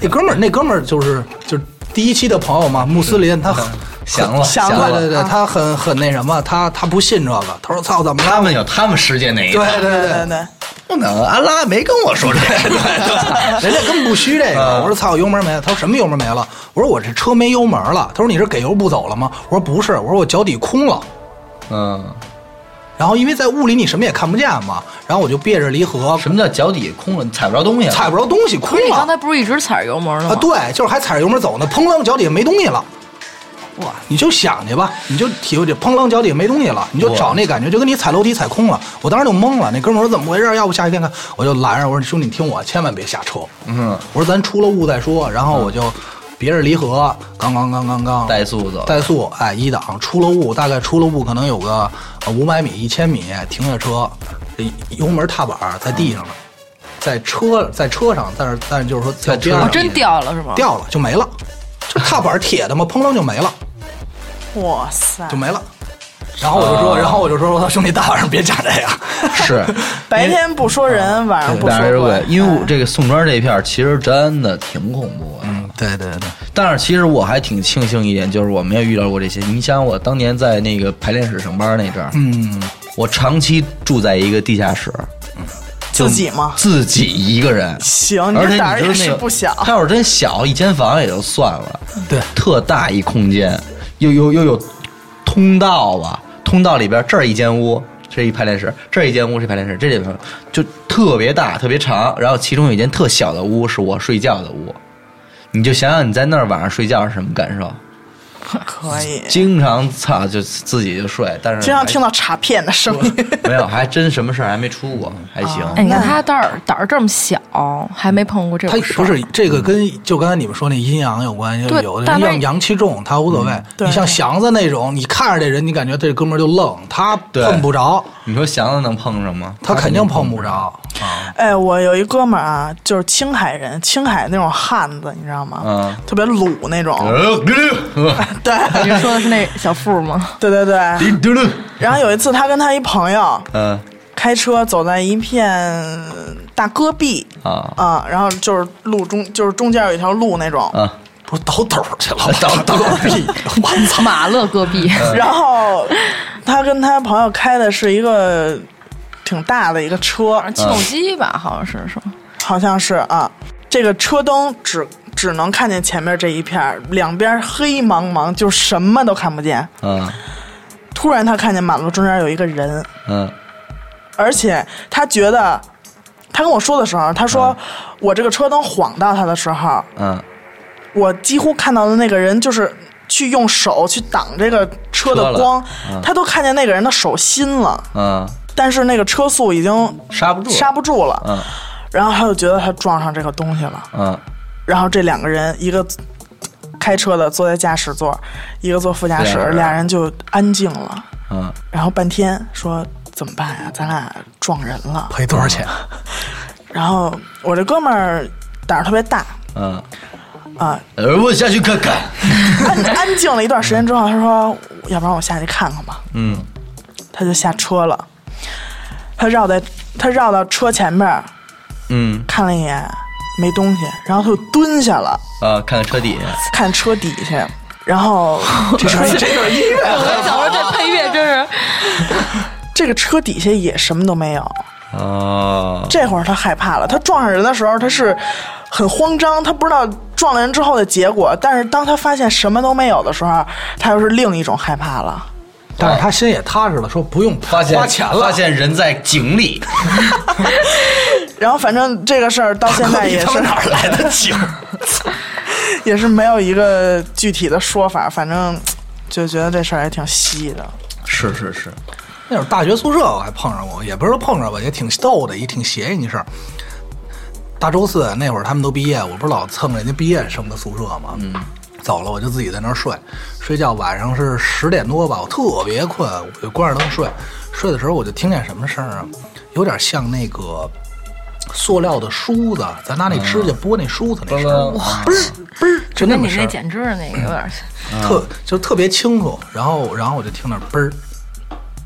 S4: 那哥们儿，那哥们儿就是就是第一期的朋友嘛，穆斯林，他很
S3: 降了
S5: 降了
S4: 对对对，他很很那什么，他他不信这个，他说操，怎么了？
S3: 他们有他们世界那一
S4: 对
S3: 套，
S4: 对
S5: 对
S4: 对
S5: 对，对，
S3: 不能，安拉没跟我说这个。
S4: 人家根本不虚这个。啊我说操，油门没了。他说什么油门没了？我说我这车没油门了。他说你是给油不走了吗？我说不是，我说我脚底空了。
S3: 嗯，
S4: 然后因为在雾里你什么也看不见嘛，然后我就别着离合，
S3: 什么叫脚底空了？踩不着东西了，
S4: 踩不着东西，空
S6: 不是你刚
S4: 了
S6: 才不是一直踩着油门呢
S4: 啊。
S6: 吗？
S4: 对，就是还踩着油门走呢，砰啷，脚底下没东西了。哇，你就想去吧，你就体会这砰啷脚底下没东西了，你就找那感觉，就跟你踩楼梯踩空了。我当时就懵了，那哥们儿说怎么回事？要不下去看看？我就拦着我说兄弟，你听我，千万别下车。
S3: 嗯，
S4: 我说咱出了雾再说，然后我就别着离合，刚刚刚刚刚
S3: 怠速走
S4: 怠速，哎，一档出了雾，大概出了雾可能有个呃五百米、一千米，停下车，这油门踏板在地上了，在车在车上，但是但是就是说在边
S3: 车
S4: 上
S6: 哦，
S3: 上
S6: 真掉了是吗？
S4: 掉了就没了，就踏板铁的嘛，砰啷就没了。
S5: 哇塞
S4: 就，没了。然后我就说，
S3: 啊
S4: 然后我就说，我说兄弟，大晚上别讲这个。
S3: 是。
S5: 白天不说人，晚上不
S3: 但是
S5: 说
S3: 鬼
S5: 鬼，，哎
S3: 因为我这个宋庄这一片儿其实真的挺恐怖的。
S5: 嗯
S4: 嗯对对对，
S3: 但是其实我还挺庆幸一点，就是我没有遇到过这些。你想，我当年在那个排练室上班那阵儿，
S4: 嗯，
S3: 我长期住在一个地下室，就
S5: 自己吗？
S3: 自己一个人。
S5: 行，
S3: 而
S5: 你
S3: 且
S5: 这胆儿
S3: 你
S5: 也
S3: 知
S5: 是
S3: 道
S5: 不小
S3: 那个，，他要是真小，一间房也就算了，
S4: 对，
S3: 特大一空间，又又又有通道吧，通道里边这儿一间屋。这一排练室，这儿一间屋是排练室，这里边就特别大，特别长。然后其中有一间特小的屋是我睡觉的屋，你就想想你在那儿晚上睡觉是什么感受？
S5: 可以，
S3: 经常操就自己就睡，但是
S5: 经常听
S3: 到
S5: 到插片的声音。
S3: 没有，还真什么事儿还没出过，还行。
S6: 哎，你看他胆儿胆儿这么小，还没碰过这
S4: 他
S6: 种事儿。
S4: 不是这个跟就刚才你们说那阴阳有关，就
S6: 对
S4: 有的
S6: 但
S4: 人
S6: 他
S4: 阳阳气重，他无所谓。
S5: 对
S4: 你像祥子那种，你看着这人，你感觉这哥们儿就愣，他
S3: 对
S4: 碰不着，
S3: 你说祥子能碰上吗？
S4: 他肯定碰不
S3: 着。
S4: 着啊。
S5: 哎，我有一哥们儿啊，就是青海人，青海那种汉子，你知道吗？
S3: 嗯
S5: 特别鲁那种。
S3: 呃
S5: 对，
S6: 你说的是那小富吗？
S5: 对对对。
S3: 嘟噜，
S5: 然后有一次，他跟他一朋友
S3: 嗯
S5: 开车走在一片大戈壁
S3: 啊
S5: 啊，然后就是路中，就是中间有一条路那种。
S3: 啊，
S4: 不是倒斗儿去了，
S3: 倒斗儿
S4: 屁， 我操！呃
S6: 马勒戈壁，
S5: 然后他跟他朋友开的是一个挺大的一个车，
S6: 起动机吧，好像是说。
S5: 好像是啊，这个车灯只只能看见前面这一片儿，两边黑茫茫，就什么都看不见。
S3: 嗯
S5: 突然他看见马路中间有一个人，
S3: 嗯
S5: 而且他觉得，他跟我说的时候，他说、我这个车灯晃到他的时候，
S3: 嗯，
S5: 我几乎看到的那个人就是。去用手去挡这个车
S3: 车
S5: 的
S3: 了
S5: 光，
S3: 嗯
S5: 他都看见那个人的手心了，
S3: 嗯，
S5: 但是那个车速已经
S3: 刹不住，
S5: 刹，不住了。
S3: 嗯
S5: 然后他就觉得他撞上这个东西了。
S3: 嗯
S5: 然后这两个人，一个开车的坐在驾驶座，一个坐副驾驶
S3: 对，
S5: 俩人就安静了。
S3: 嗯，
S5: 然后半天说怎么办呀？咱俩撞人了。
S4: 赔多少钱？
S5: 然后我这哥们儿胆儿特别大，
S3: 嗯
S4: 啊
S3: 呃，我下去看看，
S5: 安 安静了一段时间之后，他说：“要不然我下去看看吧。”
S3: 嗯
S5: 他就下车了。他绕在他绕到车前面儿
S3: 嗯
S5: 看了一眼，没东西，然后他就蹲下了。
S3: 啊，看看车底下，
S5: 看车底下，然后这车这个音乐，
S6: 我想说这配乐真是，
S5: 这个车底下也什么都没有。
S3: 哦，
S5: 这会儿他害怕了，他撞上人的时候他是很慌张，他不知道撞了人之后的结果。但是当他发现什么都没有的时候，他又是另一种害怕了。
S4: 但是他心也踏实了，说不用
S3: 发现
S4: 花钱了，
S3: 发现人在井里，
S5: 然后反正这个事儿到现在也
S4: 他
S5: 是
S4: 们哪儿来的景？
S5: 也是没有一个具体的说法，反正就觉得这事儿还挺稀的。
S3: 是是是，
S4: 那会儿大学宿舍我还碰上过，也不是说碰上吧，也挺逗的，也挺邪性一事儿。大周四那会儿他们都毕业，我不是老蹭人家毕业生的宿舍吗？嗯，走了我就自己在那儿睡，睡觉晚上是十点多吧，我特别困，我就关着灯睡。睡的时候我就听见什么声儿啊，有点像那个塑料的梳子，咱拿那指甲拨那梳子那声儿，哇，嗯嘣儿嘣儿，就那
S6: 跟
S4: 么
S6: 你
S4: 声
S6: 那
S4: 儿，
S6: 剪指那个有点像。
S3: 嗯
S4: 特就特别清楚。然后然后我就听那嘣儿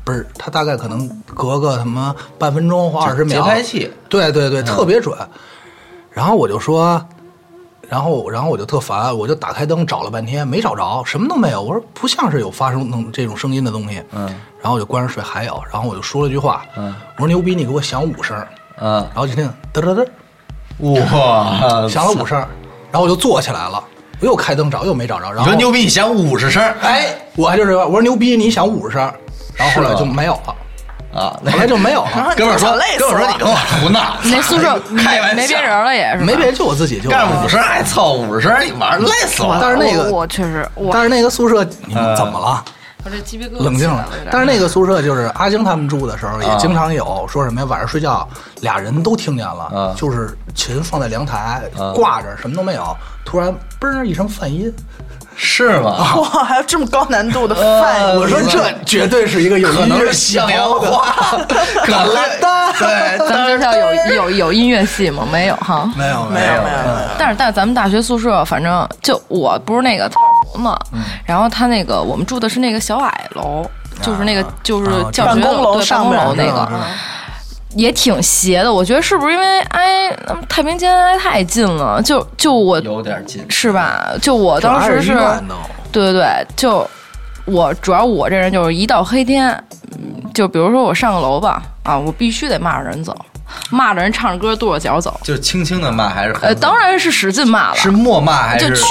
S4: 嘣儿，它大概可能隔个他妈半分钟或二十秒
S3: 节拍器，嗯
S4: 对对对，特别准。然后我就说，然后然后我就特烦，我就打开灯找了半天没找着，什么都没有。我说不像是有发生那种这种声音的东西。嗯，然后我就关上睡，还有，然后我就说了句话，嗯，我说牛逼，你给我响五声儿，
S3: 嗯，
S4: 然后就听嘚嘚嘚。
S3: 哇，
S4: 响了五声儿，然后我就坐起来了，我又开灯找，又没找着。然
S3: 你
S4: 后
S3: 说牛逼，你响五十声儿
S4: 哎，我还就是我说牛逼，你响五十声儿，然后后来
S3: 是
S4: 就
S3: 吗
S4: 没有了，
S3: 啊？
S4: 后来就没有了，
S3: 哥们儿说
S5: 累，死
S3: 哥们儿说
S5: 了
S3: 你跟我胡闹，
S4: 哎
S3: 哎
S6: 你那宿舍
S3: 开玩
S6: 没
S3: 笑
S6: 没别人了也是吧，
S4: 没别就我自己就
S3: 干五声儿，哎操，五十声儿，你晚上累死我了。
S4: 但是那
S6: 哦我
S4: 个，
S6: 我确实我呃
S4: 但是那个宿舍你们怎么了？
S6: 我这鸡皮疙瘩
S4: 冷静了
S6: 起来有。点
S4: 但是那个宿舍就是阿晶他们住的时候，也经常有说什么呀，晚上睡觉俩人都听见了
S3: 啊，
S4: 就是琴放在阳台挂着，什么都没有，突然嘣儿一声泛音，
S3: 是吗？
S5: 哇，还有这么高难度的翻译，
S3: 呃
S4: 我说这绝对是一个有
S3: 可
S4: 音
S3: 能
S4: 乐
S3: 是
S4: 细
S3: 向阳
S4: 胞的
S3: 花，可能对，
S6: 咱们学校有有有音乐系吗？没有哈。
S3: 没有
S5: 没有没有没有，
S6: 但是但咱们大学宿舍，反正就我不是那个嘛，
S4: 嗯
S6: 然后他那个我们住的是那个小矮楼，就是那个就是
S4: 啊
S6: 教
S5: 办
S6: 学
S5: 公
S6: 楼
S5: 楼
S6: 对办
S5: 上
S6: 公
S5: 面
S6: 楼
S5: 那
S6: 那
S5: 个
S6: 个也挺邪的。我觉得是不是因为挨嗯太平间挨太近了？就就我
S3: 有点近，
S6: 是吧？就我当时是
S4: 就挨着医院呢
S6: 对对对，就我主要我这人就是一到黑天，嗯就比如说我上个楼吧，啊，我必须得骂着人走，骂着人唱着歌跺着脚走。
S3: 就是轻轻的骂还是很
S6: 呃，当然是使劲骂了，
S3: 嗯是默骂还
S6: 就是去。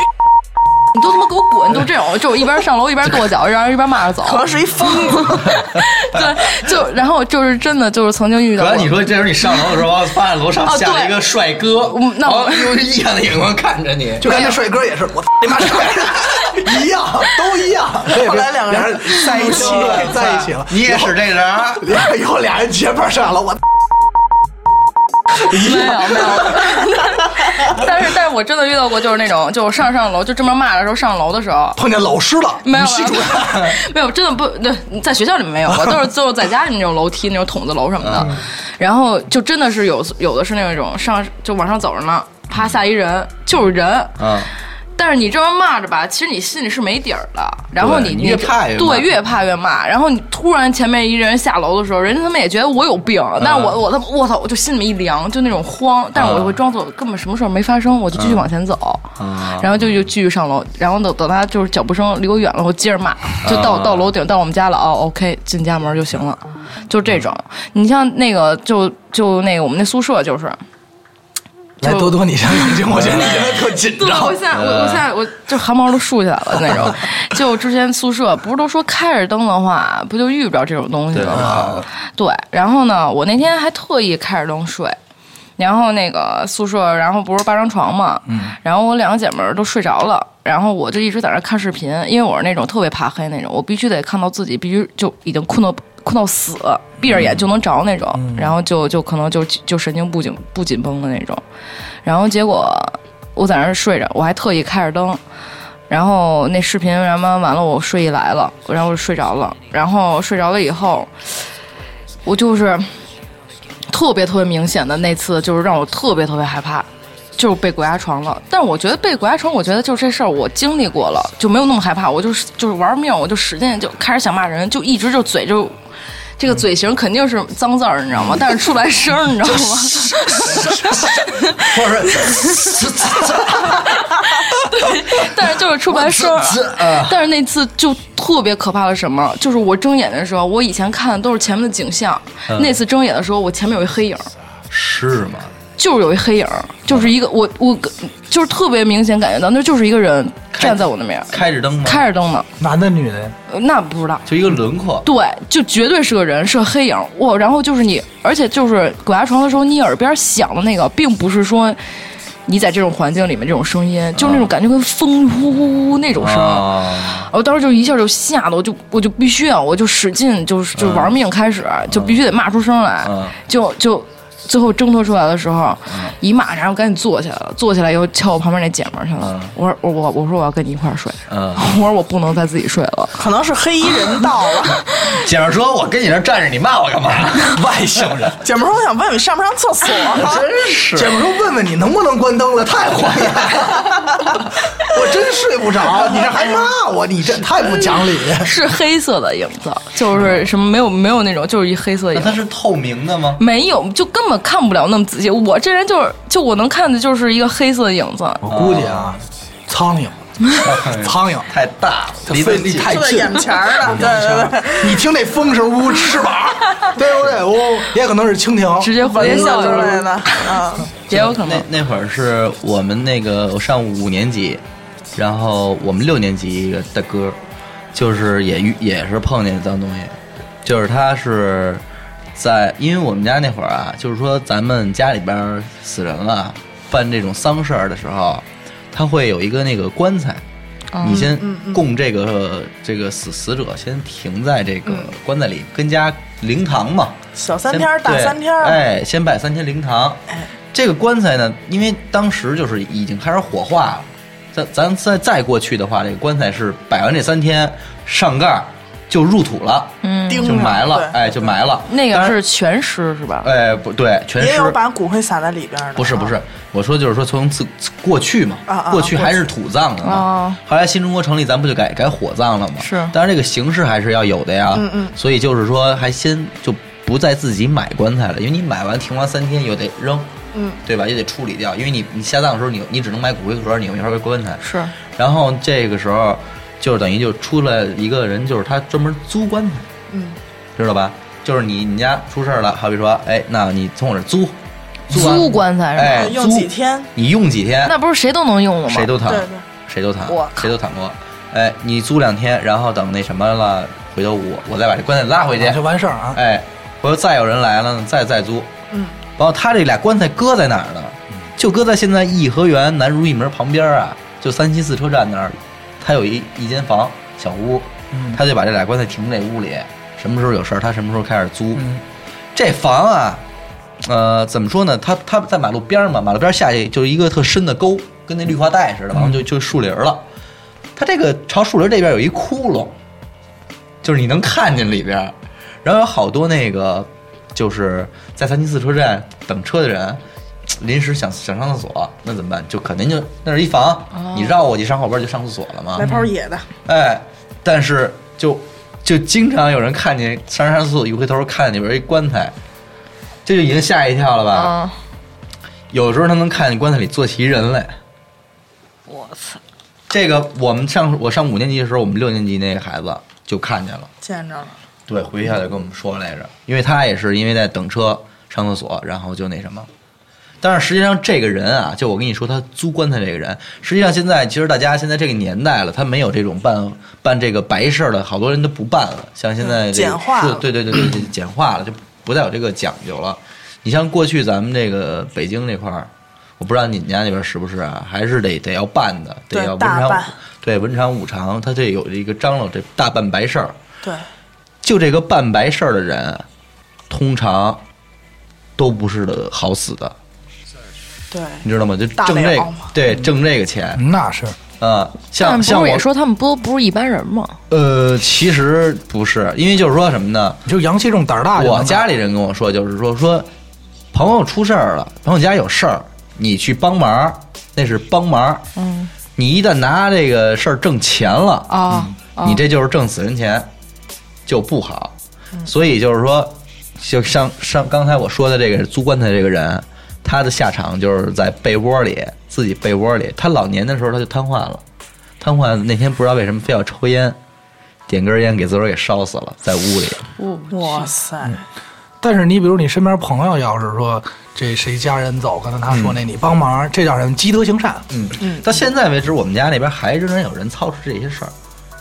S6: 你都他妈给我滚！就这种，就我一边 上楼一边跺脚，然后一边骂着走。
S5: 可能是一疯子，
S6: 对，就然后就是真的就是曾经遇
S3: 主
S6: 到过。
S3: 要你说这时候你上楼的时 候，发现楼上
S6: 哦
S3: 下了
S6: 对
S3: 一个帅哥，
S6: 嗯那
S3: 然
S6: 我
S3: 后用异样的眼光看着你，
S4: 就跟那帅哥也是，我操你妈帅， 一样，都一样。
S5: 后来两个人
S4: 俩在一起了，在一起 了。
S3: 你也使这人儿，
S4: 以后俩人结伴上了，我操
S6: 没有没 有，但是但是我真的遇到过，就是那种就我上上楼就这么骂的时候，上楼的时候，
S4: 碰见老师了，
S6: 没有
S4: 女系主任。
S6: 了， 没有，真的不，对，在学校里面没有，我都是就是在家里那种楼梯那种筒子楼什么的， 然后就真的是有有的是那种上就往上走着呢，啪下一人就是人，
S3: 嗯，
S6: 但是你这么骂着吧，其实你心里是没底儿的。然后
S3: 对
S6: 你
S3: 你
S6: 你
S3: 越怕越骂
S6: 对越怕越骂。然后你突然前面一人下楼的时候，人家他们也觉得我有病，但是我我他妈我操，我就心里面一凉，就那种慌。但是我
S3: 嗯
S6: 会装作根本什么事儿没发生，我就继续往前走，
S3: 嗯
S6: 然后就就继续上楼。然后等等他就是脚步声离我远了，我接着骂，就到
S3: 嗯
S6: 到楼顶到我们家了哦，OK，进家门就行了，就这种。你像那个就就那个我们那宿舍就是。
S4: 来，多多，你先冷静，我觉得你现在特紧
S6: 对，
S4: 张
S6: 我。现在我我现在我呃 就汗毛都竖起来了那种。就之前宿舍不是都说开着灯的话，不就遇不着这种东西了吗？对，然后呢，我那天还特意开着灯睡。然后那个宿舍，然后不是八张床嘛，然后我两个姐妹儿都睡着了，然后我就一直在那儿看视频，因为我是那种特别怕黑那种，我必须得看到自己必须就已经困到困到死，闭着眼就能着那种，然后就就可能就就神经不紧不紧绷的那种，然后结果我在那儿睡着，我还特意开着灯。然后那视频，然后完了，我睡意来了，然后我就睡着了。然后睡着了以后，我就是特别特别明显的那次，就是让我特别特别害怕，就是被鬼压床了。但是我觉得被鬼压床，我觉得就是这事儿我经历过了，就没有那么害怕。我就是就是玩命，我就使劲就开始想骂人，就一直就嘴就。这个嘴型肯定是脏字儿，你知道吗？但是出来声儿，你知道吗？
S3: 或者是
S6: 但是就是出不来声儿。但是那次就特别可怕的是什么？就是我睁眼的时候，我以前看的都是前面的景象，那次睁眼的时候，我前面有一黑影儿，
S3: 是吗？
S6: 就是有一黑影儿，就是一个我我就是特别明显感觉到那就是一个人站在我那面，
S3: 开着灯吗？
S6: 开着灯呢，
S4: 男的女的，
S6: 呃那不知道。
S3: 就一个轮廓，
S6: 对，就绝对是个人，是个黑影。哇，然后就是你，而且就是鬼压床的时候，你耳边响的那个，并不是说你在这种环境里面这种声音，就是那种感觉跟风呼呼呼那种声。
S3: 啊，
S6: 我当时就一下就吓得，我就我就必须啊，我就使劲，就是就玩命开始，就必须得骂出声来，
S3: 嗯
S6: 就就最后挣脱出来的时候，姨妈然后赶紧坐起来了，坐起来以后敲我旁边那姐们儿去了。我说我我我说我要跟你一块儿睡，
S3: 嗯
S6: 我说我不能再自己睡 了。
S5: 可能是黑衣人到了。
S3: 姐们儿说：“我跟你那儿站着，你骂我干 嘛？外星人，
S5: 姐们儿说，我想问问你上不上厕所？
S3: 真是
S4: 姐们说：“问问你能不能关灯了？太荒野了， 我真睡不着。你这还骂我，你这太不讲理。
S6: 是黑色的影子，就是
S3: 嗯
S6: 什么没有没有那种，就是一黑色的
S3: 那
S6: 影
S3: 它
S6: 子。
S3: 是透明的吗？
S6: 没有，就根本看不了那么仔细。我这人就是，就我能看的就是一个黑色的影子。
S3: 哦
S4: 我估计啊，苍蝇， 苍蝇
S3: 太大了，离得
S4: 费力
S3: 近
S4: 太
S5: 就在
S4: 近
S5: 眼
S4: 了。
S5: 前儿了，对对对。
S4: 你听那风声呜翅膀， 对不对？呜，也可能是蜻蜓，
S6: 直接蝴蝶
S5: 别
S6: 效
S5: 笑
S6: 应
S5: 之类
S6: 了，
S5: 的，嗯，
S6: 也有可能
S3: 那。那会儿是我们那个我上五年级，然后我们六年级一个大哥，就是也遇也是碰见脏东西，就是他是在因为我们家那会儿啊，就是说咱们家里边儿死人了，办这种丧事儿的时候，他会有一个那个棺材。
S6: 哦
S3: 你先
S6: 嗯
S3: 供这个这个死死者先停在这
S6: 嗯
S3: 个棺材里，跟家灵堂嘛，
S5: 小哦三天儿大
S3: 对
S5: 三天儿哎
S3: 哎，先拜三天灵堂。这个棺材呢，因为当时就是已经开始火化了，咱咱再再过去的话，这个棺材是摆完这三天上盖儿就入土了，嗯，
S5: 钉
S3: 就
S5: 上
S3: 埋了，
S5: 对
S3: 哎，就埋了。
S6: 那
S3: 当
S6: 个
S3: 然
S6: 是，全尸是吧？
S3: 哎，不对，全
S5: 也有
S3: 尸。
S5: 把骨灰撒在里边儿的，
S3: 不是不
S5: 啊
S3: 是，我说就是说从自过去嘛
S5: 啊啊，
S3: 过去
S5: 过
S3: 还
S5: 去
S3: 是土葬的嘛
S6: 哦。
S3: 后来新中国成立，咱不就改改火葬了吗？
S6: 是
S3: 当然这个形式还是要有的呀。
S5: 嗯嗯
S3: 所以就是说，还先就不再自己买棺材了，因为你买完停完三天又得扔，
S5: 嗯，
S3: 对吧？也得处理掉，因为你你下葬的时候，你你只能买骨灰盒，你没法买棺材。
S6: 是。
S3: 然后这个时候，就是等于就出来一个人，就是他专门租棺材，
S5: 嗯，
S3: 知道吧？就是你你家出事儿了，好比说，哎，那你从我这儿租，完
S6: 租棺材是吧？
S3: 哎，
S5: 用
S3: 租
S5: 几天
S3: 你用几天，
S6: 那不是谁都能用的吗？
S3: 谁都躺，
S5: 对对
S3: 谁都躺
S6: 我，靠
S3: 谁都躺过。哎，你租两天，然后等那什么了，回头我我再把这棺材拉回去，
S4: 就完事儿啊。
S3: 哎，回头再有人来了呢，再再租。
S5: 嗯，
S3: 然后他这俩棺材搁在哪儿呢？
S4: 嗯
S3: 就搁在现在颐和园南如意门旁边啊，就三七四车站那儿，他有一一间房小屋，
S4: 嗯
S3: 他就把这俩棺材停这屋里，什么时候有事儿他什么时候开始租。
S4: 嗯
S3: 这房啊，呃，怎么说呢？它它在马路边儿嘛，马路边儿下去就是一个特深的沟，跟那绿化带似的，完了就就树林儿了。它这个朝树林这边有一窟窿，就是你能看见里边儿，然后有好多那个就是在三七四车站等车的人。临时想想上厕所，那怎么办？就肯定就那是一房，你绕过去上后边就上厕所了嘛。
S5: 来泡野的，
S3: 哎，但是就就经常有人看见上山上厕所一回头看见里边一棺材，这就已经吓一跳了吧？
S6: 嗯，
S3: 有时候他能看见棺材里坐起一人来。
S6: 我操，
S3: 这个我们上我上五年级的时候，我们六年级那个孩子就看见了，
S5: 见着了，
S3: 对，回学校就跟我们说来着，因为他也是因为在等车上厕所，然后就那什么。但是实际上，这个人啊，就我跟你说，他租棺材这个人，实际上现在其实大家现在这个年代了，他没有这种办办这个白事儿的，好多人都不办了。像现在、这个、
S5: 嗯简化了
S3: 对对对对，对简化了，就不再有这个讲究了。你像过去咱们这个北京这块儿，我不知道你们家那边是不是啊，还是得得要办的，得
S5: 对
S3: 要文
S5: 大
S3: 常
S5: 办
S3: 对文常武常，他这有一个张罗这大办白事儿。
S5: 对，
S3: 就这个办白事儿的人，通常都不是的好死的，
S5: 对，
S3: 你知道吗？就
S5: 大
S3: 挣
S5: 了
S3: 这个
S5: 嘛，嗯
S3: 对，挣这个钱
S4: 那是
S3: 啊、像
S6: 但是
S3: 像
S6: 不是
S3: 我
S6: 也说他们不不是一般人吗？
S3: 呃，其实不是，因为就是说什么呢？
S4: 就阳气重胆儿大就能干。
S3: 我家里人跟我说，就是说说朋友出事儿了，朋友家有事儿，你去帮忙，那是帮忙。嗯，你一旦拿这个事儿挣钱了
S6: 啊
S3: 你这就是挣死人钱，就不好。所以就是说，就像上刚才我说的这个租棺材这个人，他的下场就是在被窝里，自己被窝里。他老年的时候他就瘫痪了，瘫痪那天不知道为什么非要抽烟，点根烟给自个儿给烧死了，在屋里。
S5: 哇塞，
S4: 但是你比如你身边朋友要是说这谁家人走，刚才他说那你帮忙，这叫什么积德行善？
S3: 嗯，到现在为止，我们家那边还仍然有人操持这些事儿，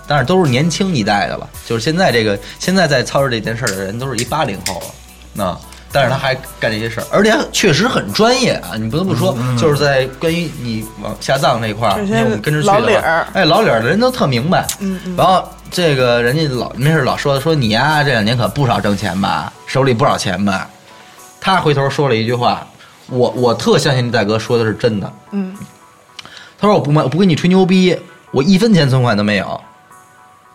S3: 但是都是年轻一代的吧。就是现在这个现在在操持这件事儿的人，都是一八零后了。那但是他还干这些事儿，而且他确实很专业啊！你不得不说，就是在关于你往下葬这块儿，
S5: 这
S3: 因
S5: 些
S3: 为我们跟着去
S5: 老理
S3: 的
S5: 儿
S3: 话，哎，老理儿的人都特明白。嗯嗯。然后这个人家老没事老说说你呀、这两年可不少挣钱吧，手里不少钱吧。他回头说了一句话，我我特相信大哥说的是真的。嗯，他说我不卖，我不跟你吹牛逼，我一分钱存款都没有。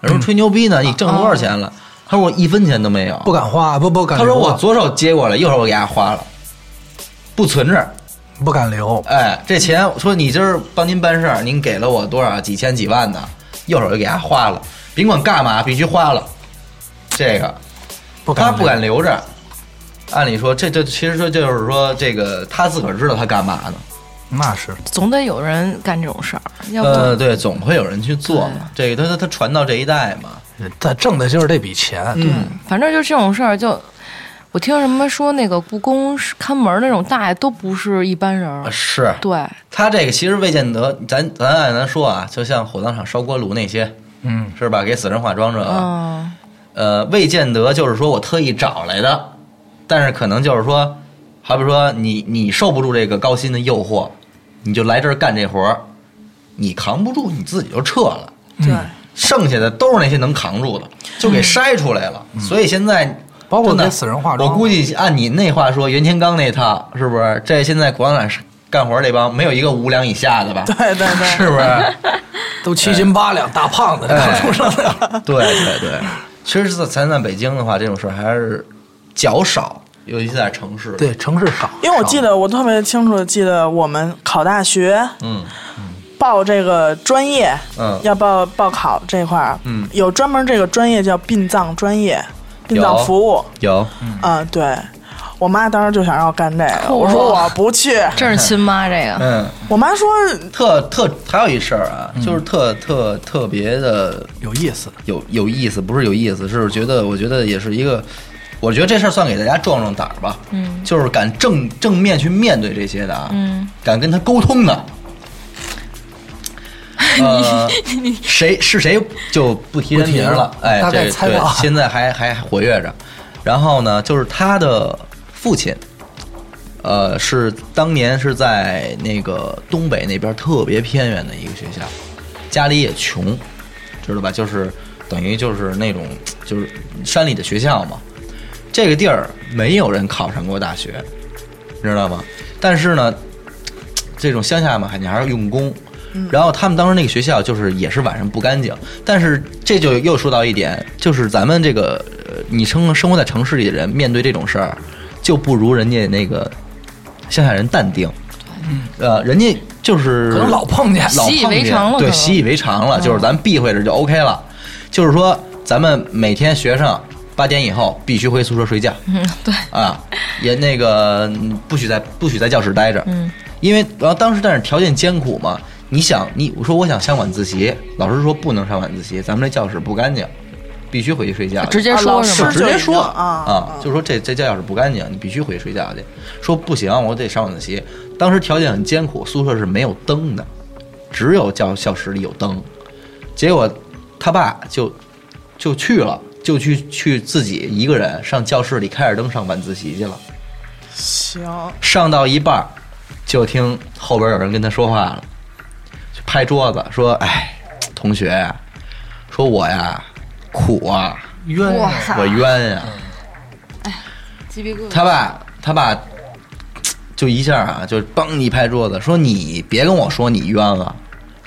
S3: 有人说吹牛逼呢，你挣多少钱了？他说我一分钱都没有，
S4: 不敢花，不不敢
S3: 他
S4: 留
S3: 说
S4: 啊。
S3: 我左手接过来，右手我给他花了，不存着。
S4: 不敢留，
S3: 哎，这钱说你今儿帮您办事儿，您给了我多少几千几万的，右手就给他花了，甭管干嘛必须花了。这个
S4: 不敢
S3: 他
S4: 留
S3: 不敢留着。按理说，这这其实说就是说，这个他自个儿知道他干嘛呢。
S4: 那是
S6: 总得有人干这种事儿，要不、
S3: 呃，对，总会有人去做嘛。这个他他他传到这一代嘛。
S4: 他挣的就是这笔钱。嗯，
S6: 反正就这种事儿就。我听什么说那个故宫是看门儿那种大爷都不是一般人儿，
S3: 啊是
S6: 对，
S3: 他这个其实未见得，咱咱按咱说啊，就像火葬场烧锅炉那些，
S4: 嗯，
S3: 是吧？给死人化妆者，
S6: 嗯，
S3: 呃，未见得就是说我特意找来的，但是可能就是说，好比说你你受不住这个高薪的诱惑，你就来这儿干这活儿，你扛不住你自己就撤了，
S4: 嗯
S5: 对，
S3: 剩下的都是那些能扛住的，就给筛出来了。所以现在
S4: 嗯包括
S3: 真的
S4: 给死人化妆
S3: 我估计按你那话说，袁天罡那套是不是？这现在广场干活这帮没有一个五两以下的吧？
S5: 对对对
S3: 是不是？
S4: 都七斤八两大胖子，
S3: 哎
S4: 刚出生的。
S3: 对对对，其实咱在北京的话，这种事儿还是较少，尤其在城市。，
S4: 对，城市少，
S5: 因为我记得我特别清楚的记得我们考大学，
S3: 嗯，
S5: 报这个专业，
S3: 嗯
S5: 要报报考这块儿，嗯，有专门这个专业叫殡葬专业，殡葬
S3: 有嗯
S5: 服务，
S3: 有
S5: 啊，对。我妈当时就想让我干这个，我说我不去。
S6: 真是亲妈这个，
S3: 嗯，
S5: 我妈说
S3: 特特还有一事儿啊，就是特特特别的
S4: 有意思。
S3: 有有意思，不是有意思，是觉得我觉得也是一个，我觉得这事儿算给大家壮壮胆儿吧。嗯，就是敢正正面去面对这些的啊，嗯，敢跟他沟通的。呃，谁是谁就不提人名了
S4: 不，提了
S3: 哎，
S4: 大概
S3: 这
S4: 猜
S3: 对
S4: 到啊
S3: 现在还还还活跃着。然后呢，就是他的父亲，呃，是当年是在那个东北那边特别偏远的一个学校，家里也穷，知道吧？就是等于就是那种就是山里的学校嘛。这个地儿没有人考上过大学，你知道吗？但是呢，这种乡下嘛，你还是用功。然后他们当时那个学校就是也是晚上不干净，但是这就又说到一点，就是咱们这个呃你生生活在城市里的人，面对这种事儿，就不如人家那个乡下人淡定。呃，人家就是
S4: 可能老碰见
S3: 老
S6: 习以
S3: 碰
S6: 为
S3: 见
S6: 常
S3: 对，
S6: 了可能嗯
S3: 习以为常了，就是咱避讳着就 OK 了。就是说，咱们每天学生八点以后必须回宿舍睡觉，
S6: 嗯，对，
S3: 啊，也那个嗯不许在不许在教室待着，嗯，因为然后当时但是条件艰苦嘛，你想你我说我想上晚自习，老师说不能上晚自习，咱们这教室不干净，必须回去睡觉去，
S6: 直接
S5: 啊老
S6: 说是吗
S3: 直
S5: 师？
S3: 接
S5: 就已经
S3: 说
S5: 啊
S3: 啊，就说这这教室不干净，你必须回去睡觉去。说不行，我得上晚自习。当时条件很艰苦，宿舍是没有灯的，只有教教室里有灯。结果他爸就就去了，就去去自己一个人上教室里开着灯上晚自习去了。
S5: 行，
S3: 上到一半儿，就听后边有人跟他说话了，就拍桌子说：“哎，同学呀，说我呀苦啊，
S4: 冤
S6: 哇
S4: 啊
S6: 塞，
S3: 我冤
S5: 嗯
S3: 呀、
S6: 鸡皮疙瘩，
S3: 他爸他爸就一下啊，就梆一拍桌子，说你别跟我说你冤了，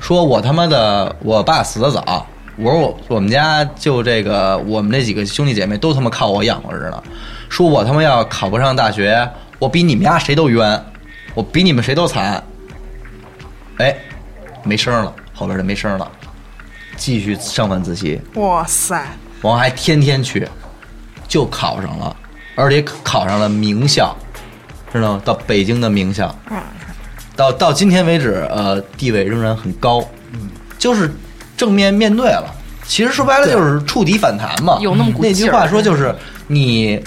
S3: 说我他妈的我爸死的早，我说我我们家就这个我们这几个兄弟姐妹都他妈靠我养活着呢，说我他妈要考不上大学，我比你们家谁都冤，我比你们谁都惨，哎，没声了，后边就没声了，继续上晚自习。
S5: 哇塞，
S3: 我还天天去，就考上了，而且考上了名校，知道吗？到北京的名校，
S6: 嗯
S3: 到到今天为止，呃，地位仍然很高，嗯，就是正面面对了。其实说白了就是触底反弹嘛。
S6: 有那么股
S3: 那句
S6: 劲儿
S3: 话说就是你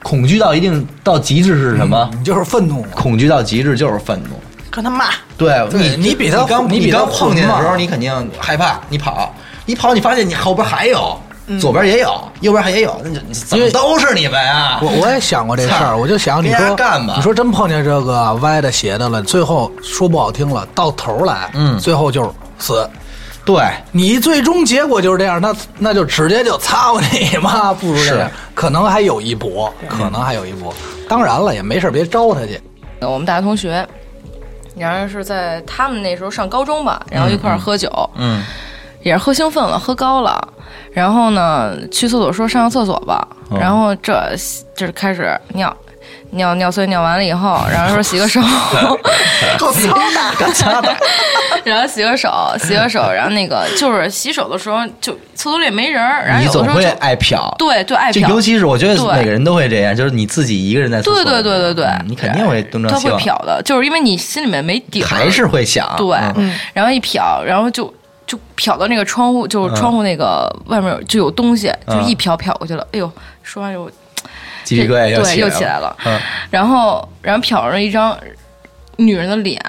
S3: 恐惧到一定到极致是什么？
S6: 嗯
S4: 你就是愤怒，
S3: 恐惧到极致就是愤怒。
S5: 跟他骂，
S3: 对
S4: 对
S3: 你
S4: 你比他
S3: 刚
S4: 你比他
S3: 刚碰见的
S4: 混
S3: 时
S4: 嘛
S3: 候，你肯定害怕，你跑，你跑，你发现你后边还有，左边也有，右边还也有，那就
S4: 嗯因
S3: 怎么
S4: 为
S3: 都是你们啊！
S4: 我我也想过这事
S3: 操
S4: 儿，我就想你
S3: 跟人
S4: 说
S3: 家干吧
S4: 你说真碰见这个歪的邪的了，最后说不好听了，到头来，
S3: 嗯
S4: 最后就是死，
S3: 对，
S4: 你最终结果就是这样，那那就直接就擦我你妈，不如这样
S3: 是，
S4: 可能还有一搏，可能还有一搏。当然了，也没事，别招他去。
S6: 呃我们大学同学，然后是在他们那时候上高中吧，然后一块儿喝酒，
S3: 嗯，
S6: 也是喝兴奋了，喝高了，然后呢去厕所说上个厕所吧，
S3: 哦
S6: 然后这这开始尿。尿尿碎尿完了 以后，然后说洗个手，
S4: 够操的， 够操的。
S6: 然后洗个手，洗个手，然后那个就是洗手的时候，就厕所里没人儿，然后
S3: 你
S6: 有的
S3: 总
S6: 时候
S3: 会
S6: 就
S3: 爱瞟，
S6: 对就爱
S3: 就
S6: 瞟，
S3: 尤其是我觉得
S6: 对
S3: 每个人都会这样，就是你自己一个人在厕所
S6: 对
S3: 里，
S6: 对对对对
S3: 嗯，你肯定会东张
S6: 他
S3: 西
S6: 会
S3: 望，
S6: 瞟的，就是因为你心里面没底儿，
S3: 还是会想，
S6: 对
S3: 嗯，
S6: 然后一瞟，然后就就瞟到那个窗户，就是窗户那个外面有就有东西，就
S3: 嗯
S6: 一瞟瞟过去了。哎呦，说完就
S3: 鸡皮疙瘩
S6: 对
S3: 起
S6: 又
S3: 来
S6: 起来了，
S3: 嗯，
S6: 然后然后瞟着一张女人的脸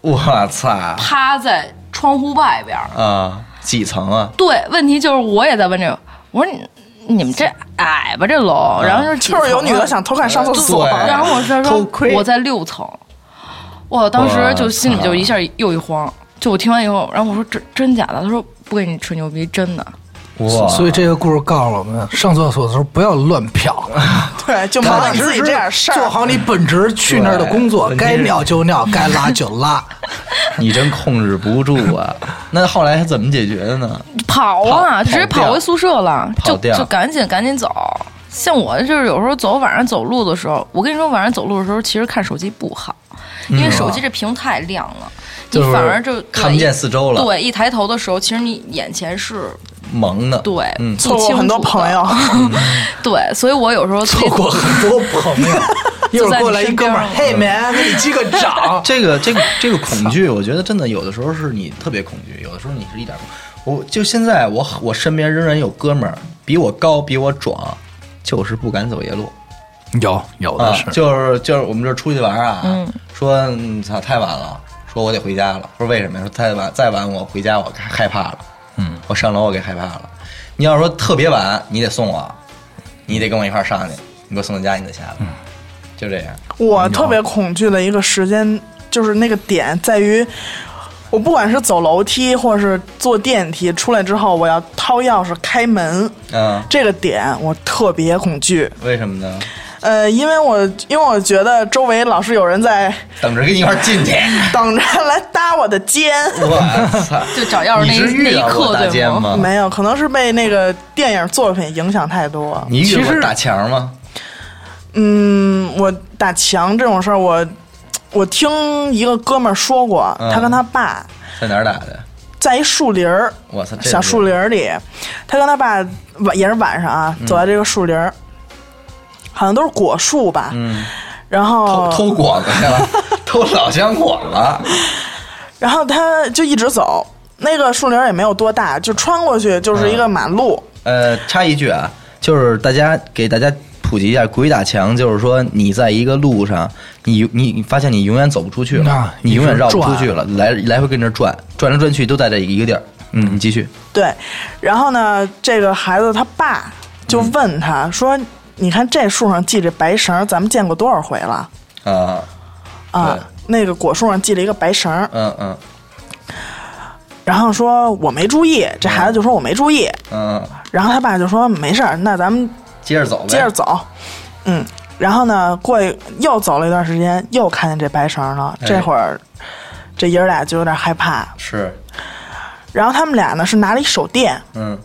S3: 我操
S6: 趴在窗户外边儿。
S3: 啊，几层啊？
S6: 对，问题就是我也在问这个，我说你你们这矮吧这
S3: 嗯
S6: 楼，然后就是几
S5: 就是有
S6: 层
S5: 女
S6: 啊
S5: 的想偷看上厕所
S3: 对，
S6: 然后我是
S3: 哎偷
S6: 说
S3: 窥
S6: 我在六层，我当时就心里就一下又一慌，就我听完以后，然后我说真真假的，他说不跟你吹牛逼，真的。
S3: 哇，
S4: 所以这个故事告诉我们，上厕所的时候不要乱 瞟，
S5: 对，就
S4: 踏
S5: 忙
S4: 踏
S5: 你
S4: 实
S5: 自己
S4: 实
S5: 这点事
S4: 做
S5: 儿。
S4: 好你本职去那儿的工作，
S3: 对
S4: 该尿就尿，该拉就 拉。
S3: 你真控制不住啊！ 那后来他怎么解决的呢？
S6: 跑啊，
S3: 跑
S6: 直接跑
S3: 掉
S6: 回宿舍了，
S3: 跑
S6: 就
S3: 掉
S6: 就赶紧赶紧走。像我就是有时候走晚上走路的时候，我跟你说晚上走路的时候，其实看手机不好，因为手机这屏太亮了，你
S3: 嗯就是
S6: 反而就对
S3: 看不见四周了
S6: 对，一抬头的时候，其实你眼前是
S3: 萌的，
S6: 对
S3: 嗯，
S6: 不
S5: 错过
S6: 清
S5: 很多
S6: 楚的
S5: 朋友，
S6: 对，所以我有时候自己
S4: 错过很多朋友， 一会儿过来一哥们儿，
S6: 就
S4: 嘿 man，给你击个掌。
S3: 这个这个这个恐惧，我觉得真的有的时候是你特别恐惧，有的时候你是一点儿不。我就现在我我身边仍然有哥们儿比我高比我壮，就是不敢走夜路
S4: 有有
S3: 啊，就是就是我们这出去玩啊，说嗯操太晚了，说我得回家了，说为什么呀？说太晚再晚我回家我害怕了，嗯，我上楼我给害怕了。你要说特别晚，你得送我，你得跟我一块儿上去，你给我送到家你再下来，就这样。
S6: 嗯
S5: 我特
S6: 啊
S5: 别恐惧的一个时间就是那个点在于，我不管是走楼梯或是坐电梯出来之后，我要掏钥匙开门，
S3: 嗯，
S5: 这个点我特别恐惧。
S3: 为什么呢？
S5: 呃，因为我因为我觉得周围老是有人 在
S3: 等着跟你一块儿进去。
S5: 等着来搭我的肩。
S3: 我操！
S6: 就找钥匙
S3: 你
S6: 那
S3: 是
S6: 一那
S3: 遇
S6: 一
S3: 到过
S6: 刻
S3: 大
S6: 对
S3: 奸吗？
S5: 没有，可能是被那个电影作品影响太多。
S3: 你遇到过打墙吗？
S5: 嗯，我打墙这种事儿，我我听一个哥们儿说过，
S3: 嗯
S5: 他跟他爸
S3: 在哪儿打的？
S5: 在一树林儿，
S3: 我操，这
S5: 小树
S3: 林
S5: 林儿里，他跟他爸晚也是晚上啊，
S3: 嗯
S5: 走在这个树林儿，好像都是果树吧，然后
S3: 嗯偷偷果子去 了，偷老乡果子。
S5: 然后他就一直走，那个树林儿也没有多大，就穿过去就是
S3: 嗯
S5: 一个马路，
S3: 呃，插一句啊，就是大家给大家普及一下，鬼打墙就是说你在一个路上，你你你发现你永远走不出去了
S4: 啊，
S3: 你永远绕不
S4: 一直
S3: 出
S4: 转
S3: 去了，来来回跟着转，转来转去都在这一个地儿。嗯，你继续。
S5: 对，然后呢，这个孩子他爸就
S3: 嗯
S5: 问他、说：“你看这树上系着白绳儿，咱们见过多少回了
S3: 啊，
S5: 啊
S3: 对？”
S5: 那个果树上系了一个白绳儿，
S3: 嗯嗯
S5: 然后说我没注意，这孩子就说我没注意，
S3: 嗯，
S5: 然后他爸就说没事儿，那咱们
S3: 接着走呗。
S5: 接着走，嗯，然后呢，过一又走了一段时间，又看见这白绳儿了，
S3: 哎
S5: 这会儿这爷儿俩就有点害怕，
S3: 是，
S5: 然后他们俩呢是拿了一手电，
S3: 嗯，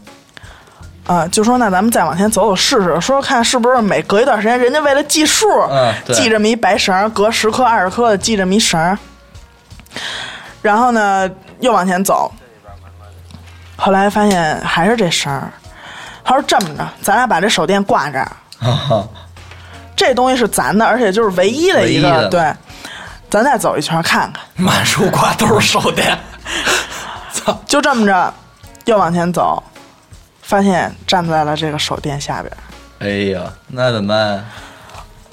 S5: 啊，就说那咱们再往前走走试试，说说看是不是每隔一段时间，人家为了计数，
S3: 嗯对
S5: 系这么一白绳儿，隔十颗二十颗的系这么一绳儿，然后呢又往前走，后来发现还是这绳儿。他说这么着，咱俩把这手电挂这儿，这东西是咱的，而且就是唯一的一个
S3: 唯一的
S5: 对，咱再走一圈看看。
S4: 满树瓜都是手 电，
S5: 就这么着，又往前走，发现站在了这个手电下边儿。
S3: 哎呀，那怎么办？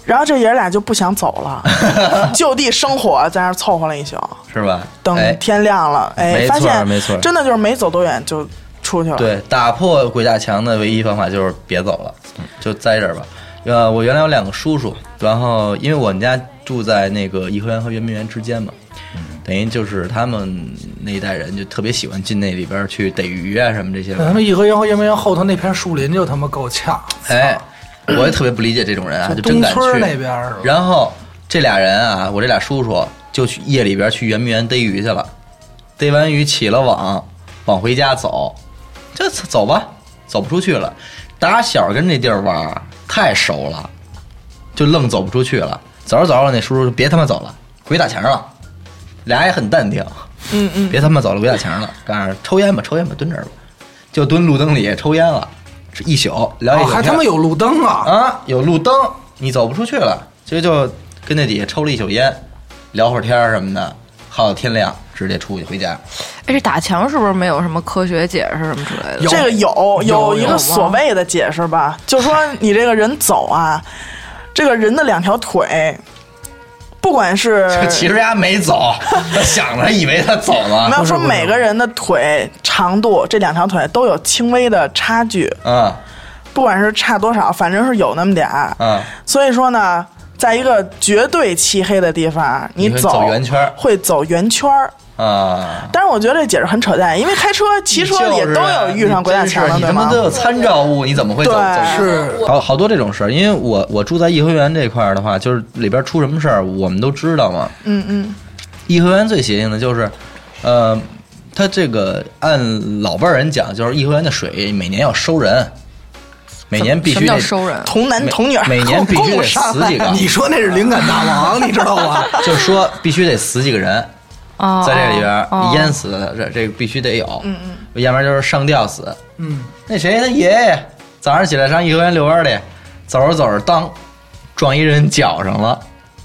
S5: 然后这爷儿俩就不想走 了，就地生火，在那儿凑合了一宿，
S3: 是吧？哎
S5: 等天亮了，哎，
S3: 没错
S5: 发现
S3: 没错
S5: 真的就是没走多远就出去了。，
S3: 对，打破鬼打墙的唯一方法就是别走了，嗯就在这儿吧。呃，我原来有两个叔叔，然后因为我们家住在那个颐和园和圆明园之间嘛，等于就是他们那一代人就特别喜欢进那里边去逮鱼啊什么这些玩意
S4: 他
S3: 儿。
S4: 们颐和园和圆明园后头那片树林就他妈够呛，
S3: 哎，我也特别不理解这种人啊，
S4: 就
S3: 就真敢去
S4: 东村那边是吧
S3: 然后这俩人啊，我这俩叔叔就去夜里边去圆明园逮鱼去了，逮完鱼起了网，往回家走，这次走吧，走不出去了。打小跟这地儿玩儿太熟了，就愣走不出去了。走着走着，那叔叔说别他妈走了，鬼打墙了。俩也很淡定，嗯嗯，别他妈走了，鬼打墙了。告诉抽烟吧，抽烟吧，蹲这儿吧，就蹲路灯里抽烟了，这一宿聊一
S4: 哦，
S3: 宿天、
S4: 还他妈有路灯啊！
S3: 啊，有路灯，你走不出去了，所以就跟那底下抽了一宿烟，聊会儿天儿什么的，耗到天亮，直接出去回家。
S6: 哎，这打墙是不是没有什么科学解释什么之类的？
S4: 有
S5: 这个有
S4: 有
S5: 一
S4: 有
S5: 个
S4: 吗
S5: 所谓的解释吧，就说你这个人走啊，这个人的两条腿，不管是
S3: 其实他没走，他想着以为他走
S5: 没
S3: 了，
S5: 有说每个人的腿长度，这两条腿都有轻微的差距，
S3: 嗯
S5: 不管是差多少，反正是有那么点儿。
S3: 嗯，
S5: 所以说呢，在一个绝对漆黑的地方，
S3: 你会
S5: 走
S3: 走圆圈儿
S5: 会走圆圈儿。
S3: 啊。
S5: 但是我觉得这解释很扯淡，因为开车、骑车也都有遇上鬼打墙的，
S3: 你
S5: 对
S3: 他妈
S5: 吗
S3: 都？有参照物，你怎么会走？
S5: 对
S3: 走
S4: 是
S3: 好好多这种事儿，因为我我住在颐和园这块儿的话，就是里边出什么事儿，我们都知道嘛。
S5: 嗯嗯，
S3: 颐和园最邪性的就是，呃，它这个按老辈儿人讲，就是颐和园的水每年要收人，每年必
S6: 什
S3: 须
S6: 么
S3: 得
S6: 叫收人？
S5: 童男
S3: 每
S5: 童女儿
S3: 每年必须
S5: 共
S3: 得
S5: 上
S3: 死几个，
S4: 你说那是灵感大王，你知道吗？
S3: 就是说必须得死几个人，
S6: 哦，
S3: 在这里边
S6: 哦
S3: 儿淹死的，这这个必须得有，嗯嗯，要不然就是上吊死。
S4: 嗯，
S3: 那谁他爷爷早上起来上颐和园遛弯儿去，走着走着当撞一人脚上了，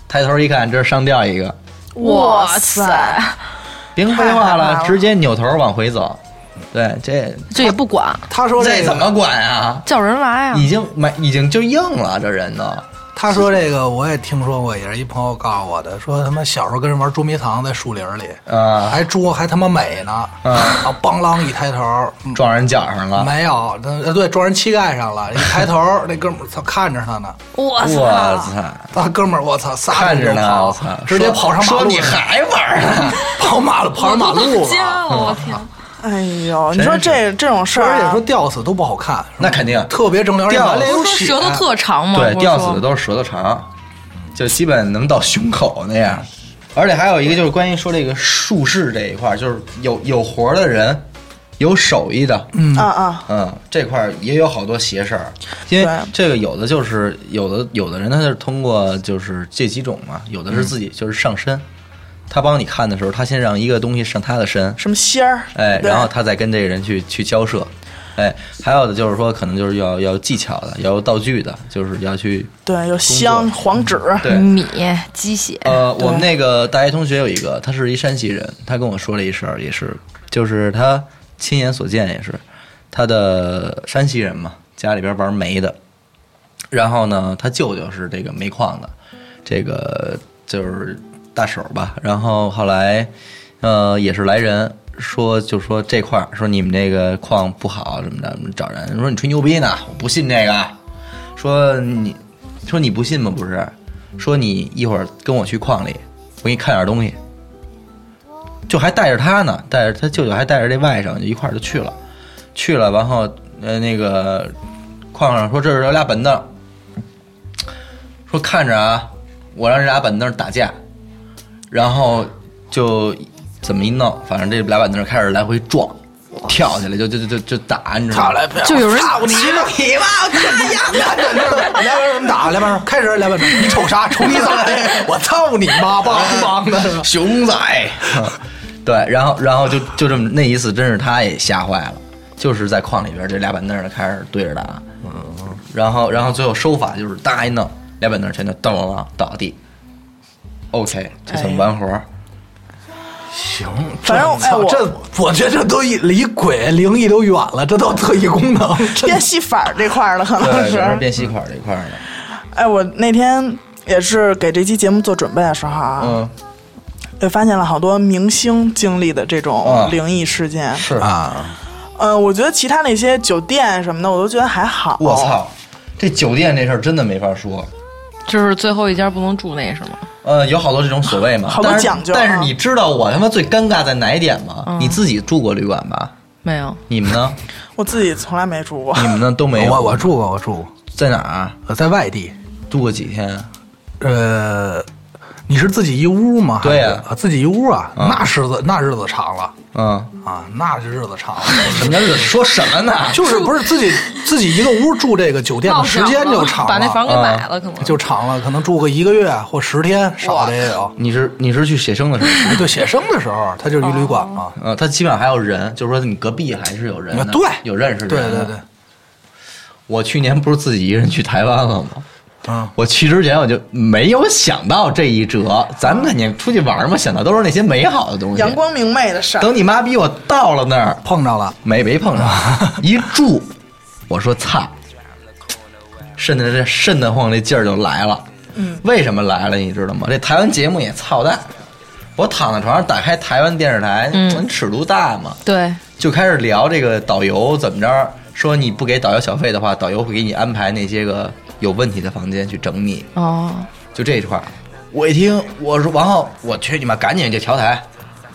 S3: 抬头一看，这是上吊一个，
S6: 哇塞，
S3: 别废话
S5: 太可怕
S3: 了，
S5: 了
S3: 直接扭头往回走。对，这
S6: 这也不管，
S4: 他说
S3: 这
S4: 这
S3: 怎
S4: 个，
S3: 么管啊？
S6: 叫人来啊！
S3: 已经买，已经就硬了，这人都
S4: 他说这个我也听说过，也是一朋友告诉我的，说他妈小时候跟人玩捉迷藏，在树林里，
S3: 啊
S4: 还捉还他妈美呢，啊，梆啷一抬头，嗯
S3: 撞人脚上了。
S4: 没有，他呃对，撞人膝盖上 了，一抬头，那哥们儿操看着他呢，
S6: 我
S3: 我
S6: 操，
S3: 操！
S4: 啊，哥们儿，我操，仨
S3: 看
S4: 人
S3: 着
S4: 就
S3: 呢，
S4: 跑
S3: 我操！
S4: 直接跑上马路
S3: 说
S4: 了，
S3: 你还玩呢？
S4: 跑马路，跑上马 路了。
S6: 家了，啊我天！
S5: 哎呦，
S3: 真
S5: 你说
S3: 是
S5: 这这种事儿
S4: 而且
S5: 啊
S4: 说，吊死都不好看，
S3: 那肯定
S4: 特别正脸，
S3: 吊
S4: 而且
S3: 死
S4: 有
S6: 不是
S4: 血
S6: 舌头特长
S3: 啊
S6: 吗？
S3: 对，
S6: 不是
S3: 吊
S6: 说
S3: 死的都是舌头长，就基本能到胸口那样。而且还有一个就是关于说这个术士这一块儿，就是有有活儿的人，有手艺的，嗯，
S5: 啊啊，
S3: 嗯，这块儿也有好多邪事儿，因为
S5: 对
S3: 这个有的就是有的有的人他是通过就是这几种嘛，有的是自己
S6: 嗯
S3: 就是上身，他帮你看的时候，他先让一个东西上他的身，
S5: 什么仙儿，
S3: 哎，
S5: 对
S3: 然后他再跟这个人去去交涉，哎，还有的就是说可能就是要要技巧的，要有道具的，就是要去
S5: 对
S3: 作
S5: 有
S3: 嗯
S5: 香黄纸，嗯
S3: 对。
S6: 米鸡血，
S3: 呃，我们那个大学同学有一个，他是一山西人，他跟我说了一事儿，也是，就是他亲眼所见，也是他的山西人嘛，家里边玩煤的，然后呢，他舅舅是这个煤矿的，这个就是大手吧，然后后来，呃，也是来人说，就说这块儿说你们这个矿不好什么的，找人说你吹牛逼呢，我不信这个，说你说你不信吗？不是，说你一会儿跟我去矿里，我给你看点东西。就还带着他呢，带着他舅舅，还带着这外甥，就一块儿就去了。去了，然后呃，那个矿上说这是有俩板凳，说看着啊，我让这俩板凳打架，然后就怎么一弄，反正这俩板凳开始来回撞，跳起来就就就就就打，你知道吗？
S6: 就有人
S4: 你妈你妈，我操你妈！来边人 打，来边人开始，来边人你瞅啥？瞅你咋的？我操你妈！梆梆的，
S3: 熊仔。对，然后然后就就这么那一次，真是他也吓坏了，就是在矿里边这俩板凳儿开始对着打，嗯，然后然后最后收法就是搭一弄，俩板凳儿全就噔噔噔倒地。OK，这
S5: 哎
S3: 算完活儿、
S4: 行，
S5: 反正哎我
S4: 这我觉得这都一离鬼灵异都远了，这都特异功 能，真
S5: 变戏法儿这块儿了，可能
S3: 对，全是
S5: 是。啊
S3: 变吸管这块儿的，
S5: 哎，我那天也是给这期节目做准备的时候啊，
S3: 嗯，
S5: 也发现了好多明星经历的这种
S3: 啊
S5: 灵异事件。
S3: 是，
S4: 啊！
S5: 呃，我觉得其他那些酒店什么的，我都觉得还好。
S3: 我！操，这酒店这事儿真的没法说，
S6: 就是最后一家不能住那是吗？
S3: 呃，有好多这种所谓嘛，
S5: 好多
S3: 但是
S5: 讲究啊嗯
S3: 但是你知道我他妈最尴尬在哪一点吗？你自己住过旅馆吧？
S6: 没有，
S3: 你们呢？
S5: 我自己从来没 住过。
S3: 你们呢？都没有？
S4: 我我住过，我住过，
S3: 在哪儿啊
S4: 我在外地。
S3: 住过几天？
S4: 呃，你是自己一屋吗？
S3: 对呀
S4: 呀、自己一屋啊，那日子那日子长了
S3: 嗯，
S4: 啊，那是日子长了。
S3: 什么叫日子？说什么
S6: 啊
S3: 呢？
S4: 就是不是自 己自己一个屋住这个酒店的时间就长了，啊
S6: 把那
S3: 啊
S6: 房给买了，可能
S4: 就长了，可能住个一个月或十天，少的也有。
S3: 你是你是去写生的时 候？
S4: 对，写生的时候，它就是一旅馆
S6: 哦
S4: 嘛。
S3: 嗯，他基本上还有人，就是说你隔壁还是有人的，
S4: 对，
S3: 有认识的
S4: 对
S3: 人
S4: 对
S3: 的
S4: 对，
S3: 我去年不是自己一个人去台湾了吗？
S4: 嗯，
S3: 我去之前我就没有想到这一折，咱们肯定出去玩嘛，想到都是那些美好的东西。
S5: 阳光明媚的事儿，
S3: 等你妈逼我到了那儿，
S4: 碰着了，
S3: 没没碰上， 一住，我说操，瘆得这瘆得慌，这劲儿就来了。嗯，为什么来了？你知道吗？这台湾节目也操蛋。我躺在床上，打开台湾电视台，嗯，尺度大嘛，
S6: 对，
S3: 就开始聊这个导游怎么着，说你不给导游小费的话，导游会给你安排那些个有问题的房间去整你。
S6: 哦，
S3: 就这一块儿，我一听，我说王浩，我去你妈，赶紧就调台。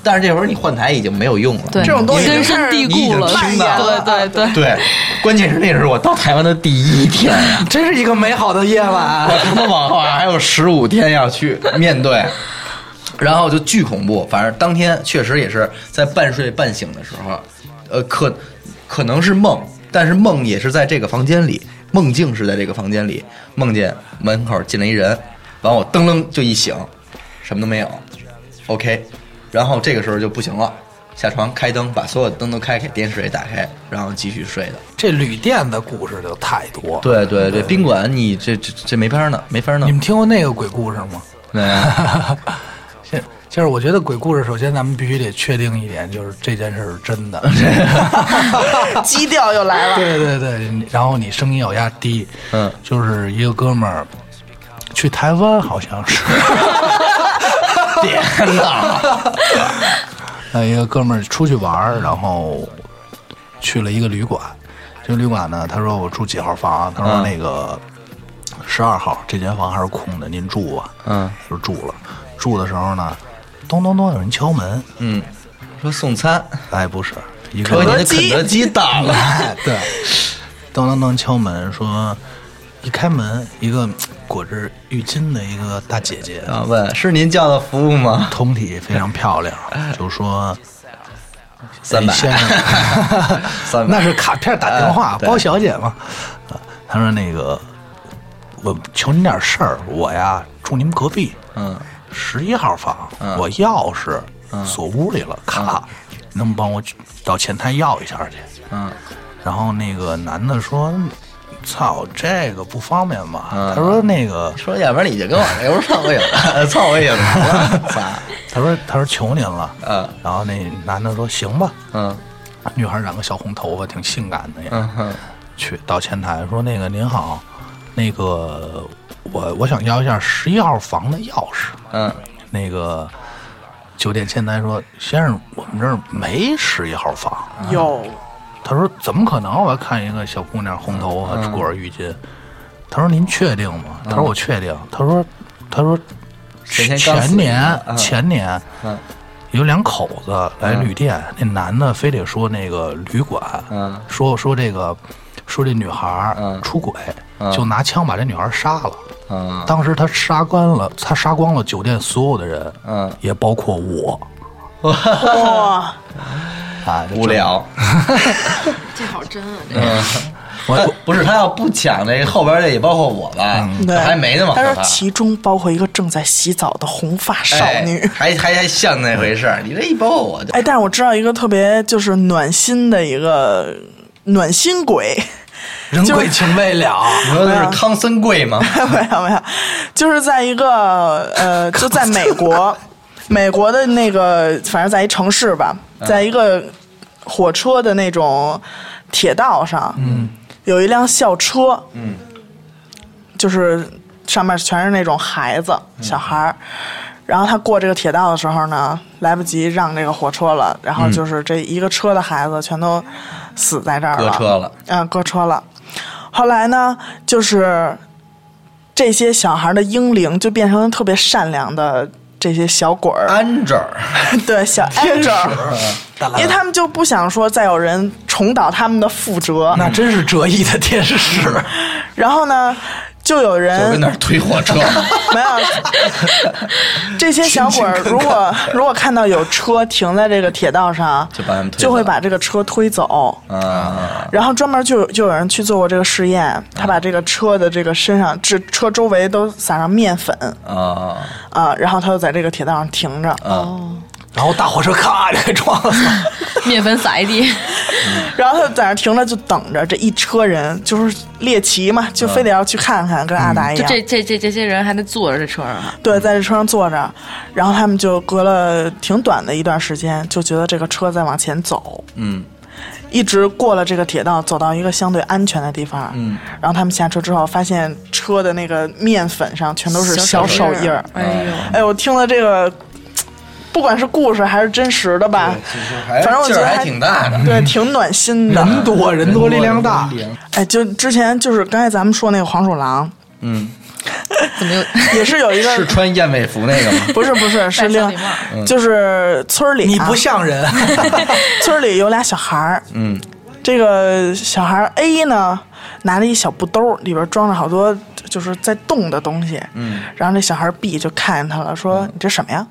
S3: 但是这会儿你换台已经没有用了，
S6: 对，
S5: 这种东西
S6: 根深蒂固了，
S3: 你已经听到了
S6: 对对对，
S3: 对，关键是那是我到台湾的第一天啊呀、
S4: 真是一个美好的夜晚。
S3: 我他妈往后啊还有十五天要去面对，然后就巨恐怖。反正当天确实也是在半睡半醒的时候，呃，可可能是梦，但是梦也是在这个房间里，梦境是在这个房间里，梦见门口进来一人，完我噔噔就一醒，什么都没有，OK，然后这个时候就不行了。下床开灯，把所有灯都开开，电视也打开，然后继续睡的。
S4: 这旅店的故事就太多。，
S3: 对对对，宾馆你这这这没法弄，没法
S4: 你
S3: 弄
S4: 们。听过那个鬼故事吗？
S3: 对啊
S4: 先，就是我觉得鬼故事，首先咱们必须得确定一点，就是这件事是真 的。
S5: 基调又来了。
S4: 对对对，你然后你声音要压低，
S3: 嗯
S4: 就是一个哥们儿去台湾，好像 是，
S3: 别 闹！
S4: 呃，一个哥们儿出去玩儿，然后去了一个旅馆，这个旅馆呢，他说我住几号房，他说
S3: 嗯
S4: 那个十二号这间房还是空的，您住吧，
S3: 嗯，
S4: 就住了。住的时候呢，咚咚咚有人敲门，
S3: 嗯，说送餐，
S4: 哎，不是，一
S3: 说
S4: 个
S3: 你的肯德基到 了。
S4: 哎， 对，咚咚咚敲门说，一开门，一个裹着浴巾的一个大姐姐，
S3: 然后啊问是您叫的服务吗？
S4: 通体非常漂亮，就说
S3: 三百，
S4: 哎先生
S3: 三百
S4: 那是卡片打电话
S3: 哎，对
S4: 包小姐嘛。啊他说那个，我求您点事儿，我呀住您隔壁，
S3: 嗯，
S4: 十一号房，我钥匙锁屋里了，卡，能不能帮我去到前台要一下去？
S3: 嗯，
S4: 然后那个男的说：“操，这个不方便吧？”
S3: 嗯
S4: 他说：“那个，
S3: 说要不然你就跟我这屋蹭我影 子，蹭我影 子。咋？
S4: 他说他说求您了。”
S3: 嗯，
S4: 然后那男的说：“行吧。”
S3: 嗯
S4: 女孩染个小红头发，挺性感的呀。
S3: 嗯哼
S4: 去到前台说：“那个您好，那个我我想要一下十一号房的钥匙。”
S3: 嗯
S4: 那个酒店前台说：“先生，我们这儿没十一号房。
S5: 有，”
S4: 他说：“怎么可能？我要看一个小姑娘，红头发，裹着浴巾。”他说：“您确定吗？”他说：“我确定。”他说：“他说
S3: 嗯前天刚死
S4: 前年
S3: 嗯
S4: 前年
S3: 嗯
S4: 有两口子来旅店，那男的非得说那个旅馆
S3: 嗯，
S4: 说说这个说这女孩
S3: 嗯
S4: 儿出轨，就拿枪把这女孩儿杀了。”
S3: 嗯
S4: 当时他杀光了，他杀光了酒店所有的人，
S3: 嗯
S4: 也包括我
S5: 哇，
S4: 啊，
S3: 无聊。
S6: 这好真啊，
S4: 我。
S3: 他
S4: 我
S3: 不是他要不抢这后边这也包括我吧，
S5: 对，
S3: 还没那么
S5: 他
S3: 可
S5: 说
S3: 怕。
S5: 其中包括一个正在洗澡的红发少女。
S3: 哎还还还像那回事儿，你这一包我就
S5: 哎，但是我知道一个特别就是暖心的一个暖心鬼，
S4: 人
S5: 就是
S4: 贵情未了，
S5: 啊
S3: 你说那是康森贵吗？
S5: 没有没有，就是在一个呃，就在美 国，美国的那个，反正在一城市吧，在一个火车的那种铁道上，嗯，有一辆校车，嗯，就是上面全是那种孩子、小孩儿。然后他过这个铁道的时候呢，来不及让这个火车了，然后就是这一个车的孩子全都死在这儿了，
S3: 搁车了
S5: 嗯，搁车了。后来呢，就是这些小孩的英灵就变成特别善良的这些小鬼儿，
S3: 安这儿， 啊
S5: 对小 angel，
S4: 大蓝
S5: 因为他们就不想说再有人重蹈他们的覆辙。
S3: 嗯
S4: 那真是折翼的天 使，
S5: 然后呢，就有
S3: 就
S5: 人
S3: 跟那儿推火车，
S5: 没有这些小鬼儿，如果如果看到有车停在这个铁道上，
S3: 就把他们推
S5: 就会
S3: 走
S5: 把这个车推走。
S3: 啊，
S5: 然后专门就有就有人去做过这个试
S3: 嗯
S5: 验，他把这个车的这个身上，这车周围都撒上面粉
S3: 啊
S5: 啊、然后他就在这个铁道上停着，
S4: 然后大火车咔就给 撞了。
S6: 面粉撒一地，
S5: 然后他就在那儿停着就等着这一车人，就是猎奇嘛，就非得要去看看，跟阿达一
S6: 就
S3: 哎
S5: 样，
S6: 这这这这些人还得坐着这车上啊，
S5: 对，在这车上坐着，然后他们就隔了挺短的一段时间，就觉得这个车在往前走，
S3: 嗯，
S5: 一直过了这个铁道，走到一个相对安全的地方，嗯，然后他们下车之后，发现车的那个面粉上全都是小手印儿，
S6: 哎呦，
S5: 哎，我听了这个，不管是故事还是真实的吧，
S3: 还
S5: 反正我觉
S3: 哎劲
S5: 得
S3: 儿还挺大的，
S5: 对，挺暖心的。
S4: 人多人多力量大，
S5: 哎，就之前就是刚才咱们说那个黄鼠狼，
S6: 怎么又
S5: 也是有一
S3: 是嗯
S5: 个，
S3: 穿燕尾服那个吗？
S5: 不是不是是另
S6: 戴小礼帽，
S5: 就是村儿里、啊、
S4: 你不像人。
S5: 村儿里有俩小孩儿，
S3: 嗯，
S5: 这个小孩儿 A 呢拿着一小布兜儿，里边装着好多就是在动的东西，嗯，然后这小孩儿 B 就看见他了，说：“
S3: 嗯
S5: 你这什么呀？”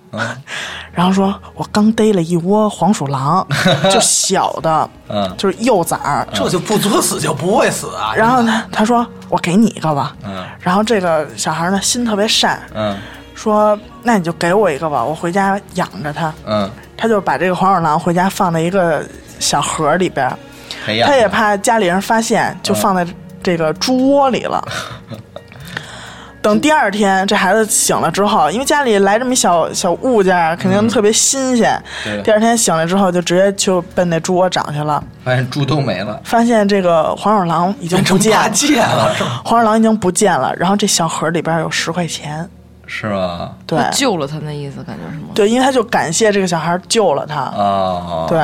S5: 然后说：“我刚逮了一窝黄鼠狼， 就小的，
S3: 嗯
S5: 就是幼崽儿。”
S4: 这就不作死就不会死啊！
S5: 然后呢，他说：“我给你一个吧。”
S3: 嗯
S5: 然后这个小孩儿呢心特别善，
S3: 嗯
S5: 说：“那你就给我一个吧，我回家养着它。”
S3: 嗯，
S5: 他就把这个黄鼠狼回家放在一个小盒里边儿，
S3: 培养
S5: 他也怕家里人发现，就放在这个猪窝里了。
S3: 嗯
S5: 等第二天，这孩子醒了之后，因为家里来这么一小小物件儿，肯定特别新鲜。
S3: 嗯对
S5: 第二天醒了之后，就直接就奔那猪窝找去了，
S3: 发现猪都没了，
S5: 发现这个黄鼠狼已经
S4: 变
S5: 不
S4: 成
S5: 见
S4: 八
S5: 了，
S4: 戒了，是吧
S5: 黄鼠狼已经不见了。然后这小盒里边有十块钱，
S3: 是吗？
S5: 对
S6: 救了他那意思，感觉是吗？
S5: 对，因为他就感谢这个小孩救了他，
S3: 啊，
S5: 对，，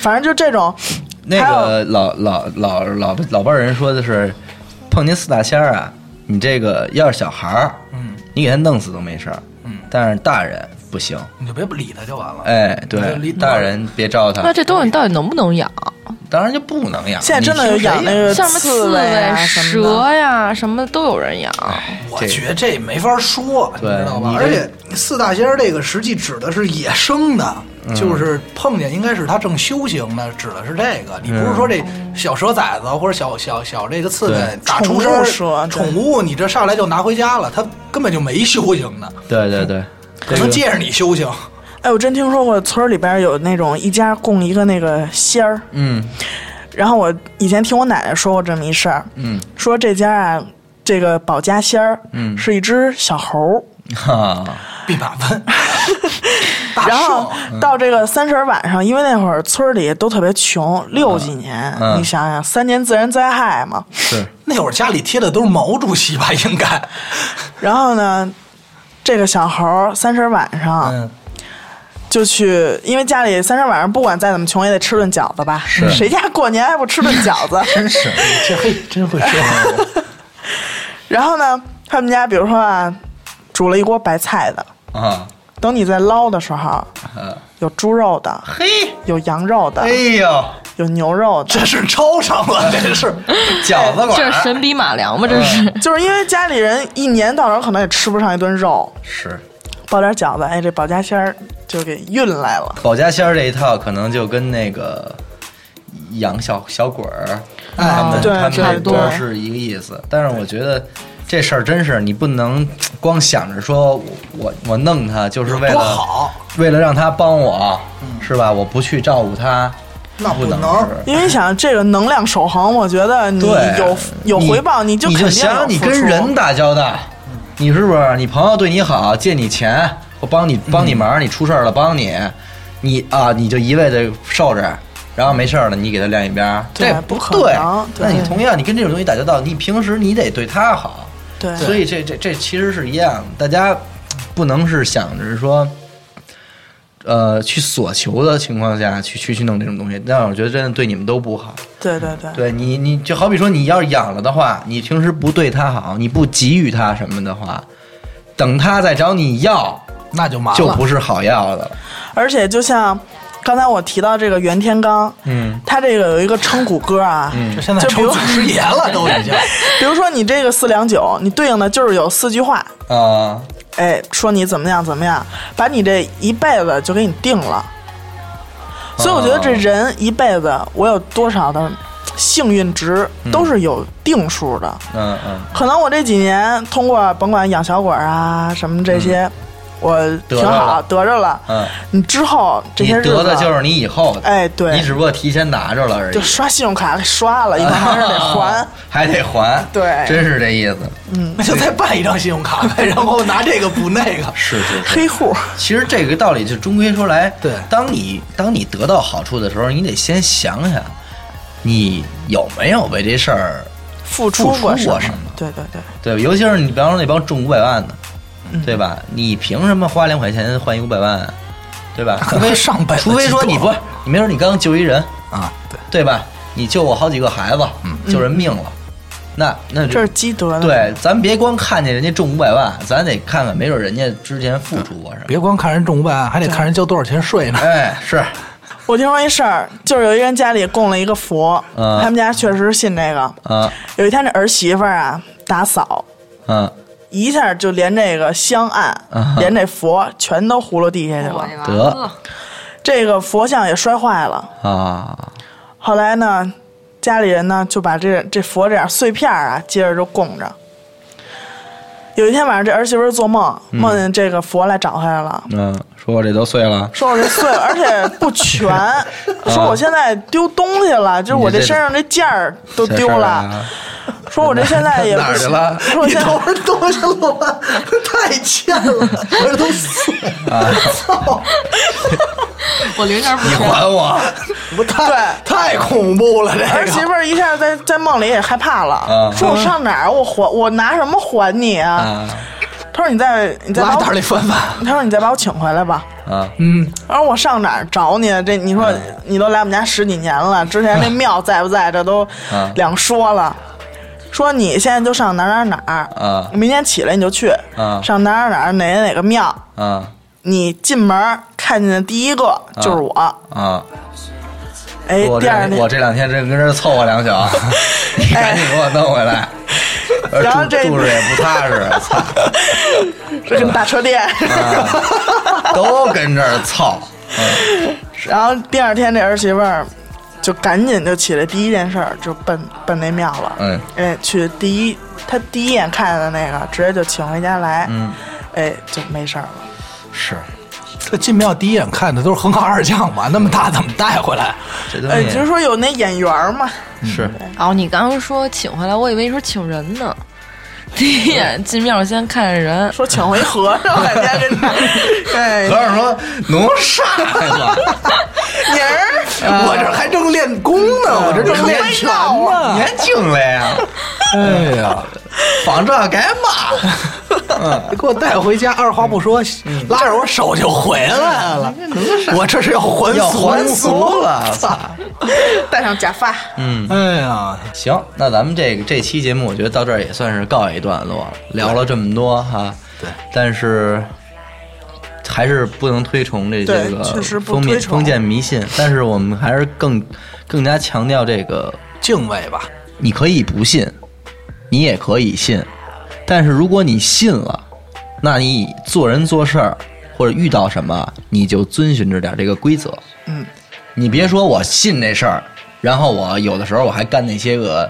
S5: 反正就这种。
S3: 那
S5: 还有
S3: 个老老老老老辈儿人说的是，碰见四大仙儿啊，你这个要是小孩儿，嗯，你给他弄死都没事儿，嗯，但是大人不行，
S4: 你就别理他就完了。
S3: 哎，
S4: 这
S3: 对，
S4: 离
S3: 大人别招
S6: 那
S3: 他，
S6: 这东西到底能不能养？
S3: 当然就不能养。
S5: 现在真的有
S3: 你听谁
S5: 养那个
S6: 像什么
S5: 刺
S6: 猬、
S5: 啊什么的
S6: 蛇呀，什么都有人养。
S4: 我
S3: 这个
S4: 觉得这没法说，你
S3: 对
S4: 知道吧
S3: 你？这
S4: 而且四大仙儿这个实际指的是野生的，
S3: 嗯
S4: 就是碰见应该是他正修行呢，指的是这个。你不是说这小蛇崽子或者小小小这个刺猬
S3: 嗯对
S4: 打出
S5: 宠物
S4: 声
S5: 蛇
S4: 儿，
S5: 对
S4: 宠物你这上来就拿回家了，它根本就没修行呢，
S3: 对对 对，
S4: 可能借着你修行。
S5: 哎，我真听说过村儿里边儿有那种一家供一个那个仙儿，
S3: 嗯
S5: 然后我以前听我奶奶说过这么一事儿，
S3: 嗯，
S5: 说这家啊，这个保家仙儿，嗯，是一只小猴儿，
S3: 哈，
S4: 弼马 温，大
S5: 然后
S4: 圣，
S5: 到这个三十儿晚上，因为那会儿村儿里都特别穷，六几年，
S3: 嗯
S5: 你想想，三年自然灾害嘛，
S3: 是
S4: 那会儿家里贴的都是毛主席吧，应该。
S5: 然后呢，这个小猴儿三十儿晚上，
S4: 嗯
S5: 就去，因为家里三十晚上不管再怎么穷也得吃顿饺子吧？
S3: 是
S5: 谁家过年还不吃顿饺子？
S3: 真是
S4: 这嘿，真会说。
S5: 然后呢，他们家比如说啊，煮了一锅白菜的，
S3: 啊，呃
S5: 等你在捞的时候，有猪肉的，
S3: 嘿，
S5: 有羊肉的
S3: 哎，呦，
S5: 有牛肉的。
S4: 这是超上了， 这是
S3: 饺子馆
S6: 这是
S3: 儿
S6: 神笔马良吗？这是
S5: 就是因为家里人一年到头可能也吃不上一顿肉，
S3: 是
S5: 包点饺子，哎，这保家仙儿就给运来了。
S3: 保家仙儿这一套，可能就跟那个养小小鬼儿，他们
S5: 对
S3: 他们
S5: 差不
S3: 这
S5: 多
S3: 都是一个意思。但是我觉得这事儿真是你不能光想着说我我我弄他就是为
S4: 多
S3: 了
S4: 好，
S3: 为了让他帮我，是吧？我不去照顾他，
S4: 那
S3: 不
S4: 不能
S3: 是
S5: 因为想这个能量守恒，我觉得你
S3: 对，
S5: 有嗯有
S3: 你
S5: 回报，
S3: 你
S5: 就
S3: 就
S5: 肯定
S3: 想
S5: 有
S3: 想你
S5: 付
S3: 跟
S5: 出
S3: 人打交道，你是不是？你朋友对你好，借你钱，我帮
S5: 嗯
S3: 你帮你忙，你出事儿了帮你，你啊，你就一味的受着。然后没事儿了，你给他晾一边儿，
S5: 对
S3: 这
S5: 不可
S3: 对
S5: 能。
S3: 那你
S5: 对
S3: 同样，你跟这种东西打交道，你平时你得对他好，
S5: 对，
S3: 所以这这这其实是一样的，大家不能是想着说呃去所求的情况下去去去弄这种东西，但我觉得真的对你们都不好。
S5: 对对对，
S3: 对你，你就好比说你要是养了的话，你平时不对它好，你不给予它什么的话，等它再找你要，
S4: 那就麻烦
S3: 就
S4: 了。
S3: 不是好药的了。
S5: 而且就像刚才我提到这个袁天罡，
S3: 嗯，
S5: 他这个有一个称骨歌啊，
S4: 这现在
S5: 就比
S4: 成
S5: 如
S4: 祖师爷了，都已经。
S5: 比如说你这个四两酒，你对应的就是有四句话，
S3: 啊、
S5: 哎，说你怎么样怎么样，把你这一辈子就给你定了。所以我觉得这人一辈子，我有多少的幸运值都是有定数的。
S3: 嗯嗯，
S5: 可能我这几年通过甭管养小鬼儿啊什么这些，我挺好得着了。
S3: 嗯
S5: 你之后这
S3: 你
S5: 些日子
S3: 得的就是你以后的，
S5: 哎对
S3: 你只不过提前拿着了而已
S5: 就。刷信用卡给刷了，以后还是得 还。
S3: 还得还，
S5: 对
S3: 真是这意思。
S4: 那就再办一张信用卡呗，然后拿这个补那个。
S3: 是是是，
S5: 黑户，
S3: 其实这个道理就终归说来，
S4: 对
S3: 当你当你得到好处的时候，你得先想想，你有没有为这事儿
S5: 付出过
S3: 付出
S5: 什
S3: 过
S5: 么？
S3: 什么
S5: 对对对，
S3: 对，尤其是你比方说那帮中五百万的，
S5: 嗯
S3: 对吧？你凭什么花两块钱换一五百万啊？对 吧？除
S4: 可能
S3: 非
S4: 上百万
S3: 除非说
S4: 极
S5: 啊
S3: 你
S4: 多
S3: 不是，你没准你刚救一人，
S4: 啊，对，
S3: 对吧？你救我好几个孩子，救人命了，那那就
S5: 嗯这是积德的。
S3: 对，咱别光看见人家中五百万，咱得看看，没准人家之前付出过什么。
S4: 别光看人中五百万，还得看人交多少钱税呢。
S5: 嗯
S3: 哎，是，
S5: 我听说一事儿，就是有一人家里供了一个佛，
S3: 嗯
S5: 他们家确实信这个。
S3: 嗯
S5: 有一天这儿媳妇儿啊打扫，
S3: 嗯，
S5: 一下就连这个香案、
S3: 啊
S5: 连这佛全都葫芦地下去了，
S3: 得
S5: 这个佛像也摔坏了。
S3: 啊，
S5: 后来呢，家里人呢就把这这佛这点碎片儿啊，接着就供着。有一天晚上，这儿媳妇儿做梦，梦见这个佛来找她来了，
S3: 嗯，说我这都碎了，
S5: 说我这 碎了，而且不全，说
S3: 啊
S5: 我现在丢东西了，就是我这身上这件儿都丢
S3: 这事儿
S5: 了
S3: 啊，，
S5: 说我这现 在也不
S3: 哪儿去了
S5: 说我现在
S4: 是多少了吧？ 太欠了，我这都死了，操！
S8: 我零点五
S3: 你还哎我，
S4: 不
S3: 哎
S4: 太太恐怖了，这
S5: 儿媳妇儿一下在在梦里也害怕了，
S3: 啊
S5: 说我上哪儿？我还我拿什么还你啊？
S3: 啊
S5: 他说你再你再把
S4: 拉
S5: 我
S4: 袋里翻翻，
S5: 他说你再把我请回来吧。嗯
S3: 啊，嗯
S5: 然后我上哪儿找你？啊这你说你都来我们家十几年了，之前那庙在不在，这都
S3: 啊
S5: 两说了。说你现在就上哪儿哪儿哪儿，
S3: 啊
S5: 明天起来你就去，
S3: 啊
S5: 上哪儿哪儿哪儿哪个庙，
S3: 啊
S5: 你进门儿看见的第一个就是我。
S3: 啊！
S5: 哎，
S3: 我
S5: 第二
S3: 这
S5: 天
S3: 我这两天真跟这凑合两宿，啊 你赶紧给我弄回来。呃
S5: 然后
S3: 住
S5: 这
S3: 住着也不踏实， 操，
S5: 这跟大车 店。
S3: 都跟这儿操。
S5: 然后第二天这儿媳妇儿就赶紧就起来，第一件事儿就奔奔那庙了。
S3: 嗯，
S5: 哎，去第一，她第一眼看见的那个，直接就请回家来。
S3: 嗯，
S5: 哎，就没事儿了。
S3: 是，
S4: 这进庙第一眼看的都是横杠二将吧？那么大怎么带回来？
S3: 这东
S5: 哎，
S3: 西嗯
S5: 就是说有那眼缘儿嘛。
S3: 是
S8: 哦，你刚刚说请回来，我以为说请人 呢。第一眼进庙先看着人，
S5: 说请回和尚来家 跟他，哎，
S3: 和尚说弄啥呀？
S5: 妮儿，
S3: 啊
S4: 我这还正练功
S3: 嗯
S4: 呢，我这正练拳 呢。
S3: 年轻了呀，
S4: 哎 呀，
S3: 仿这该骂。
S4: 给我带回家，二话不说，
S3: 嗯
S4: 拉着我手就回来了。
S3: 哎
S4: 我这是要还
S3: 要
S4: 俗，
S3: 还俗了嗯
S4: 操！
S5: 戴上假发，
S4: 哎呀，
S3: 行，那咱们这个这期节目，我觉得到这儿也算是告一段落了，聊了这么多哈。对，但是还是不能推崇这
S5: 对
S3: 这个
S5: 确实不
S3: 封
S5: 推
S3: 建
S5: 崇
S3: 封建迷信，但是我们还是更更加强调这个，
S4: 敬畏吧，
S3: 你可以不信，你也可以信，但是如果你信了，那你做人做事儿或者遇到什么，你就遵循着点这个规则。
S5: 嗯，
S3: 你别说我信这事儿，然后我有的时候我还干那些个。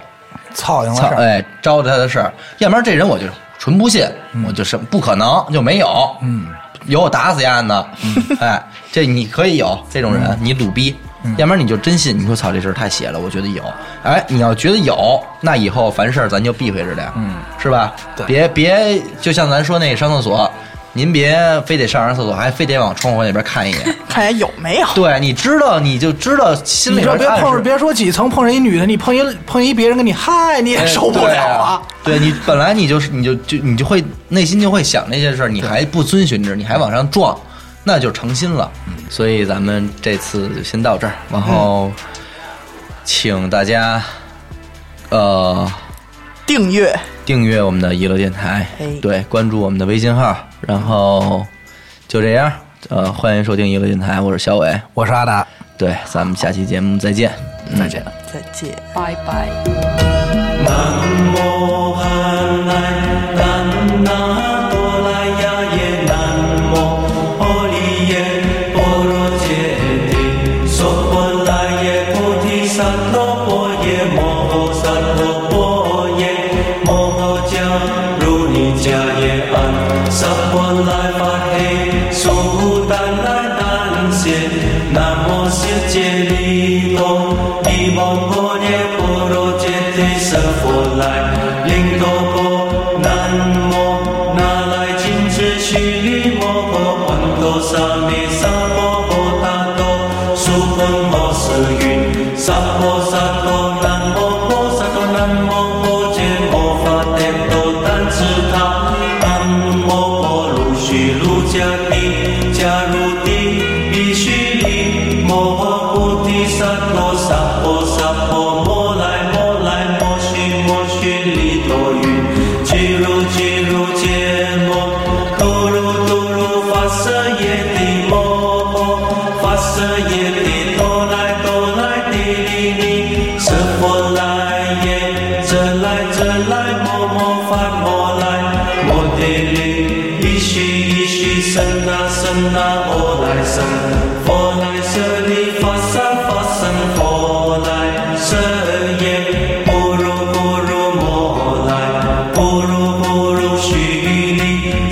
S4: 操行了
S3: 操，
S4: 事儿。
S3: 哎，招着他的事儿，要不然这人我就纯不信，
S4: 嗯
S3: 我就是不可能就没有，嗯，有我打死丫的，
S4: 嗯
S3: 哎，这你可以有这种人，你鲁逼，要不然你就真信，你说操这事儿太邪了，我觉得有，哎，你要觉得有，那以后凡事咱就避讳着点，嗯，是吧？
S4: 对
S3: 别别，就像咱说那上厕所。您别非得上完厕所，还非得往窗户那边看 一眼。
S5: 看下有没有。
S3: 对，你知道你就知道心里
S4: 你说
S3: 边
S4: 别
S3: 暗示
S4: 碰，别说几层碰上一女的，你碰一碰一别人跟你嗨，你也
S3: 哎
S4: 受不
S3: 对
S4: 了啊！
S3: 对你本来你就是你就就你就会内心就会想那些事儿，你还不遵循着，你还往上撞，那就诚心了。所以咱们这次就先到这儿，然后请大家呃
S5: 订阅，
S3: 订阅我们的娱乐电台
S5: 哎，
S3: 对，关注我们的微信号，然后就这样，呃，欢迎收听娱乐电台，我是小伟，
S4: 我是阿达。
S3: 对，咱们下期节目再见，再见。
S5: 再见。
S6: 拜拜。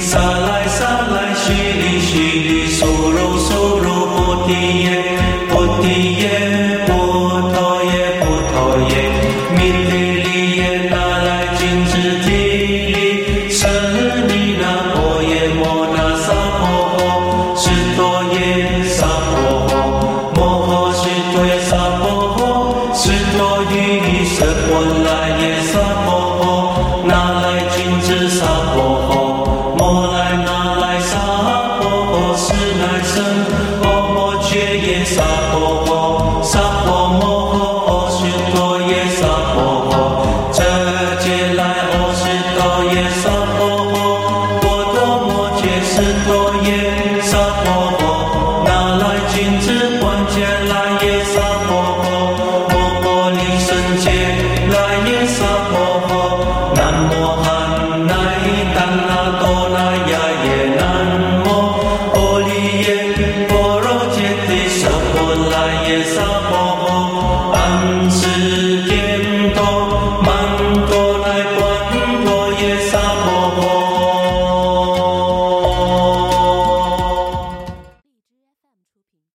S9: 沙来沙来，淅沥淅沥，嗦揉嗦揉，不停耶，不停。